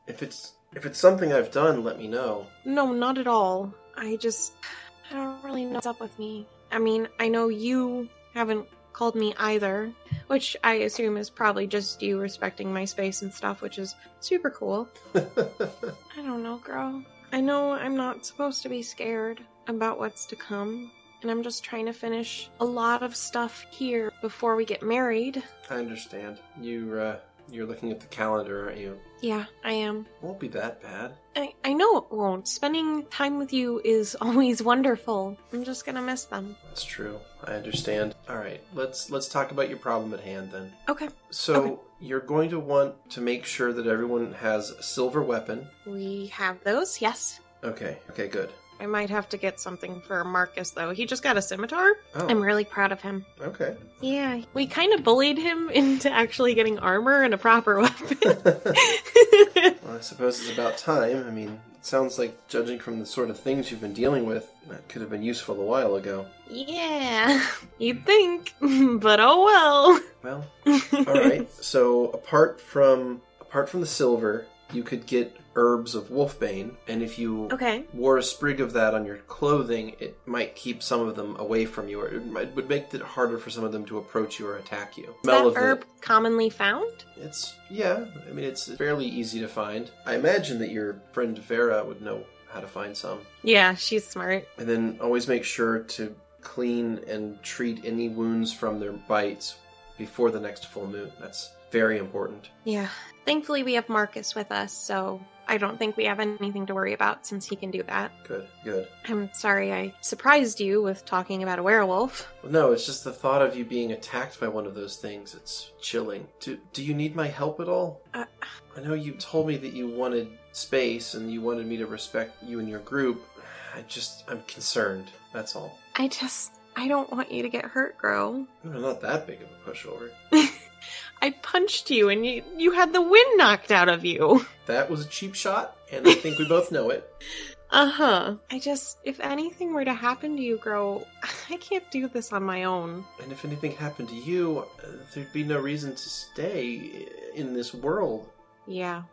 If it's if it's something I've done, let me know. No, not at all. I just I don't really know what's up with me. I mean, I know you haven't called me either, which I assume is probably just you respecting my space and stuff, which is super cool. I don't know, girl. I know I'm not supposed to be scared about what's to come. and I'm just trying to finish a lot of stuff here before we get married. I understand. You uh, you're looking at the calendar, aren't you? Yeah, I am. Won't be that bad. I, I know it won't. Spending time with you is always wonderful. I'm just gonna miss them. That's true. I understand. All right, let's let's talk about your problem at hand then. Okay. So Okay. you're going to want to make sure that everyone has a silver weapon. We have those, yes. Okay. Okay. Good. I might have to get something for Marcus though. He just got a scimitar. Oh. I'm really proud of him. okay. Yeah, we kind of bullied him into actually getting armor and a proper weapon. well, I suppose it's about time. I mean, it sounds like judging from the sort of things you've been dealing with, that could have been useful a while ago. yeah, you'd think, but oh Well, well. All right. So apart from apart from the silver, you could get herbs of wolfbane, and if you Okay. wore a sprig of that on your clothing, it might keep some of them away from you, or it might, would make it harder for some of them to approach you or attack you. Is that of herb it, commonly found? it's yeah. I mean, it's fairly easy to find. I imagine that your friend Vera would know how to find some, Yeah, she's smart. and then always make sure to clean and treat any wounds from their bites before the next full moon. That's very important. Yeah. Thankfully, we have Marcus with us, so I don't think we have anything to worry about since he can do that. Good, good. I'm sorry I surprised you with talking about a werewolf. Well, no, it's just the thought of you being attacked by one of those things. It's chilling. Do Do you need my help at all? Uh, I know you told me that you wanted space and you wanted me to respect you and your group. I just I'm concerned. That's all. I just. I don't want you to get hurt, Gro. I'm not that big of a pushover. I punched you and you, you had the wind knocked out of you. That was a cheap shot, and I think we both know it. Uh huh. I just. If anything were to happen to you, Gro, I can't do this on my own. And if anything happened to you, uh, there'd be no reason to stay in this world. Yeah.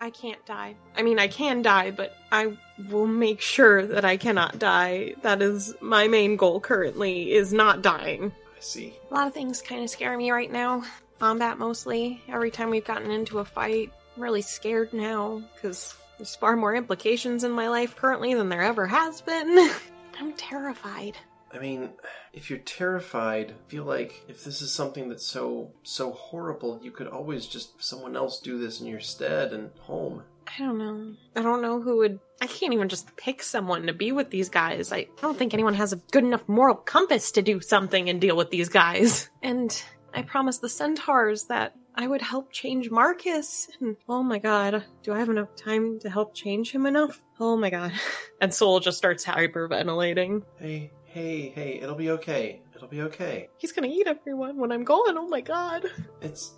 I can't die. I mean, I can die, but I will make sure that I cannot die. That is my main goal currently is not dying. I see. A lot of things kind of scare me right now. Combat mostly. Every time we've gotten into a fight, I'm really scared now cuz there's far more implications in my life currently than there ever has been. I'm terrified. I mean, if you're terrified, I feel like if this is something that's so so horrible, you could always just someone else do this in your stead and home. I don't know. I don't know who would. I can't even just pick someone to be with these guys. I don't think anyone has a good enough moral compass to do something and deal with these guys. And I promised the centaurs that I would help change Marcus. And oh my god, do I have enough time to help change him enough? Oh my god. And Soul just starts hyperventilating. Hey, hey, hey, it'll be okay. It'll be okay. He's gonna eat everyone when I'm gone. Oh my god. It's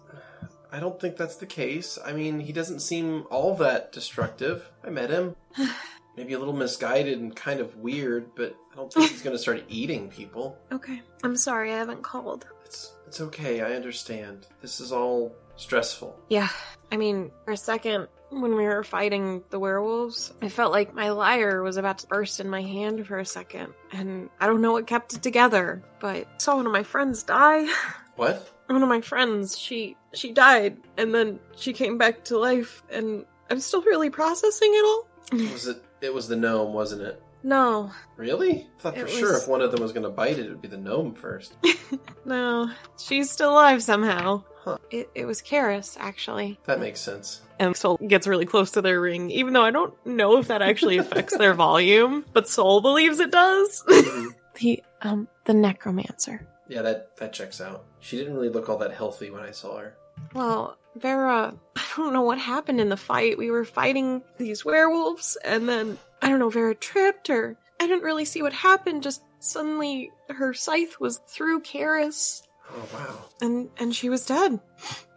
I don't think that's the case. I mean, he doesn't seem all that destructive. I met him. Maybe a little misguided and kind of weird, but I don't think he's going to start eating people. Okay. I'm sorry I haven't called. It's it's okay. I understand. This is all stressful. Yeah. I mean, for a second, when we were fighting the werewolves, I felt like my lyre was about to burst in my hand for a second. And I don't know what kept it together, but I saw one of my friends die. What? One of my friends, she she died and then she came back to life and I'm still really processing it all. Was it it was the gnome, wasn't it? No. Really? I thought for It sure was- if one of them was going to bite it, it would be the gnome first. No. She's still alive somehow. Huh. It it was Karis actually. That makes sense. and Soul gets really close to their ring, even though I don't know if that actually affects their volume, but Soul believes it does. the um the necromancer. yeah, that that checks out. She didn't really look all that healthy when I saw her. Well, Vera, I don't know what happened in the fight. We were fighting these werewolves, and then I don't know, Vera tripped or I didn't really see what happened, just suddenly her scythe was through Karis Oh wow. and and she was dead.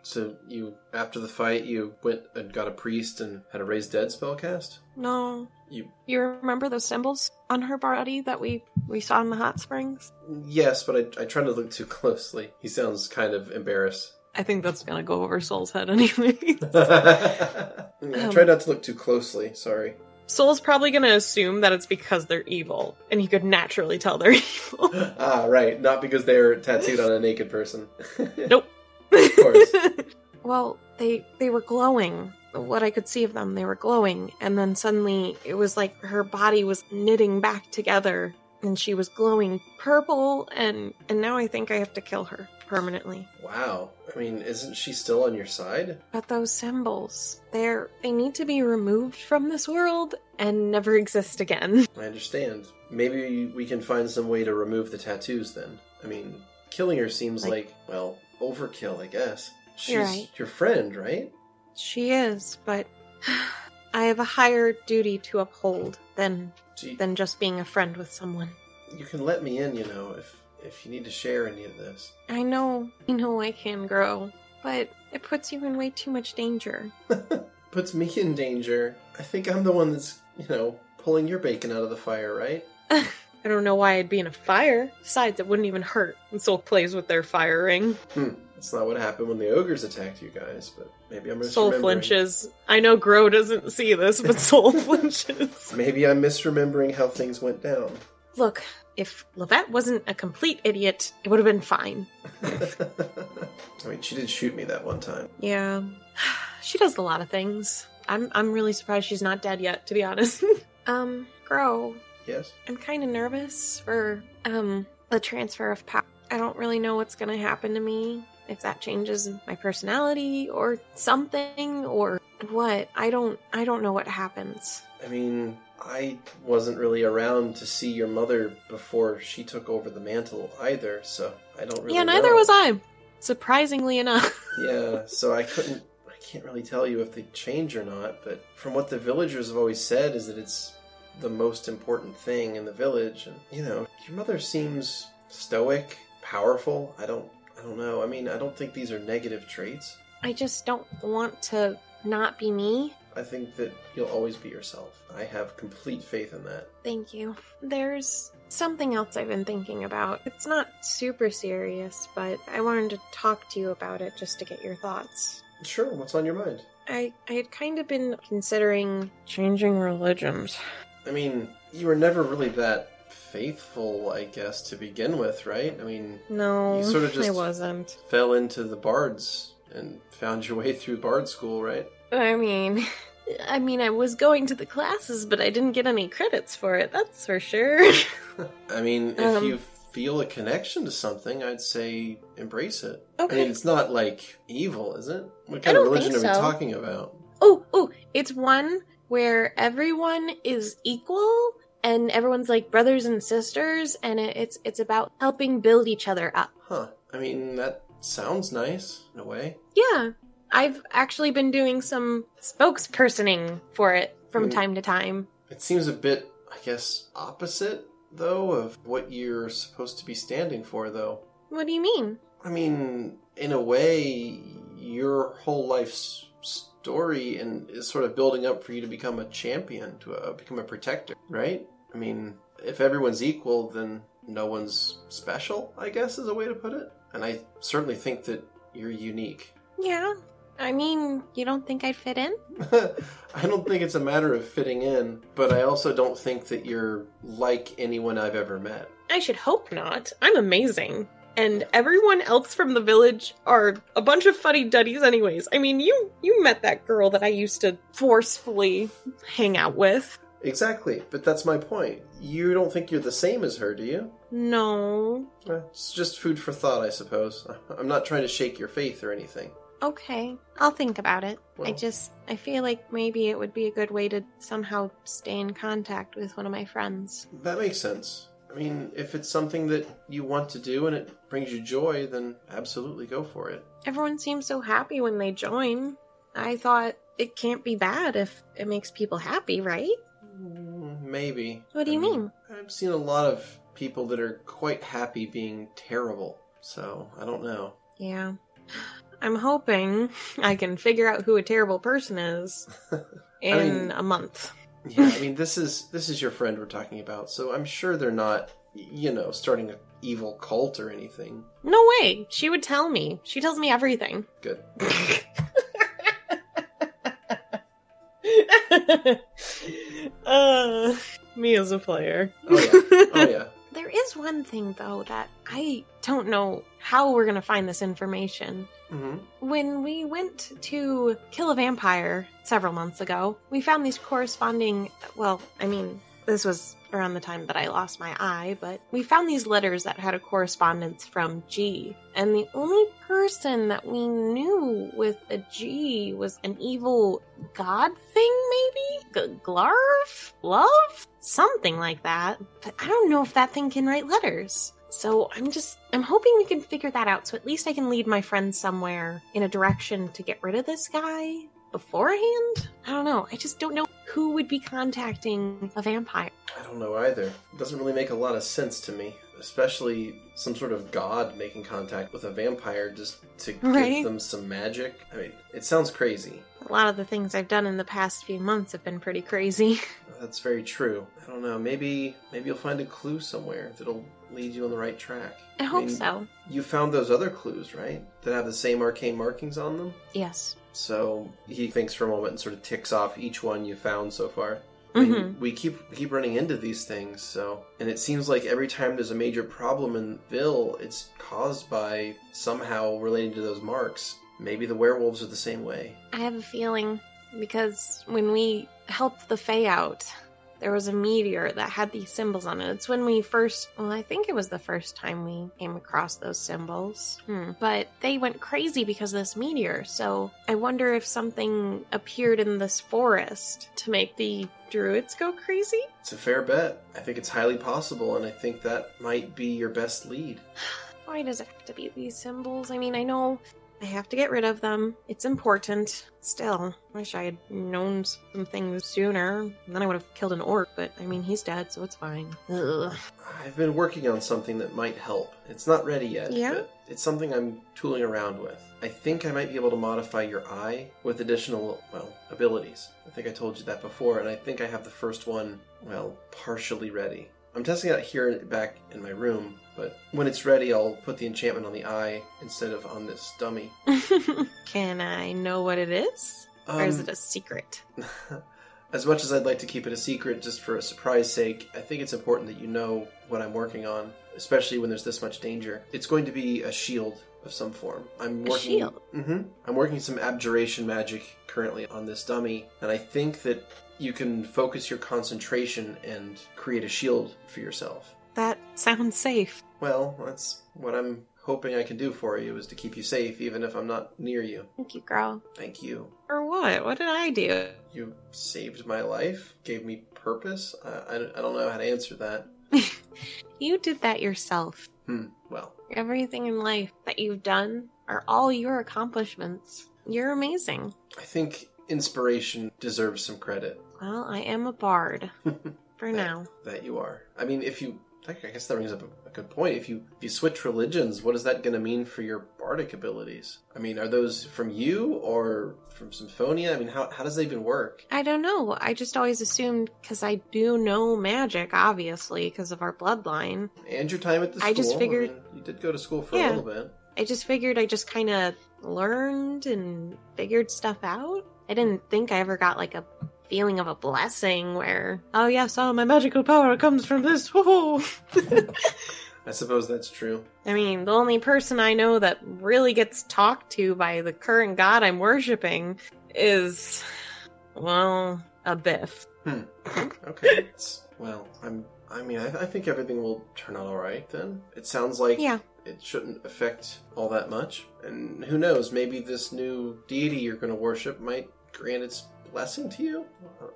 So you after the fight, you went and got a priest and had a raise dead spell cast. No. You You remember those symbols on her body that we we saw in the hot springs? yes, but I I try not to look too closely. He sounds kind of embarrassed. I think that's gonna go over Soul's head anyway. Yeah, I Um. try not to look too closely. Sorry. Soul's probably gonna assume that it's because they're evil, and he could naturally tell they're evil. ah, right. Not because they're tattooed on a naked person. Nope. Of course. well, they they were glowing. What I could see of them, they were glowing, and then suddenly it was like her body was knitting back together. and she was glowing purple and and now I think I have to kill her permanently. Wow. I mean, isn't she still on your side? But those symbols, they're they need to be removed from this world and never exist again. I understand. Maybe we can find some way to remove the tattoos then. I mean, killing her seems like, Like- well, overkill, I guess. She's You're right. your friend, right? She is, but I have a higher duty to uphold than Do you, than just being a friend with someone. you can let me in, you know, if if you need to share any of this. I know, I know I can grow, but it puts you in way too much danger. Puts me in danger. I think I'm the one that's, you know, pulling your bacon out of the fire, right? I don't know why I'd be in a fire. Besides, it wouldn't even hurt. And Soul plays with their fire ring. Hmm. That's not what happened when the ogres attacked you guys, but maybe I'm Soul misremembering. flinches. I know Grow doesn't see this, but Soul flinches. Maybe I'm misremembering how things went down. Look, if Levette wasn't a complete idiot, it would have been fine. I mean, she did shoot me that one time. Yeah. she does a lot of things. I'm I'm really surprised she's not dead yet, to be honest. um, Grow, Yes? I'm kind of nervous for um the transfer of power. I don't really know what's going to happen to me if that changes my personality or something or what. I don't I don't know what happens. I mean, I wasn't really around to see your mother before she took over the mantle either, so I don't really yeah, neither know. was I. Surprisingly enough. Yeah, so I couldn't I can't really tell you if they change or not, but from what the villagers have always said is that it's the most important thing in the village and you know, your mother seems stoic, powerful. I don't I don't know. I mean, I don't think these are negative traits. I just don't want to not be me. I think that you'll always be yourself. I have complete faith in that. Thank you. There's something else I've been thinking about. It's not super serious, but I wanted to talk to you about it just to get your thoughts. Sure, what's on your mind? I, I had kind of been considering changing religions. I mean, you were never really that faithful, I guess, to begin with, right? I mean, No, You sorta just- I wasn't. fell into the bards and found your way through bard school, right? I mean, I mean, I was going to the classes, but I didn't get any credits for it. That's for sure. I mean, if Um. you feel a connection to something, I'd say embrace it. I mean, okay. it's not like evil, is it? What kind of don't think religion are we so. talking about? Oh, oh, it's one where everyone is equal and everyone's like brothers and sisters, and it, it's it's about helping build each other up. Huh. I mean, that sounds nice in a way. Yeah, I've actually been doing some spokespersoning for it from Mm. time to time. It seems a bit, I guess, opposite, though, of what you're supposed to be standing for, though. What do you mean? I mean, in a way, your whole life's story and is sort of building up for you to become a champion, to uh become a protector, right? I mean, if everyone's equal, then no one's special, I guess is a way to put it. And I certainly think that you're unique. Yeah, I mean, you don't think I'd fit in? I don't think it's a matter of fitting in, but I also don't think that you're like anyone I've ever met. I should hope not. I'm amazing. And everyone else from the village are a bunch of fuddy duddies anyways. I mean, you you met that girl that I used to forcefully hang out with. Exactly, but that's my point. You don't think you're the same as her, do you? No. Eh, It's just food for thought, I suppose. I'm not trying to shake your faith or anything. Okay. I'll think about it. I Well- just I feel like maybe it would be a good way to somehow stay in contact with one of my friends. That makes sense. I mean, if it's something that you want to do and it brings you joy, then absolutely go for it. Everyone seems so happy when they join. I thought it can't be bad if it makes people happy, right? Mm, Maybe. What do I you mean, mean? I've seen a lot of people that are quite happy being terrible, so I don't know. Yeah. I'm hoping I can figure out who a terrible person is in mean- a month. Yeah, I mean, this is this is your friend we're talking about, so I'm sure they're not, y- you know, starting an evil cult or anything. No way. She would tell me. She tells me everything. Good. Oh, uh, me as a player. Oh yeah. Oh yeah. There is one thing, though, that I don't know how we're going to find this information. hmm When we went to kill a vampire several months ago, we found these corresponding, well, I mean, This was around the time that I lost my eye, but we found these letters that had a correspondence from G. And the only person that we knew with a G was an evil god thing, maybe? G- Glarf? Love? Something like that. But I don't know if that thing can write letters. So I'm just, I'm hoping we can figure that out so at least I can lead my friends somewhere in a direction to get rid of this guy beforehand? I don't know. I just don't know who would be contacting a vampire. I don't know either. It doesn't really make a lot of sense to me, especially some sort of god making contact with a vampire just to Right. give them some magic. I mean, it sounds crazy. A lot of the things I've done in the past few months have been pretty crazy. That's very true. I don't know. Maybe maybe you'll find a clue somewhere that'll lead you on the right track. I hope mean, so. You found those other clues, right? That have the same arcane markings on them. Yes. So he thinks for a moment and sort of ticks off each one you found so far. Mhm. We keep we keep running into these things, so and it seems like every time there's a major problem in Ville, it's caused by somehow relating to those marks. Maybe the werewolves are the same way. I have a feeling because when we helped the Fae out, there was a meteor that had these symbols on it. It's when we first, well, I think it was the first time we came across those symbols. Hmm. But they went crazy because of this meteor. So I wonder if something appeared in this forest to make the druids go crazy. It's a fair bet. I think it's highly possible, and I think that might be your best lead. Why does it have to be these symbols? I mean, I know I have to get rid of them. It's important. Still, wish I had known some things sooner. Then I would have killed an orc, but I mean, he's dead, so it's fine. Ugh. I've been working on something that might help. It's not ready yet. Yeah? But it's something I'm tooling around with. I think I might be able to modify your eye with additional, well, abilities. I think I told you that before, and I think I have the first one, well, partially ready. I'm testing it out here back in my room, but when it's ready, I'll put the enchantment on the eye instead of on this dummy. Can I know what it is? Um, or is it a secret? as much as I'd like to keep it a secret just for a surprise sake, I think it's important that you know what I'm working on, especially when there's this much danger. It's going to be a shield of some form. I'm A working shield? hmm I'm working some abjuration magic currently on this dummy, and I think that you can focus your concentration and create a shield for yourself. That sounds safe. Well, that's what I'm hoping I can do for you is to keep you safe even if I'm not near you. Thank you, girl. Thank you. Or what? What did I do? You saved my life, gave me purpose. I, I, I don't know how to answer that. You did that yourself. Hmm. Well, Everything in life that you've done are all your accomplishments. You're amazing. I think inspiration deserves some credit. Well, I am a bard. For Yeah. now. That you are. I mean, if you, I guess that brings up a, a good point. If you if you switch religions, what is that going to mean for your bardic abilities? I mean, are those from you or from Symphonia? I mean, how how does they even work? I don't know. I just always assumed because I do know magic, obviously, because of our bloodline. And your time at the school. I just figured- mean, you did go to school for Yeah. a little bit. I just figured I just kind of learned and figured stuff out. I didn't think I ever got like a feeling of a blessing where, oh yes, all my magical power comes from this. Whoa. I suppose that's true. I mean, the only person I know that really gets talked to by the current god I'm worshiping is, well, a biff. Okay. It's, well, I'm. I mean, I, I think everything will turn out all right. Then it sounds like Yeah. it shouldn't affect all that much. And who knows? Maybe this new deity you're going to worship might grant its blessing to you.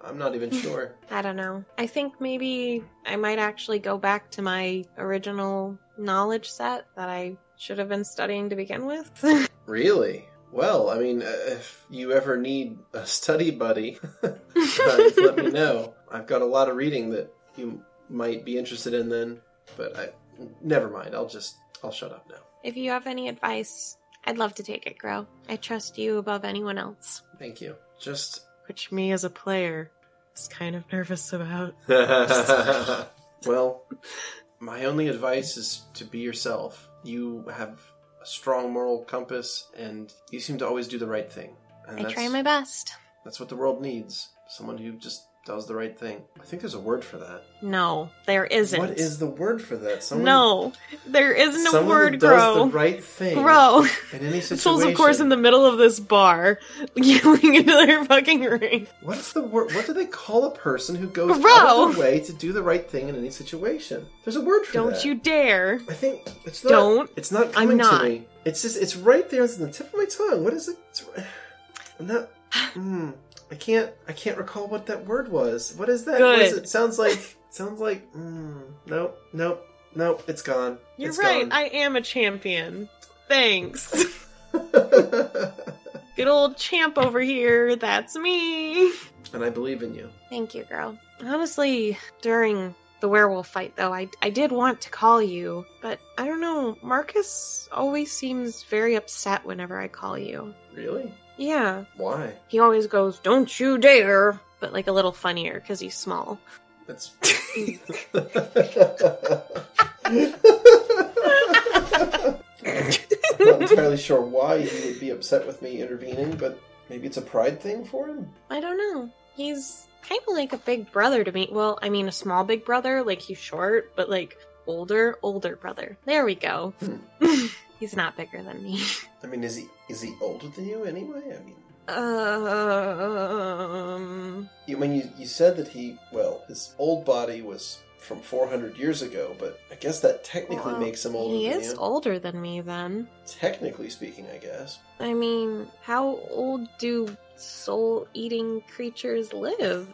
I'm not even sure. I don't know. I think maybe I might actually go back to my original knowledge set that I should have been studying to begin with. really? Well, I mean, uh, if you ever need a study buddy, uh, let me know. I've got a lot of reading that you might be interested in. Then, but I never mind. I'll just I'll shut up now. if you have any advice, I'd love to take it, Grow. I trust you above anyone else. Thank you. Just Which me as a player is kind of nervous about. well, my only advice is to be yourself. You have a strong moral compass, and you seem to always do the right thing. And I try my best. That's what the world needs. Someone who just does the right thing. I think there's a word for that. No, there isn't. What is the word for that? Someone, no, there isn't a someone who word, does Gro. the right thing. Gro. In any situation. Soul's, of course, in the middle of this bar, yelling into their fucking ring. What's the word? What do they call a person who goes Bro. out of their way to do the right thing in any situation? There's a word for Don't that. you dare. I think it's not. Don't. It's not I'm coming not. to me. It's just. It's right there. It's on the tip of my tongue. What is it? It's, r- I'm not. Mm, I can't. I can't recall what that word was. What is that? What is Good. it? Sounds like. Sounds like. Mm, nope. Nope. Nope. It's gone. You're It's right. gone. I am a champion. Thanks. Good old champ over here. That's me. and I believe in you. Thank you, girl. Honestly, during the werewolf fight, though, I, I did want to call you, but I don't know. Marcus always seems very upset whenever I call you. Really? Yeah. Why? He always goes, Don't you dare! But like a little funnier because he's small. That's. I'm not entirely sure why he would be upset with me intervening, but maybe it's a pride thing for him. I don't know. He's kind of like a big brother to me. Well, I mean, a small big brother. Like, he's short, but like older, older brother. There we go. he's not bigger than me. I mean, is he is he older than you anyway? I mean, Um. you, I mean, you, you said that he well, his old body was from 400 years ago, but I guess that technically well, makes him older. He than is you. older than me, then. Technically speaking, I guess. I mean, how old do soul eating creatures live?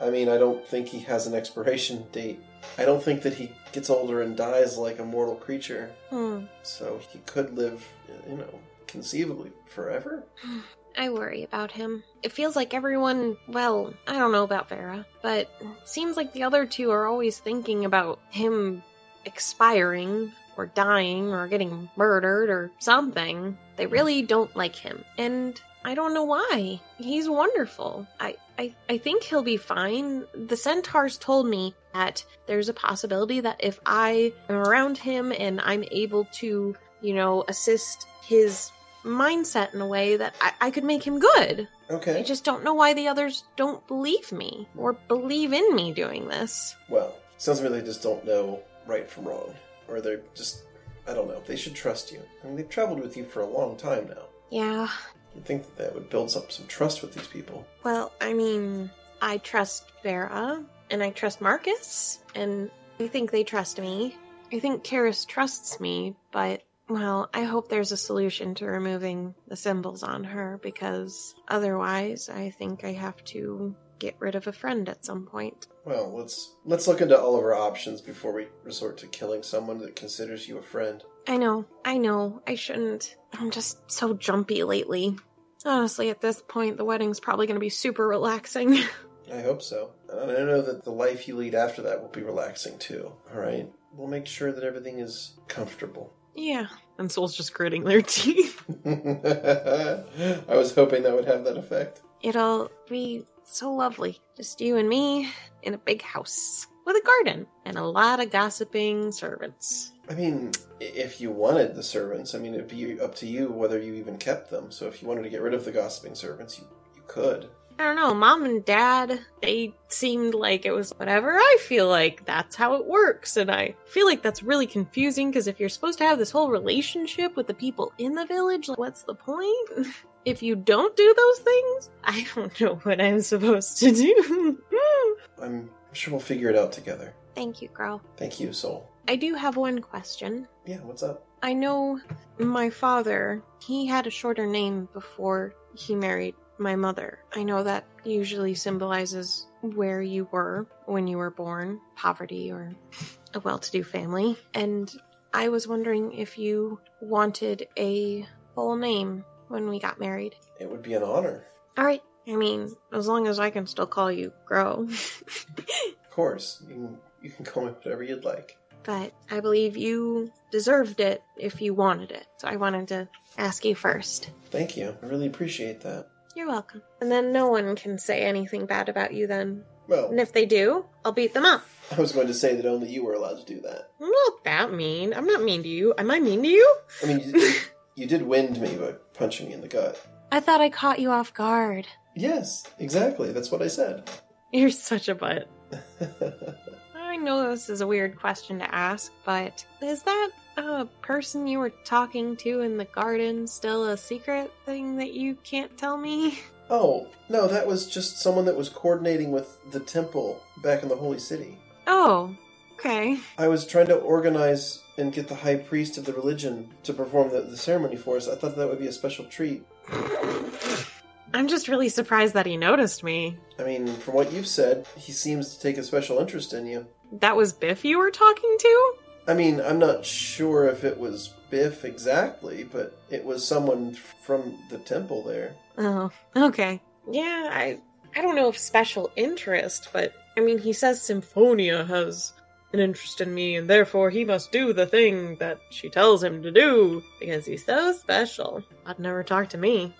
I mean, I don't think he has an expiration date. I don't think that he gets older and dies like a mortal creature. Hmm. So he could live, you know, conceivably forever. I worry about him. It feels like everyone, well, I don't know about Vera, but it seems like the other two are always thinking about him expiring or dying or getting murdered or something. They really don't like him. And I don't know why. He's wonderful. I I, I think he'll be fine. The centaurs told me that there's a possibility that if I am around him and I'm able to, you know, assist his mindset in a way that I, I could make him good. I Okay. just don't know why the others don't believe me or believe in me doing this. Well, sounds to me they just don't know right from wrong. Or they're just, I don't know, they should trust you. I mean, they've traveled with you for a long time now. Yeah, You'd think that, that would build up some trust with these people. well, I mean, I trust Vera and I trust Marcus, and I think they trust me. I think Karis trusts me, but well, I hope there's a solution to removing the symbols on her because otherwise, I think I have to get rid of a friend at some point. Well, let's let's look into all of our options before we resort to killing someone that considers you a friend. I know, I know, I shouldn't. I'm just so jumpy lately. Honestly, at this point, the wedding's probably going to be super relaxing. I hope so. And I know that the life you lead after that will be relaxing too. All right, we'll make sure that everything is comfortable. yeah. And Soul's just gritting their teeth. I was hoping that would have that effect. It'll be so lovely. Just you and me in a big house with a garden and a lot of gossiping servants. I mean, i- if you wanted the servants, I mean, it'd be up to you whether you even kept them. So if you wanted to get rid of the gossiping servants, you, you could. I don't know, mom and dad, they seemed like it was whatever I feel like. That's how it works. And I feel like that's really confusing because if you're supposed to have this whole relationship with the people in the village, like, what's the point? If you don't do those things, I don't know what I'm supposed to do. I'm sure we'll figure it out together. Thank you, girl. Thank you, Soul. I do have one question. Yeah, what's up? I know my father, he had a shorter name before he married my mother. I know that usually symbolizes where you were when you were born poverty or a well to do family. And I was wondering if you wanted a full name when we got married. It would be an honor, All right. I mean, as long as I can still call you Grow. of course. You can, you can call me whatever you'd like. but I believe you deserved it if you wanted it. So I wanted to ask you first. Thank you. I really appreciate that. You're welcome. And then no one can say anything bad about you then. Well, And if they do, I'll beat them up. I was going to say that only you were allowed to do that. I'm not that mean. I'm not mean to you. Am I mean to you? I mean, you, you did wind me by punching me in the gut. I thought I caught you off guard. Yes, exactly. That's what I said. You're such a butt. I know this is a weird question to ask, but is that uh, person you were talking to in the garden still a secret thing that you can't tell me? oh, no, that was just someone that was coordinating with the temple back in the Holy City. Oh, okay. I was trying to organize and get the high priest of the religion to perform the, the ceremony for us. I thought that would be a special treat. I'm just really surprised that he noticed me. I mean, from what you've said, he seems to take a special interest in you. That was Biff you were talking to? I mean, I'm not sure if it was Biff exactly, but it was someone from the temple there. Oh, okay. Yeah, I I don't know if special interest, but I mean, he says Symphonia has an interest in me, and therefore he must do the thing that she tells him to do because he's so special. I'd never talk to me,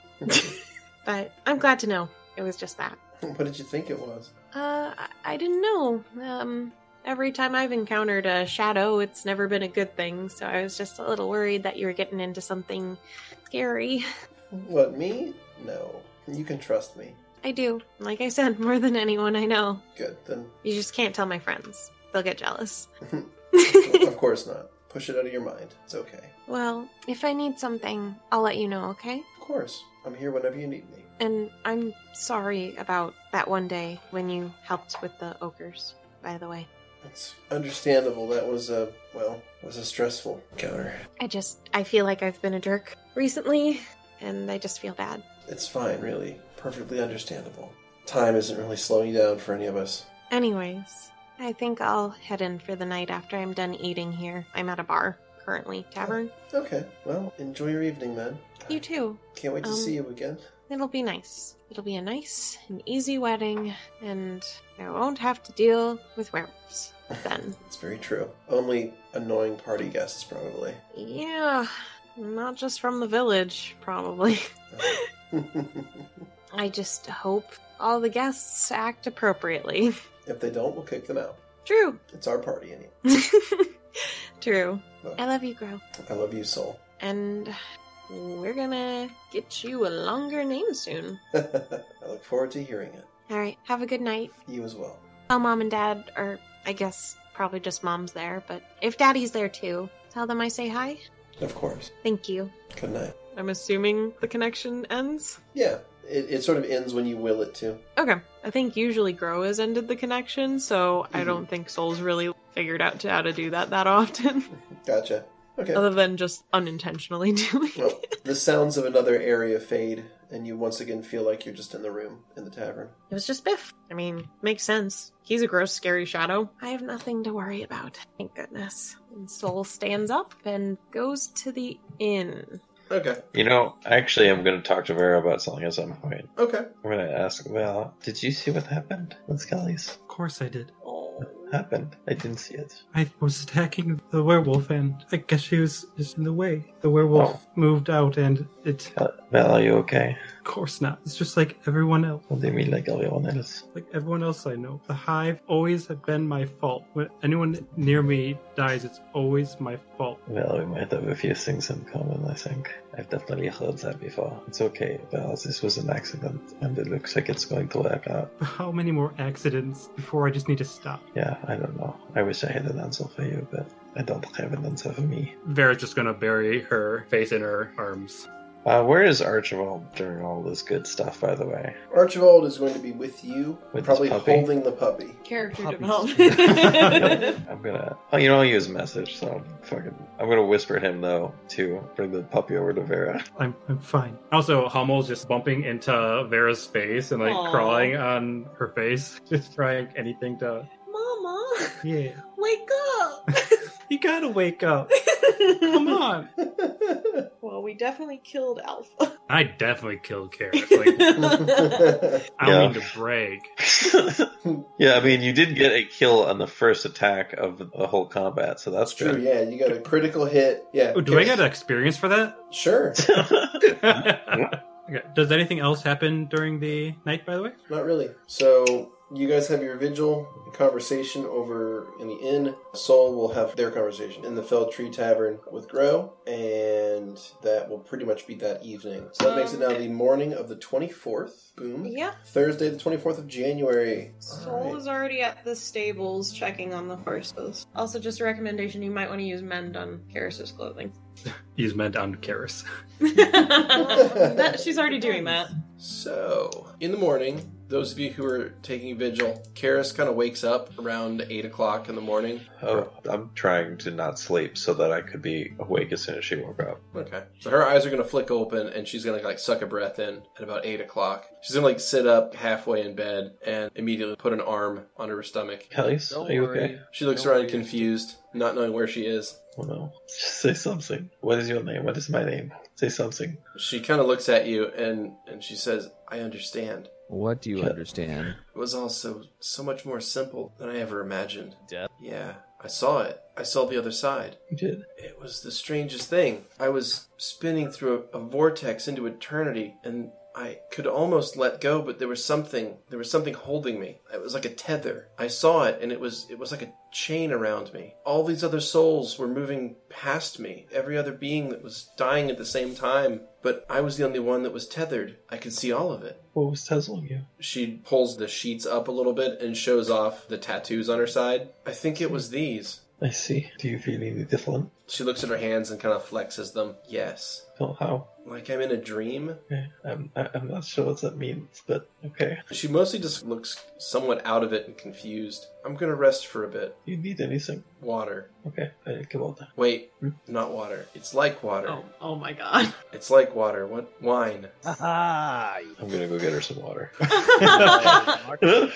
but I'm glad to know it was just that. what did you think it was? Uh, I- I didn't know. Um, every time I've encountered a shadow, it's never been a good thing, so I was just a little worried that you were getting into something scary. What, me? No. You can trust me. I do. Like I said, more than anyone I know. Good, then. You just can't tell my friends. They'll get jealous. of course not. Push it out of your mind. It's okay. well, if I need something, I'll let you know, okay? Of course. I'm here whenever you need me. And I'm sorry about that one day when you helped with the ochres, by the way. It's understandable. That was a, well, was a stressful encounter. I just, I feel like I've been a jerk recently, and I just feel bad. It's fine, really. Perfectly understandable. Time isn't really slowing down for any of us. Anyways, I think I'll head in for the night after I'm done eating here. I'm at a bar currently, tavern. Okay, well, enjoy your evening, man. You too. Can't wait to Um, see you again. It'll be nice. It'll be a nice and easy wedding, and I won't have to deal with werewolves then. It's very true. Only annoying party guests, probably. yeah, not just from the village, probably. I just hope all the guests act appropriately. if they don't, we'll kick them out. True. It's our party, anyway. True. But I love you, Gro. I love you, soul. And we're gonna get you a longer name soon. I look forward to hearing it. All right, have a good night. You as well. Tell mom and dad, or I guess probably just mom's there, but if daddy's there too, tell them I say hi. Of course. Thank you. Good night. I'm assuming the connection ends. Yeah, it, it sort of ends when you will it to. Okay. I think usually Grow has ended the connection, so I Mhm. Mm-hmm. don't think Soul's really figured out to how to do that that often, Gotcha. Okay. other than just unintentionally doing it. Well, the sounds of another area fade, and you once again feel like you're just in the room, in the tavern. It was just Biff. I mean, makes sense. He's a gross, scary shadow. I have nothing to worry about. Thank goodness. And Soul stands up and goes to the inn. Okay. You know, actually, I'm going to talk to Vera about something at some point. Okay. I'm going to ask Val, did you see what happened with Skelly's? Of course I did. What happened? I didn't see it. I was attacking the werewolf, and I guess she was just in the way. The werewolf moved out, and it. Val, are you okay? Of course not. It's just like everyone else. What do you mean, like everyone else? Like everyone else I know, the hive always have been my fault. When anyone near me dies, it's always my fault. Well, we might have a few things in common, I think. I've definitely heard that before. It's okay, Val, this was an accident, and it looks like it's going to work out. How many more accidents before I just need to stop? Yeah, I don't know. I wish I had an answer for you, but I don't have an answer for me. Vera's just gonna bury her face in her arms. Uh, where is Archibald during all this good stuff, by the way? Archibald is going to be with you, With probably this puppy? holding the puppy. Character Puppies. development. I'm gonna. Oh, you know, I'll use message, so fucking. I'm gonna whisper him, though, to bring the puppy over to Vera. I'm, I'm fine. Also, Hummel's just bumping into Vera's face and like Aw. crawling on her face, just trying anything to. Mama, Yeah. wake up! You gotta wake up. Come on. well, we definitely killed Alpha. I definitely killed Carrot. Like, I don't Yeah. mean to brag. yeah, I mean, you did get a kill on the first attack of the whole combat, so That's that's true. true. Yeah, you got a critical hit. Yeah. Oh, do I get experience for that? Sure. okay. Does anything else happen during the night, by the way? Not really. So You guys have your vigil conversation over in the inn. Sol will have their conversation in the Fell Tree Tavern with Grow, and that will pretty much be that evening. So that makes it now the morning of the 24th. Boom. Yeah. Thursday, the 24th of January. Soul is already at the stables checking on the horses. Also, just a recommendation you might want to use mend on Karis's clothing. He's meant on Karis. that, she's already doing that. So, in the morning, those of you who are taking vigil, Karis kind of wakes up around 8 o'clock in the morning. Oh, I'm trying to not sleep so that I could be awake as soon as she woke up. Okay. So her eyes are gonna flick open, and she's gonna like suck a breath in at about eight o'clock. She's gonna like sit up halfway in bed and immediately put an arm under her stomach. Kelly's, Don't are you worry. okay? She looks Don't around worry. confused, not knowing where she is. Oh no. Just say something. What is your name? What is my name? Say something. She kind of looks at you and and she says, "I understand. What do you Yeah. understand? It was all so so much more simple than I ever imagined. Death? Yeah, I saw it. I saw the other side. You did. It was the strangest thing. I was spinning through a, a vortex into eternity, and I could almost let go, but there was something. There was something holding me. It was like a tether. I saw it, and it was it was like a chain around me. All these other souls were moving past me. Every other being that was dying at the same time, but I was the only one that was tethered. I could see all of it. What was Tesla you? She pulls the sheets up a little bit and shows off the tattoos on her side. I think it was these. I see. Do you feel any different? She looks at her hands and kind of flexes them. Yes. Oh, how? Like I'm in a dream. Okay. I'm, I- I'm not sure what that means, but okay. She mostly just looks somewhat out of it and confused. I'm gonna rest for a bit. You need anything? Water. Okay. I will give all that. Wait, Hmm? not water. It's like water. Oh, oh my god. It's like water. What? Wine. Ah, I'm gonna go get her some water. I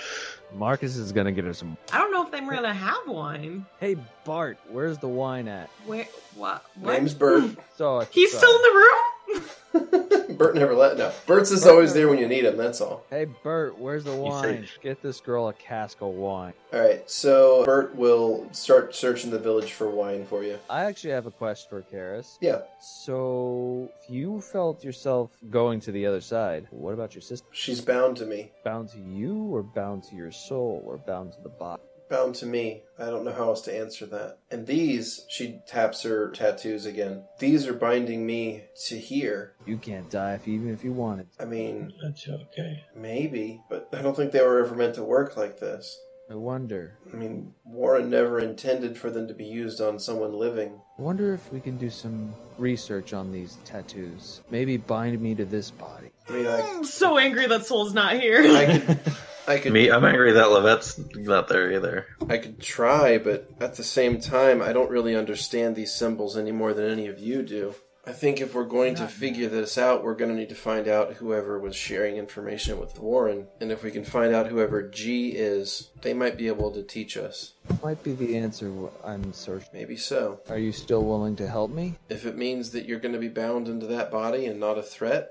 Marcus is gonna get her some. don't know if they're gonna have wine. Hey Bart, where's the wine at? Where? What? what? Name's Bert. So it's, He's uh, still in the room. Bert never let. No. Bert's is always there when you need him. That's all. Hey Bert, where's the wine? Get this girl a cask of wine. All right. So Bert will start searching the village for wine for you. I actually have a question for Karis. Yeah. So if you felt yourself going to the other side, what about your sister? She's bound to me. Bound to you, or bound to your soul, or bound to the body? Bound to me. I don't know how else to answer that. And these, she taps her tattoos again. These are binding me to here. You can't die if even if you wanted. I mean, That's okay. Maybe, but I don't think they were ever meant to work like this. I wonder. I mean, Warren never intended for them to be used on someone living. I wonder if we can do some research on these tattoos. Maybe bind me to this body. I mean, I, I'm so angry that Soul's not I here. could, I could, Me, I'm angry that Levette's not there either. I could try, but at the same time, I don't really understand these symbols any more than any of you do. I think if we're going to figure this out, we're going to need to find out whoever was sharing information with Warren, and if we can find out whoever G is, they might be able to teach us. Might be the answer wh- I'm searching. Maybe so. Are you still willing to help me? If it means that you're going to be bound into that body and not a threat,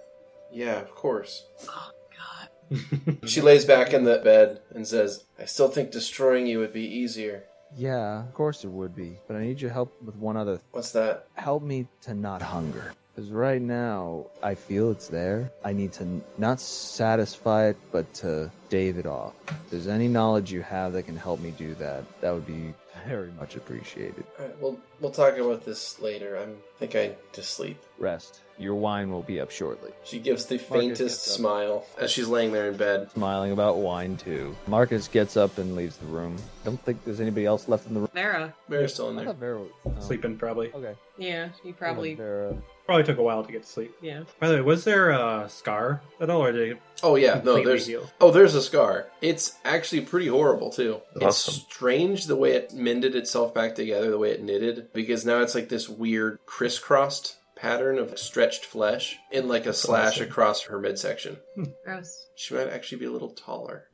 yeah, of course. She lays back in the bed and says, I still think destroying you would be easier. Yeah, of course it would be. But I need your help with one other. What's that? Help me to not hunger. Because right now, I feel it's there. I need to n- not satisfy it, but to stave it off. If there's any knowledge you have that can help me do that, that would be very much appreciated. Alright, we'll, we'll talk about this later. I'm, I think I need to sleep. Rest. Your wine will be up shortly. She gives the gets faintest up. smile as she's laying there in bed. Smiling about wine, too. Marcus gets up and leaves the room. Don't think there's anybody else left in the room. Vera. Mary's still in I there. thought Vera was- oh. Sleeping probably. Okay. Yeah, he probably. Vera. Probably took a while to get to sleep. Yeah. By the way, was there a scar at all, or did it Oh, yeah, no, completely there's. heal? Oh, there's a scar. It's actually pretty horrible too. Awesome. It's strange the way it mended itself back together, the way it knitted, because now it's like this weird crisscrossed pattern of stretched flesh in like a slash awesome. across her midsection. Gross. She might actually be a little taller.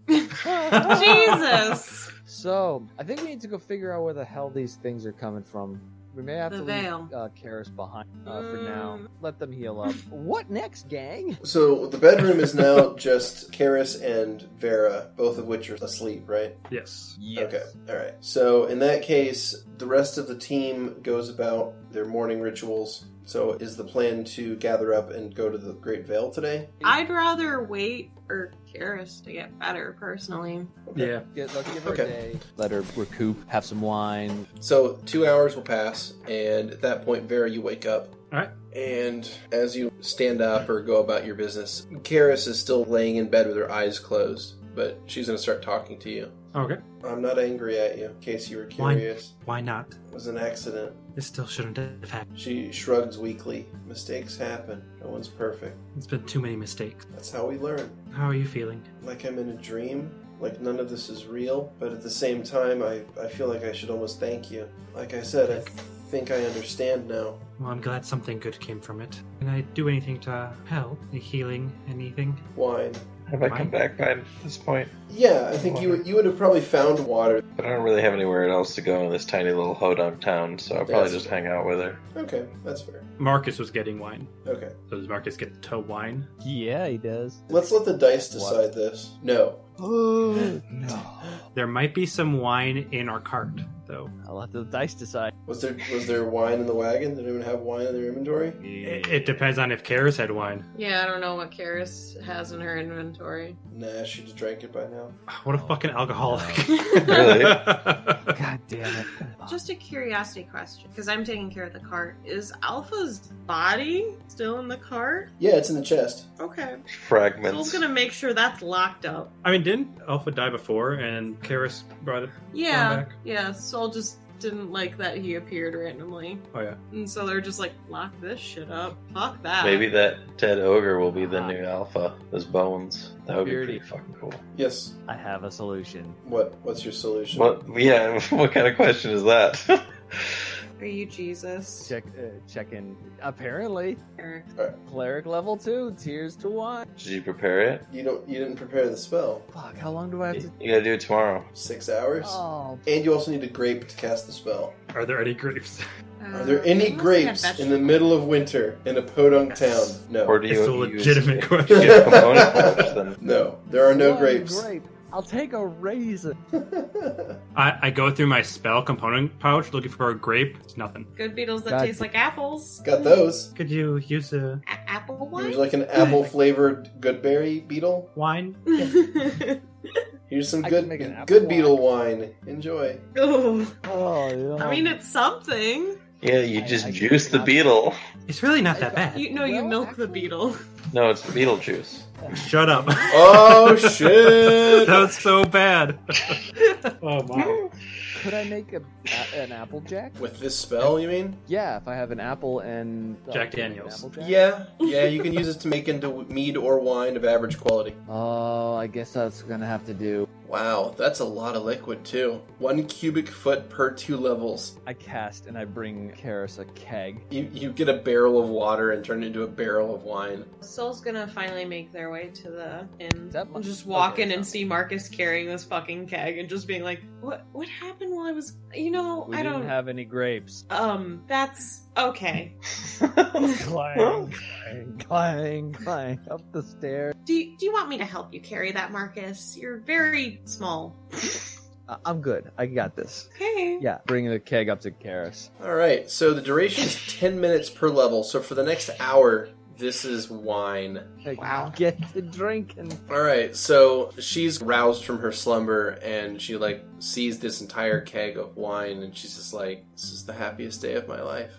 Jesus. So I think we need to go figure out where the hell these things are coming from. We may have The to veil. leave uh, Karis behind uh, for now. Mm. Let them heal up. what next, gang? So the bedroom is now just Karis and Vera, both of which are asleep, right? Yes. Okay. All right. So in that case, the rest of the team goes about their morning rituals. So is the plan to gather up and go to the Great Vale today? I'd rather wait for Karis to get better personally. Yeah. Get, let's give her Okay. a day. Let her recoup, have some wine. So two hours will pass, and at that point, Vera, you wake up. Alright. And as you stand up or go about your business, Karis is still laying in bed with her eyes closed, but she's going to start talking to you. Okay. I'm not angry at you, in case you were Why? curious. Why not? It was an accident. It still shouldn't have happened. She shrugs weakly. Mistakes happen. No one's perfect. It's been too many mistakes. That's how we learn. How are you feeling? Like I'm in a dream. Like none of this is real. But at the same time, I, I feel like I should almost thank you. Like I said, I think I understand now. Well, I'm glad something good came from it. Can I do anything to help? Any healing? Anything? Wine. Have I come back by this point? Yeah, I think you you would have probably found water. I don't really have anywhere else to go in this tiny little hodunk town, so I'll probably Yes. just hang out with her. Okay, that's fair. Marcus was getting wine. Okay, So does Marcus get to wine? Yeah, he does. let's let the dice decide this. No. Oh, no. There might be some wine in our cart, though. I'll let the dice decide. Was there was there wine in the wagon? Did anyone have wine in their inventory? It, it depends on if Karis had wine. Yeah, I don't know what Karis has in her inventory. Nah, she just drank it by now. What a fucking alcoholic. Really? God damn it. Just a curiosity question, because I'm taking care of the cart. Is Alpha's body still in the cart? Yeah, it's in the chest. Okay. Soul's Fragments. gonna make sure that's locked up. I mean, didn't Alpha die before and Karis brought it? Yeah. back. Yeah, Soul just didn't like that he appeared randomly. Oh, yeah. And so they're just like, lock this shit up. Fuck that. Maybe that dead ogre will be the new alpha. Those bones. That would be Beardy. pretty fucking cool. Yes. I have a solution. What what's your solution? What? Yeah. What kind of question is that? Are you Jesus? Check, uh, check in. Apparently, Or- cleric level two, tears to wine. Did you prepare it? You don't you didn't prepare the spell. Fuck, how long do I have to? You gotta do it tomorrow. Six hours. Oh, And you also need a grape to cast the spell. Are there any grapes? Are there Mm, any Uh, grapes in the middle of winter in a podunk Yes. town? No. Or do you It's a use- legitimate you question. get component parts then? no. There are no one grapes. Grape. I'll take a raisin. I, I go through my spell component pouch looking for a grape. It's nothing. Good beetles that God. taste like apples. Got those. Could you use a A- apple You would wine? like an apple flavored goodberry beetle? wine? Here's some I good can make an apple good wine. beetle wine. Enjoy. oh, Oh, yeah. I mean, it's something. Yeah, you I- just I juice the cannot- beetle. It's really not that bad. You know, you Well, milk the actually- beetle. No, it's beetle juice. Shut up. Oh shit! that was so bad. oh my. could I make a, a- an apple jack? With this spell, you mean? Yeah, if I have an apple and Jack I'll make an Daniels. apple jack? Yeah, yeah. You can use it to make into mead or wine of average quality. Oh, I guess that's gonna have to do. Wow, that's a lot of liquid too. One cubic foot per two levels. I cast and I bring Karis a keg. You, you get a barrel of water and turn it into a barrel of wine. Soul's gonna finally make their way to the inn. that And mu- just walk okay, in and so- see Marcus carrying this fucking keg and just being like, "What? What happened while I was? You know, We I didn't don't. have any grapes. um, that's okay. clang, clang, clang, clang up the stairs. Do you, Do you want me to help you carry that, Marcus? You're very small. I- I'm good. I got this. Okay. Yeah, bring the keg up to Karis. All right, so the duration is 10 minutes per level. So for the next hour, this is wine. Like, Wow. Get the drink and All right, so she's roused from her slumber and she like sees this entire keg of wine and she's just like, "This is the happiest day of my life."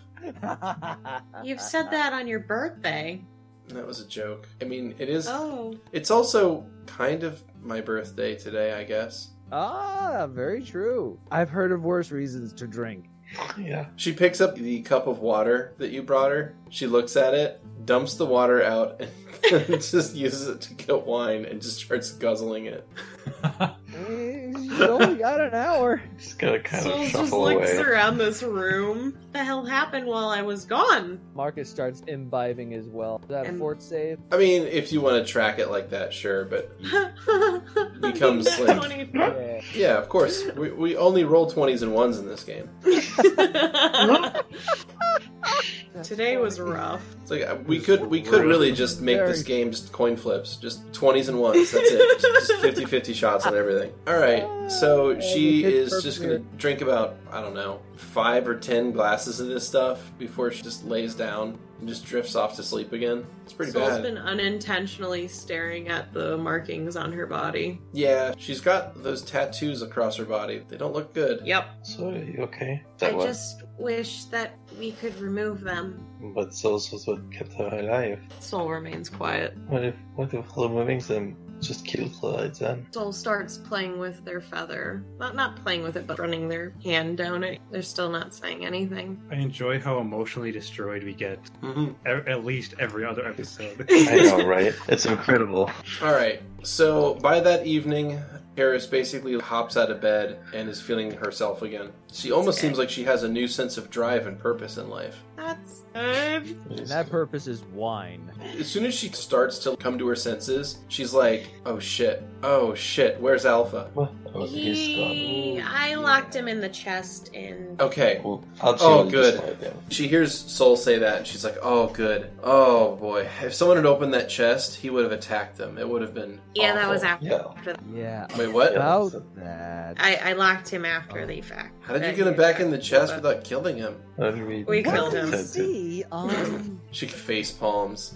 You've said that on your birthday. And that was a joke. I mean, it is. Oh, It's also kind of my birthday today, I guess. Ah, very true. I've heard of worse reasons to drink. yeah. She picks up the cup of water that you brought her. She looks at it, dumps the water out, and just uses it to get wine and just starts guzzling it. Eh, She's only got an hour. Just gotta kind Soul of just shuffle looks away. around this room. What the hell happened while I was gone? Marcus starts imbibing as well. Is that a And- fort save? I mean, if you want to track it like that, sure, but Become Becomes slim. Yeah. yeah, of course. We, we only roll 20s and 1s in this game. today was rough. It's like uh, we could we could really just make this game just coin flips, just twenties and ones. That's it. just 50-50 shots on everything. All right. So she is just gonna drink about I don't know five or ten glasses of this stuff before she just lays down and just drifts off to sleep again. It's pretty Soul's bad. been unintentionally staring at the markings on her body. Yeah, she's got those tattoos across her body. They don't look good. Yep. So, you okay? Is I That was just wish that we could remove them. but Souls was what kept her alive. Soul remains quiet. What if what if removing them just kills her then? Soul starts playing with their feather. Not not playing with it, but running their hand down it. They're still not saying anything. I enjoy how emotionally destroyed we get Mm-hmm. e- at least every other episode. I know, right? It's incredible. All right. So by that evening, Harris basically hops out of bed and is feeling herself again. She almost Okay. seems like she has a new sense of drive and purpose in life. That's And that purpose is wine. As soon as she starts to come to her senses, she's like, "Oh shit! Oh shit! Where's Alpha? What? Oh, he, I locked him in the chest and Okay." Well, I'll Oh, chill good. and just lie down. She hears Soul say that, and she's like, "Oh, good. Oh boy! If someone had opened that chest, he would have attacked them. It would have been Yeah, that awful. was after Oh, Yeah. after that. Yeah. Wait, what? Yeah. About that. I, I locked him after the fact. How did Oh. you get him back in the chest without killing him?" Let me- We killed him. See on She face palms.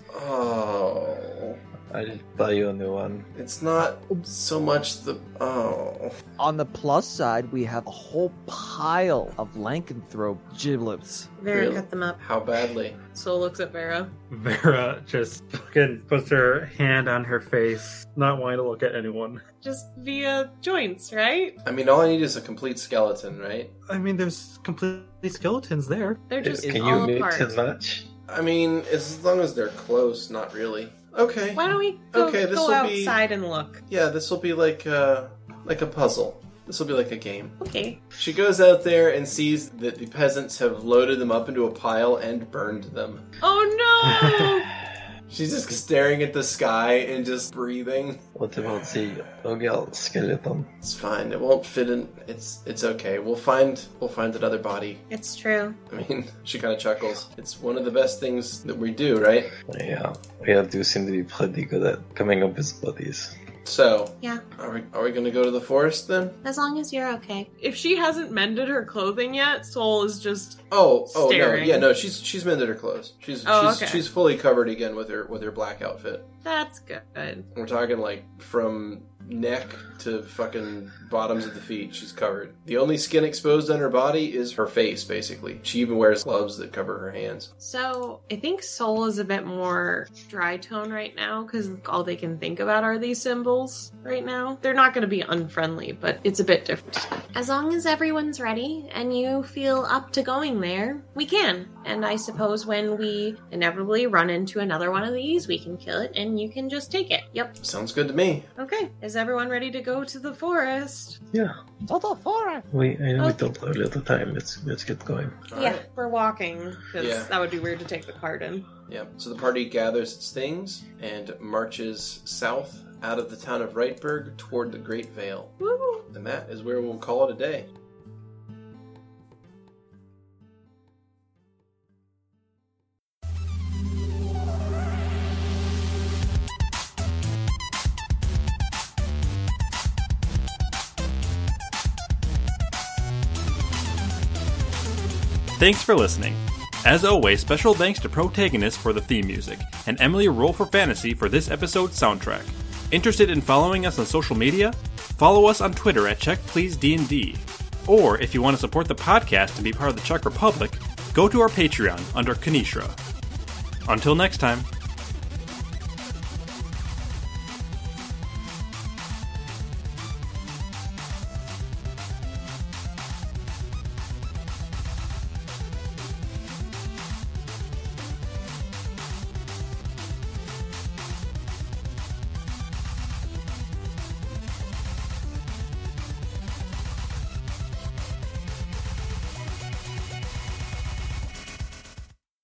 Oh. I just buy you a new one. It's not so much the oh. on the plus side, we have a whole pile of lycanthrope giblets. Vera Really? cut them up. How badly? Soul looks at Vera. Vera just fucking puts her hand on her face, not wanting to look at anyone. Just via joints, right? I mean, all I need is a complete skeleton, right? I mean, there's completely skeletons there. They're just Can you all mix apart. and match? I mean, as long as they're close, not really. Okay. Why don't we go, Okay, this go will be- outside and look? Yeah, this will be like uh like a puzzle. This will be like a game. Okay. She goes out there and sees that the peasants have loaded them up into a pile and burned them. Oh She's just staring at the sky and just breathing. What about the ogre skeleton? It's fine. It won't fit in. It's it's okay. We'll find we'll find another body. no! It's true. I mean, she kind of chuckles. It's one of the best things that we do, right? Yeah, we all do seem to be pretty good at coming up with bodies. So, Yeah. are we are we going to go to the forest then? As long as you're okay. If she hasn't mended her clothing yet, Soul is just Oh, oh Staring. no, yeah, no. She's she's mended her clothes. She's Oh, she's okay. she's fully covered again with her with her black outfit. that's good. We're talking like from neck to fucking bottoms of the feet. She's covered. The only skin exposed on her body is her face, basically. She even wears gloves that cover her hands. So I think Soul is a bit more dry tone right now because all they can think about are these symbols right now. They're not going to be unfriendly, but it's a bit different. As long as everyone's ready and you feel up to going there, We can, and I suppose when we inevitably run into another one of these, we can kill it and you can just take it. Yep. Sounds good to me. Okay. Is everyone ready to go to the forest? Total forest. We I know we Okay. don't have a little time. Let's let's get going. All yeah, right. we're walking because Yeah. that would be weird to take the cart in. Yeah. So the party gathers its things and marches south out of the town of Reitberg toward the Great Vale. Woo! And that is where we'll call it a day. Thanks for listening. As always, special thanks to Protagonist for the theme music and Emily Roll for Fantasy for this episode's soundtrack. Interested in following us on social media? Follow us on Twitter at CheckPleaseDND. Or if you want to support the podcast and be part of the Czech Republic, go to our Patreon under Kanishra. Until next time.